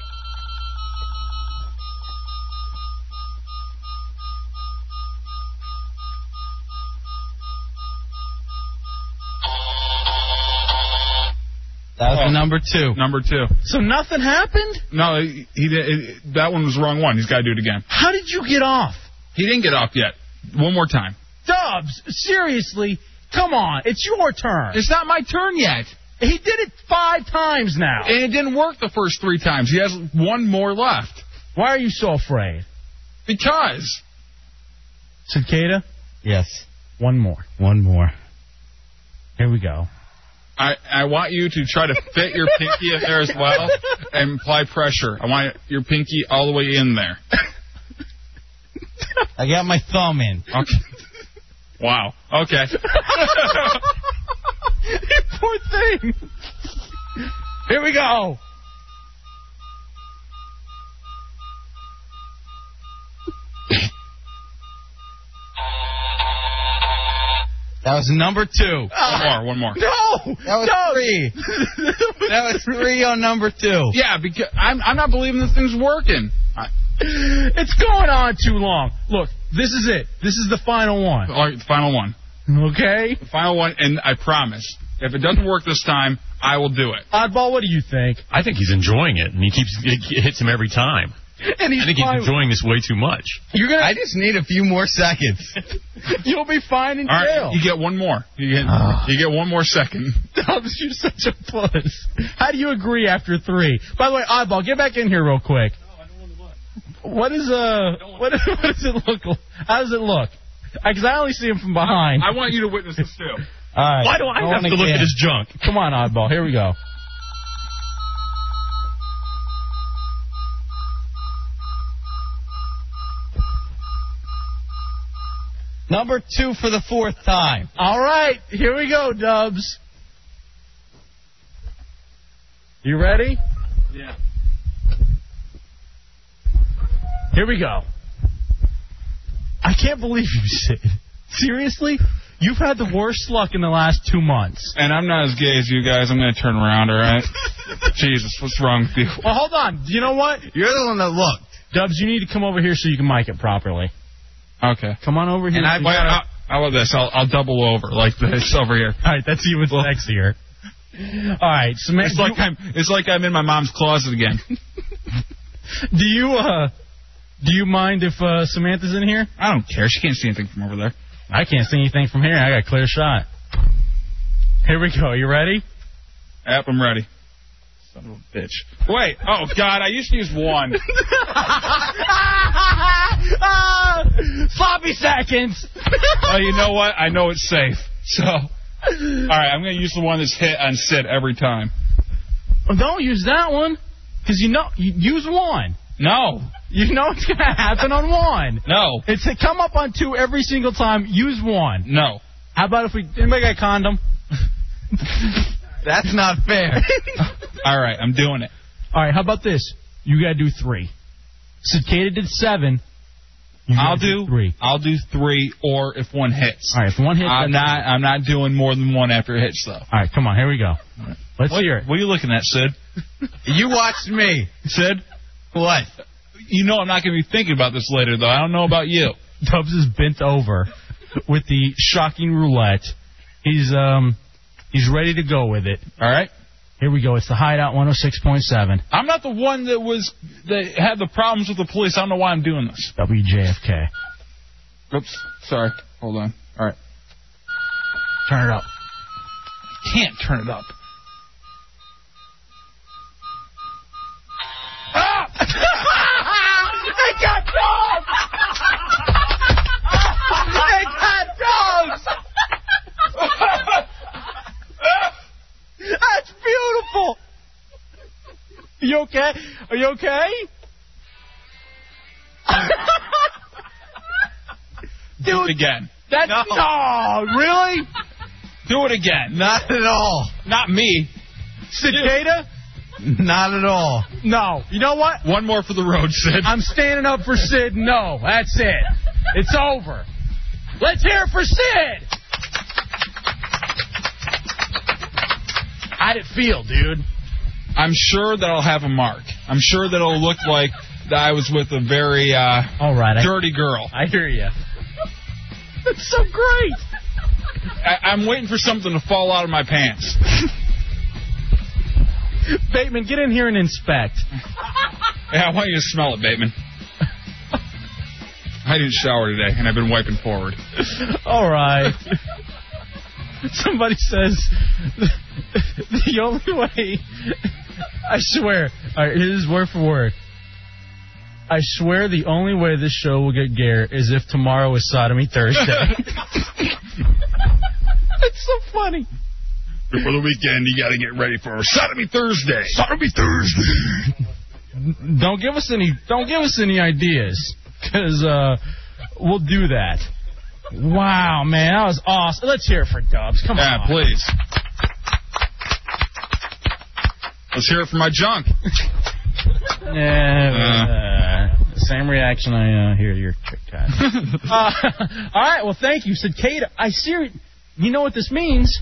[SPEAKER 7] That was
[SPEAKER 4] Oh.
[SPEAKER 7] the number two.
[SPEAKER 4] Number two.
[SPEAKER 3] So nothing happened?
[SPEAKER 4] No, he, he did. It, that one was the wrong one. He's got to do it again.
[SPEAKER 3] How did you get off?
[SPEAKER 4] He didn't get off yet. One more time.
[SPEAKER 3] Dubs, seriously, come on. It's your turn.
[SPEAKER 4] It's not my turn yet,
[SPEAKER 3] He did it five times now.
[SPEAKER 4] and it didn't work the first three times. He has one more left
[SPEAKER 3] Why are you so afraid?
[SPEAKER 4] because
[SPEAKER 3] Cicada,
[SPEAKER 7] Yes.
[SPEAKER 3] one more.
[SPEAKER 7] One more.
[SPEAKER 3] Here we go.
[SPEAKER 4] I I want you to try to fit your pinky in there as well and apply pressure. I want your pinky all the way in there.
[SPEAKER 7] I got my thumb in.
[SPEAKER 4] Okay. Wow. Okay.
[SPEAKER 3] [LAUGHS]
[SPEAKER 1] [LAUGHS]
[SPEAKER 3] Poor thing. Here we go.
[SPEAKER 7] That was number two.
[SPEAKER 4] One more. One more.
[SPEAKER 3] No.
[SPEAKER 7] That was
[SPEAKER 3] [LAUGHS]
[SPEAKER 7] three. that was three on number two.
[SPEAKER 4] [LAUGHS] Yeah, because I'm I'm not believing this thing's working. I,
[SPEAKER 3] [LAUGHS] It's going on too long. Look, this is it. This is the final one.
[SPEAKER 4] all right, final one.
[SPEAKER 3] Okay?
[SPEAKER 4] Final one, and I promise, if it doesn't work this time, I will do it.
[SPEAKER 3] Oddball, what do you think?
[SPEAKER 8] I think he's enjoying it, and he keeps it hits him every time.
[SPEAKER 3] And he's
[SPEAKER 8] I think he's
[SPEAKER 3] fine.
[SPEAKER 8] enjoying this way too much.
[SPEAKER 3] You're gonna
[SPEAKER 7] I just need a few
[SPEAKER 3] [LAUGHS]
[SPEAKER 7] more seconds.
[SPEAKER 3] you'll be fine in
[SPEAKER 4] All right,
[SPEAKER 3] jail.
[SPEAKER 4] you get one more. You get
[SPEAKER 7] Ah.
[SPEAKER 4] you get one more
[SPEAKER 3] [LAUGHS]
[SPEAKER 4] second.
[SPEAKER 3] Dubs, you're such a puss. How do you agree after three? By the way, Oddball, get back in here real quick. What is uh what, [LAUGHS] what does it look like? How does it look? Because I only see him from behind.
[SPEAKER 4] I want you to witness this too.
[SPEAKER 7] All right.
[SPEAKER 8] Why do I
[SPEAKER 7] Go
[SPEAKER 8] have
[SPEAKER 7] on
[SPEAKER 8] to look
[SPEAKER 7] again.
[SPEAKER 8] at his junk?
[SPEAKER 3] Come on, Oddball. Here we go.
[SPEAKER 7] Number two for the fourth time.
[SPEAKER 3] All right, here we go, Dubs. You ready?
[SPEAKER 4] Yeah.
[SPEAKER 3] Here we go. I can't believe you, Sid. Seriously? You've had the worst luck in the last two months.
[SPEAKER 4] And I'm not as gay as you guys. I'm going to turn around, all
[SPEAKER 3] [LAUGHS]
[SPEAKER 4] right? Jesus, what's wrong with you?
[SPEAKER 3] Well, hold on. You know what?
[SPEAKER 4] You're the one that looked.
[SPEAKER 3] Dubs, you need to come over here so you can mic it properly.
[SPEAKER 4] Okay.
[SPEAKER 3] Come on over here.
[SPEAKER 4] And I,
[SPEAKER 3] so you
[SPEAKER 4] wait,
[SPEAKER 3] can-
[SPEAKER 4] I, I love this. I'll, I'll double over like this over here.
[SPEAKER 3] All right, that's even sexier. All right, so man,
[SPEAKER 4] it's like I'm it's like I'm in my mom's closet again.
[SPEAKER 3] do you uh, do you mind if uh, Samantha's in here?
[SPEAKER 4] I don't care. She can't see anything from over there.
[SPEAKER 3] I can't see anything from here. I got a clear shot. Here we go. You ready?
[SPEAKER 4] [LAUGHS] Yep, I'm ready. Son of a bitch. Wait. Oh God, I used to use one.
[SPEAKER 3] Ah, sloppy [LAUGHS] seconds.
[SPEAKER 4] oh, you know what? I know it's safe. So, all right, I'm gonna use the one that's hit on Sid every time.
[SPEAKER 3] Don't use that one, because you know you use one.
[SPEAKER 4] No.
[SPEAKER 3] You know it's gonna happen on one.
[SPEAKER 4] No.
[SPEAKER 3] It's a come up on two every single time. Use one.
[SPEAKER 4] No.
[SPEAKER 3] How about if we anybody got
[SPEAKER 4] [LAUGHS]
[SPEAKER 3] a condom?
[SPEAKER 7] That's not
[SPEAKER 3] [LAUGHS]
[SPEAKER 7] fair.
[SPEAKER 4] All right, I'm doing it.
[SPEAKER 3] All right, how about this? You gotta do three. Cicada did seven. You gotta
[SPEAKER 4] I'll do
[SPEAKER 3] three.
[SPEAKER 4] I'll do three, or if one hits.
[SPEAKER 3] All right, if one hits,
[SPEAKER 4] I'm
[SPEAKER 3] that's-
[SPEAKER 4] not. I'm not doing more than one after it hits, though.
[SPEAKER 3] All right, come on, here we go. Let's
[SPEAKER 4] what,
[SPEAKER 3] hear it.
[SPEAKER 4] What are you looking at, [LAUGHS] Sid?
[SPEAKER 7] you watched me.
[SPEAKER 4] Sid?
[SPEAKER 7] What?
[SPEAKER 4] You know I'm not going to be thinking about this later, though. I don't know about you.
[SPEAKER 3] Tubbs is bent over with the shocking roulette. He's um he's ready to go with it.
[SPEAKER 4] All right.
[SPEAKER 3] Here we go. It's the Hideout 106.7
[SPEAKER 4] I'm not the one that was that had the problems with the police. I don't know why I'm doing this.
[SPEAKER 3] WJFK.
[SPEAKER 4] Oops. Sorry. Hold on. All right.
[SPEAKER 3] Turn it up.
[SPEAKER 4] Can't turn it up.
[SPEAKER 18] I got dogs! I got dogs!
[SPEAKER 3] That's beautiful. You okay? Are you okay?
[SPEAKER 4] Do it again.
[SPEAKER 3] That's no. really?
[SPEAKER 4] Do it again.
[SPEAKER 7] Not at all.
[SPEAKER 4] Not me.
[SPEAKER 3] Cicada?
[SPEAKER 7] Not at all.
[SPEAKER 3] No. You know what?
[SPEAKER 4] One more for the road, Sid.
[SPEAKER 3] I'm standing up for Sid. No, that's it. It's over. Let's hear it for Sid. How'd it feel, dude?
[SPEAKER 4] I'm sure that I'll have a mark. I'm sure that it'll look like that I was with a very uh,
[SPEAKER 3] All right. I-
[SPEAKER 4] dirty girl.
[SPEAKER 3] I hear you. That's so great.
[SPEAKER 4] I, I'm waiting for something to fall out of my pants.
[SPEAKER 3] Bateman, get in here and inspect.
[SPEAKER 4] Yeah, I want you to smell it, Bateman. I didn't shower today, and I've been wiping forward.
[SPEAKER 3] [LAUGHS] All right. Somebody says [LAUGHS] the only way. I swear. All right, here's word for word. I swear the only way this show will get gear is if tomorrow is Sodomy
[SPEAKER 4] [LAUGHS]
[SPEAKER 3] Thursday. it's so funny.
[SPEAKER 4] Before the weekend, you got to get ready for Sodomy Thursday. Sodomy Thursday.
[SPEAKER 3] Don't give us any. Don't give us any ideas, because uh, we'll do that. Wow, man, that was awesome. Let's hear it for Dubs. Come
[SPEAKER 4] Yeah,
[SPEAKER 3] on.
[SPEAKER 4] please. Let's hear it for my junk.
[SPEAKER 3] Yeah, uh, same reaction I uh, hear your chick had. [LAUGHS] uh, all right, well, thank you, Cicada. I see. You know what this means?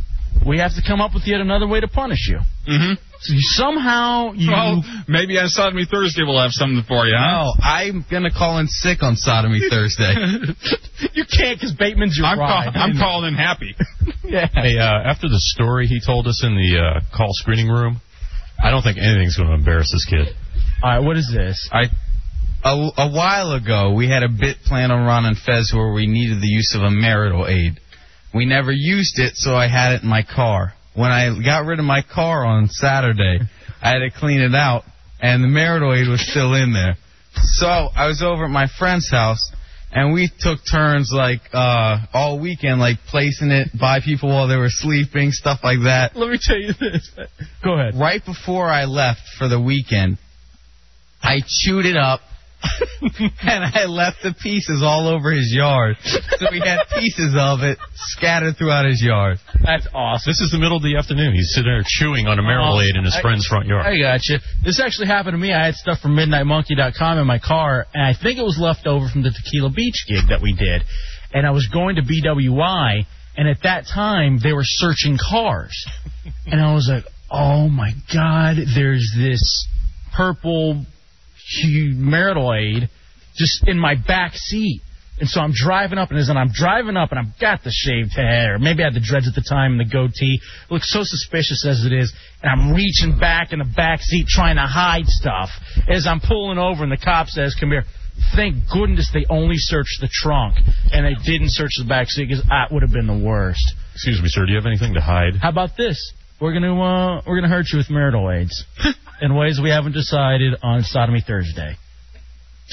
[SPEAKER 3] We have to come up with yet another way to punish you.
[SPEAKER 4] Mm-hmm.
[SPEAKER 3] So you somehow you.
[SPEAKER 4] Well, maybe on Sodomy Thursday we'll have something for you, huh?
[SPEAKER 7] No, I'm gonna call in sick
[SPEAKER 4] [LAUGHS]
[SPEAKER 7] on sodomy Thursday.
[SPEAKER 3] [LAUGHS] you can't because Bateman's your
[SPEAKER 4] I'm,
[SPEAKER 3] ride.
[SPEAKER 4] call- I'm calling in happy.
[SPEAKER 3] Yeah.
[SPEAKER 8] [LAUGHS] Hey, uh, after the story he told us in the uh, call screening room, I don't think anything's going to embarrass this kid.
[SPEAKER 3] All right, what is this?
[SPEAKER 7] I a, a while ago we had a bit plan on Ron and Fez where we needed the use of a marital aid. We never used it, so I had it in my car. When I got rid of my car on
[SPEAKER 3] [LAUGHS]
[SPEAKER 7] Saturday, I had to clean it out, and the marital aid was still in there. So I was over at my friend's house, and we took turns like uh all weekend, like placing it by people while they were sleeping, stuff like that.
[SPEAKER 3] Let me tell you this. Go ahead.
[SPEAKER 7] Right before I left for the weekend, I chewed it up [LAUGHS] and I left the pieces all over his yard. So he had pieces of it scattered throughout his yard.
[SPEAKER 3] That's awesome.
[SPEAKER 8] This is the middle of the afternoon. He's sitting there chewing on a marmalade in his
[SPEAKER 3] I-
[SPEAKER 8] friend's front yard.
[SPEAKER 3] I got you. This actually happened to me. I had stuff from MidnightMonkey.com in my car, and I think it was left over from the Tequila Beach gig that we did. And I was going to BWI, and at that time they were searching cars, and I was like, "Oh my God! There's this purple hu- marital aid just in my back seat." And so I'm driving up, and as I'm driving up, and I've got the shaved head, or maybe I had the dreads at the time and the goatee. It looks so suspicious as it is, and I'm reaching back in the back seat trying to hide stuff. As I'm pulling over, and the cop says, "Come here." Thank goodness they only searched the trunk, and they didn't search the back seat because that would have been the worst.
[SPEAKER 8] Excuse me, sir. Do you have anything to hide?
[SPEAKER 3] How about this? We're gonna uh, we're gonna hurt you with marital
[SPEAKER 7] [LAUGHS]
[SPEAKER 3] aids in ways we haven't decided on Sodomy Thursday.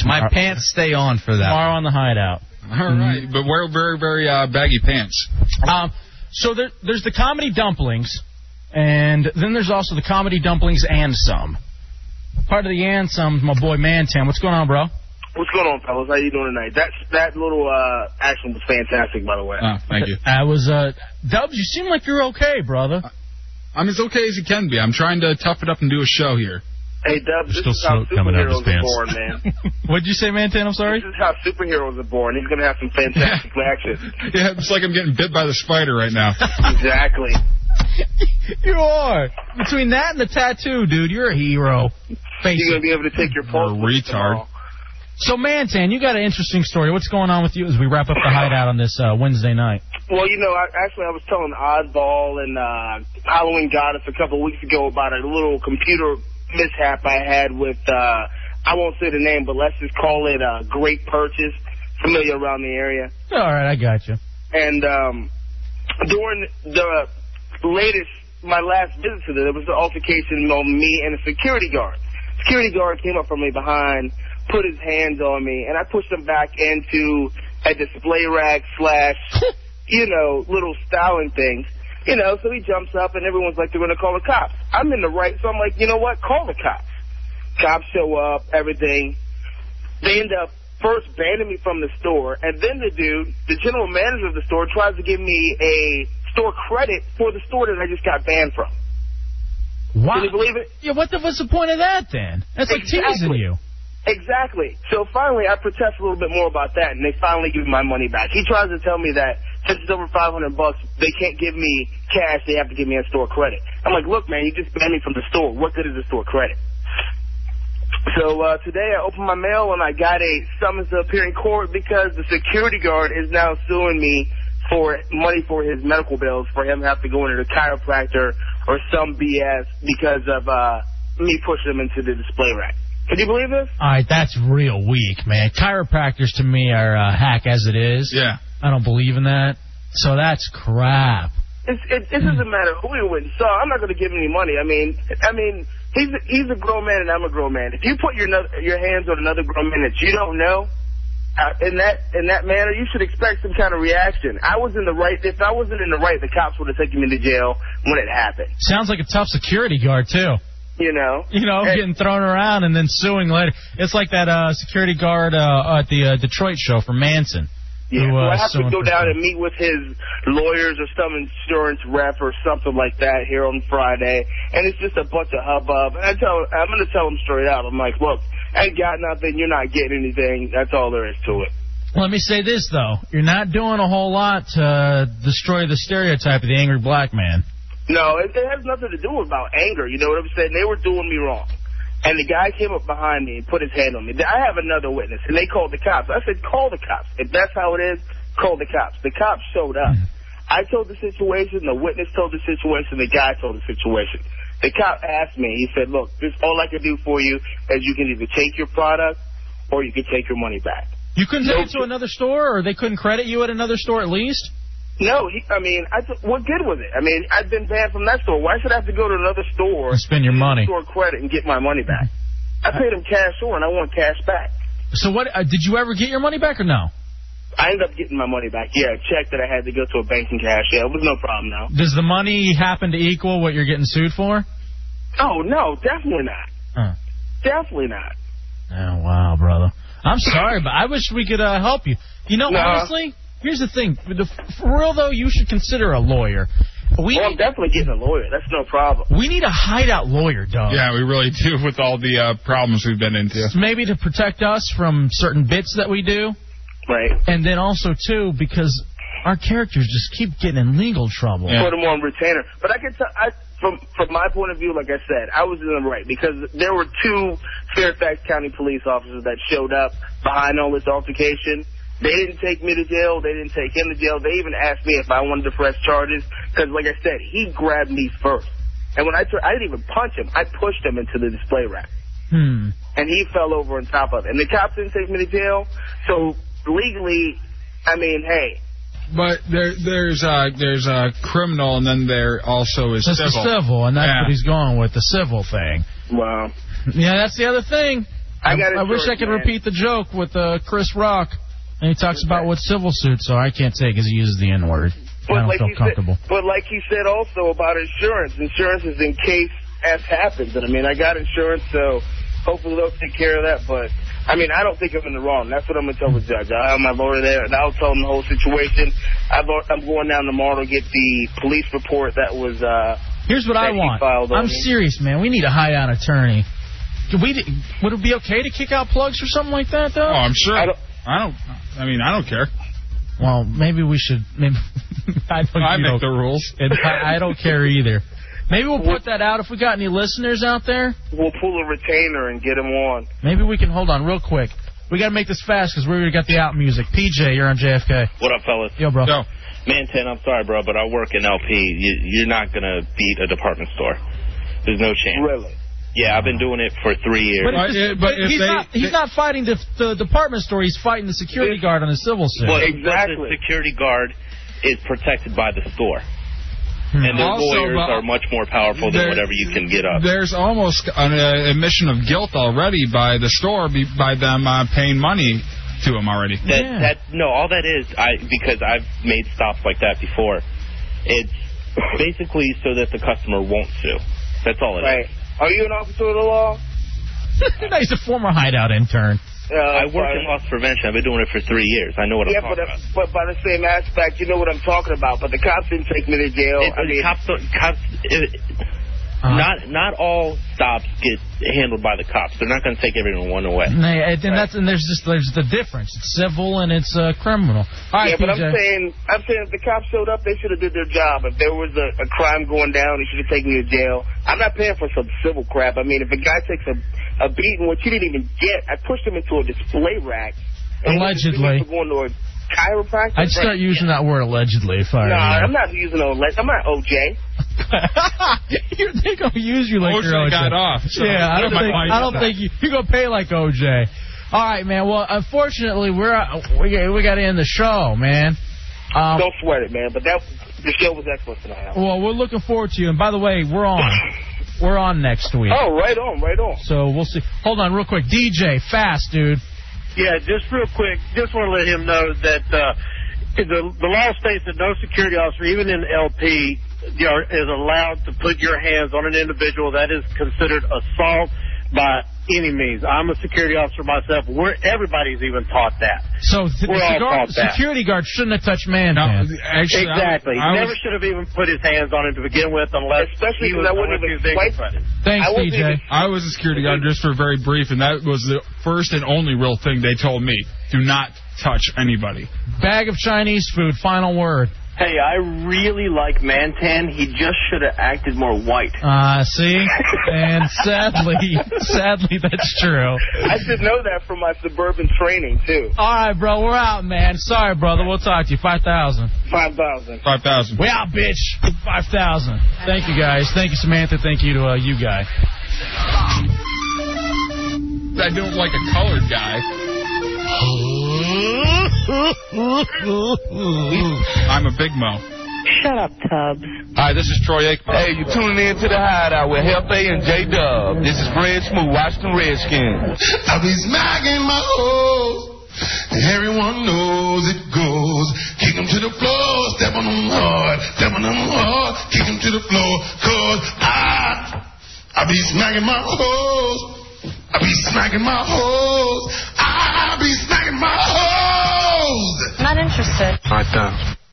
[SPEAKER 7] My pants stay on for that.
[SPEAKER 3] Tomorrow on the Hideout. Mm-hmm.
[SPEAKER 4] All right, but wear very, very uh, baggy pants.
[SPEAKER 3] Um, so there, there's the comedy dumplings, and then there's also the comedy dumplings and some. Part of the and some, my boy Mantan. What's going on, bro?
[SPEAKER 20] What's going on, fellas? How you doing tonight? That that little uh, action was fantastic, by the way.
[SPEAKER 4] Oh, thank you. Uh,
[SPEAKER 3] I was uh, Dubs. You seem like you're okay, brother.
[SPEAKER 4] I'm as okay as he can be. I'm trying to tough it up and do a show here.
[SPEAKER 20] Hey, Dub, this
[SPEAKER 4] There's still
[SPEAKER 20] is how
[SPEAKER 4] smoke coming out of
[SPEAKER 20] superheroes
[SPEAKER 4] his
[SPEAKER 20] are born,
[SPEAKER 4] pants.
[SPEAKER 20] man.
[SPEAKER 3] [LAUGHS] What'd you say, Mantan? I'm sorry.
[SPEAKER 20] this is how superheroes are born. He's gonna have some fantastic matches.
[SPEAKER 4] [LAUGHS] Yeah, it's like I'm getting bit by the spider right now.
[SPEAKER 20] Exactly.
[SPEAKER 3] You are between that and the tattoo, dude. You're a hero. Face
[SPEAKER 20] You're
[SPEAKER 3] it.
[SPEAKER 20] gonna be able to take your pulse.
[SPEAKER 4] retard.
[SPEAKER 3] So, Mantan, you got an interesting story. What's going on with you as we wrap up the hideout on this uh, Wednesday night?
[SPEAKER 20] Well, you know, I, actually, I was telling Oddball and uh, Halloween Goddess a couple of weeks ago about a little computer mishap I had with, uh, I won't say the name, but let's just call it uh, Great Purchase, familiar around the area.
[SPEAKER 3] All right, I got you.
[SPEAKER 20] And um, during the latest, my last visit to them, there was an altercation on me and a security guard. Security guard came up from me behind, put his hands on me, and I pushed him back into a display rack slash, you know, little styling thing. You know, so he jumps up and everyone's like, they're going to call the cops. I'm in the right, so I'm like, you know what? Call the cops. Cops show up, everything they end up first banning me from the store, and then the dude, the general manager of the store, tries to give me a store credit for the store that I just got banned from.
[SPEAKER 3] Wow.
[SPEAKER 20] Can you believe it?
[SPEAKER 3] Yeah, what the, what's the point of that then? That's like teasing
[SPEAKER 20] Exactly.
[SPEAKER 3] you.
[SPEAKER 20] Exactly. So finally, I protest a little bit more about that, and they finally give me my money back. He tries to tell me that since it's over 500 bucks, they can't give me cash. They have to give me a store credit. I'm like, look, man, you just banned me from the store. What good is the store credit? So uh, today, I opened my mail and I got a summons to appear in court because the security guard is now suing me for money for his medical bills for him to have to go into the chiropractor or some BS because of uh, me pushing him into the display rack. Can you believe this?
[SPEAKER 3] All right, that's real weak, man. Chiropractors to me are uh, hack as it is.
[SPEAKER 4] Yeah.
[SPEAKER 3] I don't believe in that. So that's crap.
[SPEAKER 20] It's, it, it doesn't matter who you're with. So I'm not going to give him any money. I mean, I mean, he's a, he's a grown man and I'm a grown man. If you put your no- your hands on another grown man that you don't know, uh, in that in that manner, you should expect some kind of reaction. I was in the right. If I wasn't in the right, the cops would have taken me to jail when it happened.
[SPEAKER 3] Sounds like a tough security guard too.
[SPEAKER 20] You know.
[SPEAKER 3] You know, getting thrown around and then suing later. It's like that uh, security guard uh, at the uh, Detroit show for Manson.
[SPEAKER 20] Yeah,
[SPEAKER 3] who,
[SPEAKER 20] so
[SPEAKER 3] uh,
[SPEAKER 20] I have to
[SPEAKER 3] suing
[SPEAKER 20] go
[SPEAKER 3] for-
[SPEAKER 20] down and meet with his lawyers or some insurance rep or something like that here on Friday, and it's just a bunch of hubbub. And I tell, I'm gonna tell him straight out. I'm like, look, I ain't got nothing. You're not getting anything. That's all there is to it.
[SPEAKER 3] Let me say this though, you're not doing a whole lot to uh, destroy the stereotype of the angry black man.
[SPEAKER 20] No, it, it has nothing to do about anger. You know what I'm saying? They were doing me wrong. And the guy came up behind me and put his hand on me. I have another witness, and they called the cops. I said, call the cops. If that's how it is, call the cops. The cops showed up. I told the situation, the witness told the situation, the guy told the situation. The cop asked me, he said, look, this all I can do for you is you can either take your product or you can take your money back.
[SPEAKER 3] You couldn't take it to another store, or they couldn't credit you at another store at least.
[SPEAKER 20] No, he, I mean, I t- what good was it? I mean, I've been banned from that store. Why should I have to go to another store
[SPEAKER 3] And spend your money.
[SPEAKER 20] store credit and get my money back. I paid him cash or and I want cash back.
[SPEAKER 3] So what? Uh, did you ever get your money back or no?
[SPEAKER 20] I ended up getting my money back. Yeah, a check that I had to go to a bank and cash. Yeah, it was no problem now.
[SPEAKER 3] Does the money happen to equal what you're getting sued for?
[SPEAKER 20] Oh no, definitely not.
[SPEAKER 3] Huh.
[SPEAKER 20] Definitely not.
[SPEAKER 3] Oh, wow, brother. I'm sorry, but I wish we could uh, help you. You know,
[SPEAKER 2] Nah.
[SPEAKER 3] honestly, here's the thing. The, for real, though, you should consider a lawyer. We
[SPEAKER 20] well, I'm definitely getting a lawyer. That's no problem.
[SPEAKER 3] we need a hideout lawyer, Doug.
[SPEAKER 4] Yeah, we really do with all the uh, problems we've been into.
[SPEAKER 3] Maybe to protect us from certain bits that we do.
[SPEAKER 20] Right.
[SPEAKER 3] And then also, too, because our characters just keep getting in legal trouble.
[SPEAKER 20] Put them on retainer. But I can tell, I, from from my point of view, like I said, I was in the right because there were two Fairfax County police officers that showed up behind all this altercation. They didn't take me to jail. They didn't take him to jail. They even asked me if I wanted to press charges because, like I said, he grabbed me first. And when I tur- I didn't even punch him. I pushed him into the display rack.
[SPEAKER 3] Hmm.
[SPEAKER 20] and he fell over on top of it. And the cops didn't take me to jail, so legally, I mean, hey,
[SPEAKER 4] But there, there's uh, there's a criminal, and then there also is
[SPEAKER 3] That's the
[SPEAKER 4] civil.
[SPEAKER 3] civil, and that's
[SPEAKER 4] Yeah.
[SPEAKER 3] what he's going with, the civil thing.
[SPEAKER 20] Wow.
[SPEAKER 3] Yeah, that's the other thing.
[SPEAKER 20] I got it
[SPEAKER 3] wish I
[SPEAKER 20] short,
[SPEAKER 3] could
[SPEAKER 20] man.
[SPEAKER 3] repeat the joke with uh, Chris Rock. [LAUGHS] And he talks about what civil suits are. I can't say because he uses the N word. I don't
[SPEAKER 20] like
[SPEAKER 3] feel
[SPEAKER 20] you
[SPEAKER 3] comfortable.
[SPEAKER 20] said, but like he said also about insurance, insurance is in case S happens, and I mean, I got insurance, so hopefully they'll take care of that. But I mean, I don't think I'm in the wrong. That's what I'm gonna tell the judge. I have my lawyer there, and I'll tell him the whole situation. I've, al- I'm going down tomorrow to get the police report that was. uh
[SPEAKER 3] Here's what
[SPEAKER 20] that
[SPEAKER 3] I
[SPEAKER 20] he
[SPEAKER 3] want.
[SPEAKER 20] filed on
[SPEAKER 3] I'm
[SPEAKER 20] me.
[SPEAKER 3] serious, man. We need a hideout attorney. Could we? Would it be okay to kick out plugs or something like that, though? Oh,
[SPEAKER 4] I'm sure. I don't. I, don't, I mean, I don't care.
[SPEAKER 3] Well, maybe we should. Maybe [LAUGHS] I, don't,
[SPEAKER 4] I
[SPEAKER 3] you
[SPEAKER 4] make
[SPEAKER 3] know,
[SPEAKER 4] the rules.
[SPEAKER 3] [LAUGHS] And I, I don't care either. Maybe we'll put that out if we got any listeners out there.
[SPEAKER 20] We'll pull a retainer and get him on.
[SPEAKER 3] Maybe we can hold on real quick. We got to make this fast because we already got the out music. PJ, you're on JFK.
[SPEAKER 21] What up, fellas?
[SPEAKER 3] Yo, bro.
[SPEAKER 21] Man, Ten, I'm sorry, bro, but I work in LP. You, you're not going to beat a department store. There's no chance.
[SPEAKER 20] Really?
[SPEAKER 21] Yeah, I've been doing it for three years.
[SPEAKER 3] But, it's just- but he's, not, he's not fighting the, the department store. He's fighting the security guard on the civil suit.
[SPEAKER 21] Well, exactly. the security guard is protected by the store.
[SPEAKER 3] Hmm.
[SPEAKER 21] And their
[SPEAKER 4] Also,
[SPEAKER 21] lawyers
[SPEAKER 4] but-
[SPEAKER 21] are much more powerful than
[SPEAKER 4] There-
[SPEAKER 21] whatever you can get up.
[SPEAKER 4] There's almost an uh, admission of guilt already by the store, be- by them uh, paying money to him already.
[SPEAKER 21] That that no, all that is I because I've made stops like that before. It's basically so that the customer won't sue. That's all it is.
[SPEAKER 20] Right. Are you an officer of the law? Uh,
[SPEAKER 3] No, [LAUGHS] he's a former hideout intern.
[SPEAKER 21] I work in loss prevention. I've been doing it for three years. I know what
[SPEAKER 20] yeah,
[SPEAKER 21] I'm talking
[SPEAKER 20] but, but by the same aspect, you know what I'm talking about. But the cops didn't take me to jail.
[SPEAKER 21] It-
[SPEAKER 20] I
[SPEAKER 21] it-
[SPEAKER 20] mean,
[SPEAKER 21] cops don't- cops. it- Not not all stops get handled by the cops. They're not going to take everyone away.
[SPEAKER 3] And, they- and that's and there's just there's the difference. It's civil and it's uh, criminal. All right,
[SPEAKER 20] yeah, but I'm
[SPEAKER 3] PJ.
[SPEAKER 20] saying, I'm saying if the cops showed up, they should have did their job. If there was a, a crime going down, they should have taken me to jail. I'm not paying for some civil crap. I mean, if a guy takes a, a beating, which he didn't even get, I pushed him into a display rack. And he was
[SPEAKER 3] Allegedly.
[SPEAKER 20] sued for going to a chiropractor.
[SPEAKER 3] I'd start using that word allegedly if I
[SPEAKER 20] No,
[SPEAKER 3] were you.
[SPEAKER 20] I'm not using no. le- I'm not OJ.
[SPEAKER 3] You're- They're gonna use you like
[SPEAKER 20] OJ
[SPEAKER 3] you're OJ.
[SPEAKER 20] got off, so
[SPEAKER 3] yeah, I don't
[SPEAKER 20] my
[SPEAKER 3] think
[SPEAKER 20] mind
[SPEAKER 3] I don't
[SPEAKER 20] is
[SPEAKER 3] think you, you're gonna pay like OJ. All right, man. Well, unfortunately, we're uh, we we got to end the show, man. Um,
[SPEAKER 20] Don't sweat it, man. But that the show was excellent tonight.
[SPEAKER 3] well, we're looking forward to you. And by the way, we're on. We're on next week.
[SPEAKER 20] Oh, right on, right on.
[SPEAKER 3] So we'll see. Hold on, real quick. DJ, fast, dude.
[SPEAKER 16] Yeah, just real quick, just want to let him know that uh, the the law states that no security officer, even in LP, you are- is allowed to put your hands on an individual. That is considered assault by any means. I'm a security officer myself. We're everybody's even taught that.
[SPEAKER 3] So th-
[SPEAKER 16] We're
[SPEAKER 3] the
[SPEAKER 16] all
[SPEAKER 3] cigar-
[SPEAKER 16] caught that.
[SPEAKER 3] security guard shouldn't have touched man. man.
[SPEAKER 16] exactly. Never should have even put his hands on him to begin with, unless
[SPEAKER 20] Especially
[SPEAKER 16] he
[SPEAKER 20] 'cause I
[SPEAKER 16] was,
[SPEAKER 20] wouldn't
[SPEAKER 16] unless
[SPEAKER 20] have
[SPEAKER 16] he was
[SPEAKER 20] explained-
[SPEAKER 16] ignorant.
[SPEAKER 3] Thanks,
[SPEAKER 4] I
[SPEAKER 3] wasn't DJ. even-
[SPEAKER 4] I was a security guard just for very brief, and that was the first and only real thing they told me: do not touch anybody.
[SPEAKER 3] Bag of Chinese food. Final word.
[SPEAKER 18] Hey, I really like Mantan. He just should have acted more
[SPEAKER 3] [LAUGHS]
[SPEAKER 18] white. [LAUGHS]
[SPEAKER 3] Uh, see, and sadly, sadly, that's true.
[SPEAKER 20] I should know that from my suburban training too.
[SPEAKER 3] All right, bro, we're out, man. Sorry, brother. We'll talk to you. Five thousand.
[SPEAKER 20] Five thousand.
[SPEAKER 4] Five thousand.
[SPEAKER 3] We out, bitch. Five thousand. Thank you guys. Thank you, Samantha. Thank you to uh, you guy.
[SPEAKER 4] I don't like a colored guy. I'm a big mo.
[SPEAKER 22] Shut up, Tubbs.
[SPEAKER 23] Hi, this is Troy Aikman. Hey, you're tuning in to the Hideout with Hefe and J Dub. This is Fred Smooth, Washington Redskins.
[SPEAKER 24] I be smacking my hoes. Everyone knows it goes. Kick 'em to the floor, step on 'em hard, step on 'em hard, kick 'em to the floor, cause I, I be smacking my hoes.
[SPEAKER 1] I be smacking my hoes. I be smacking my hoes.
[SPEAKER 25] Not interested.
[SPEAKER 1] Right there.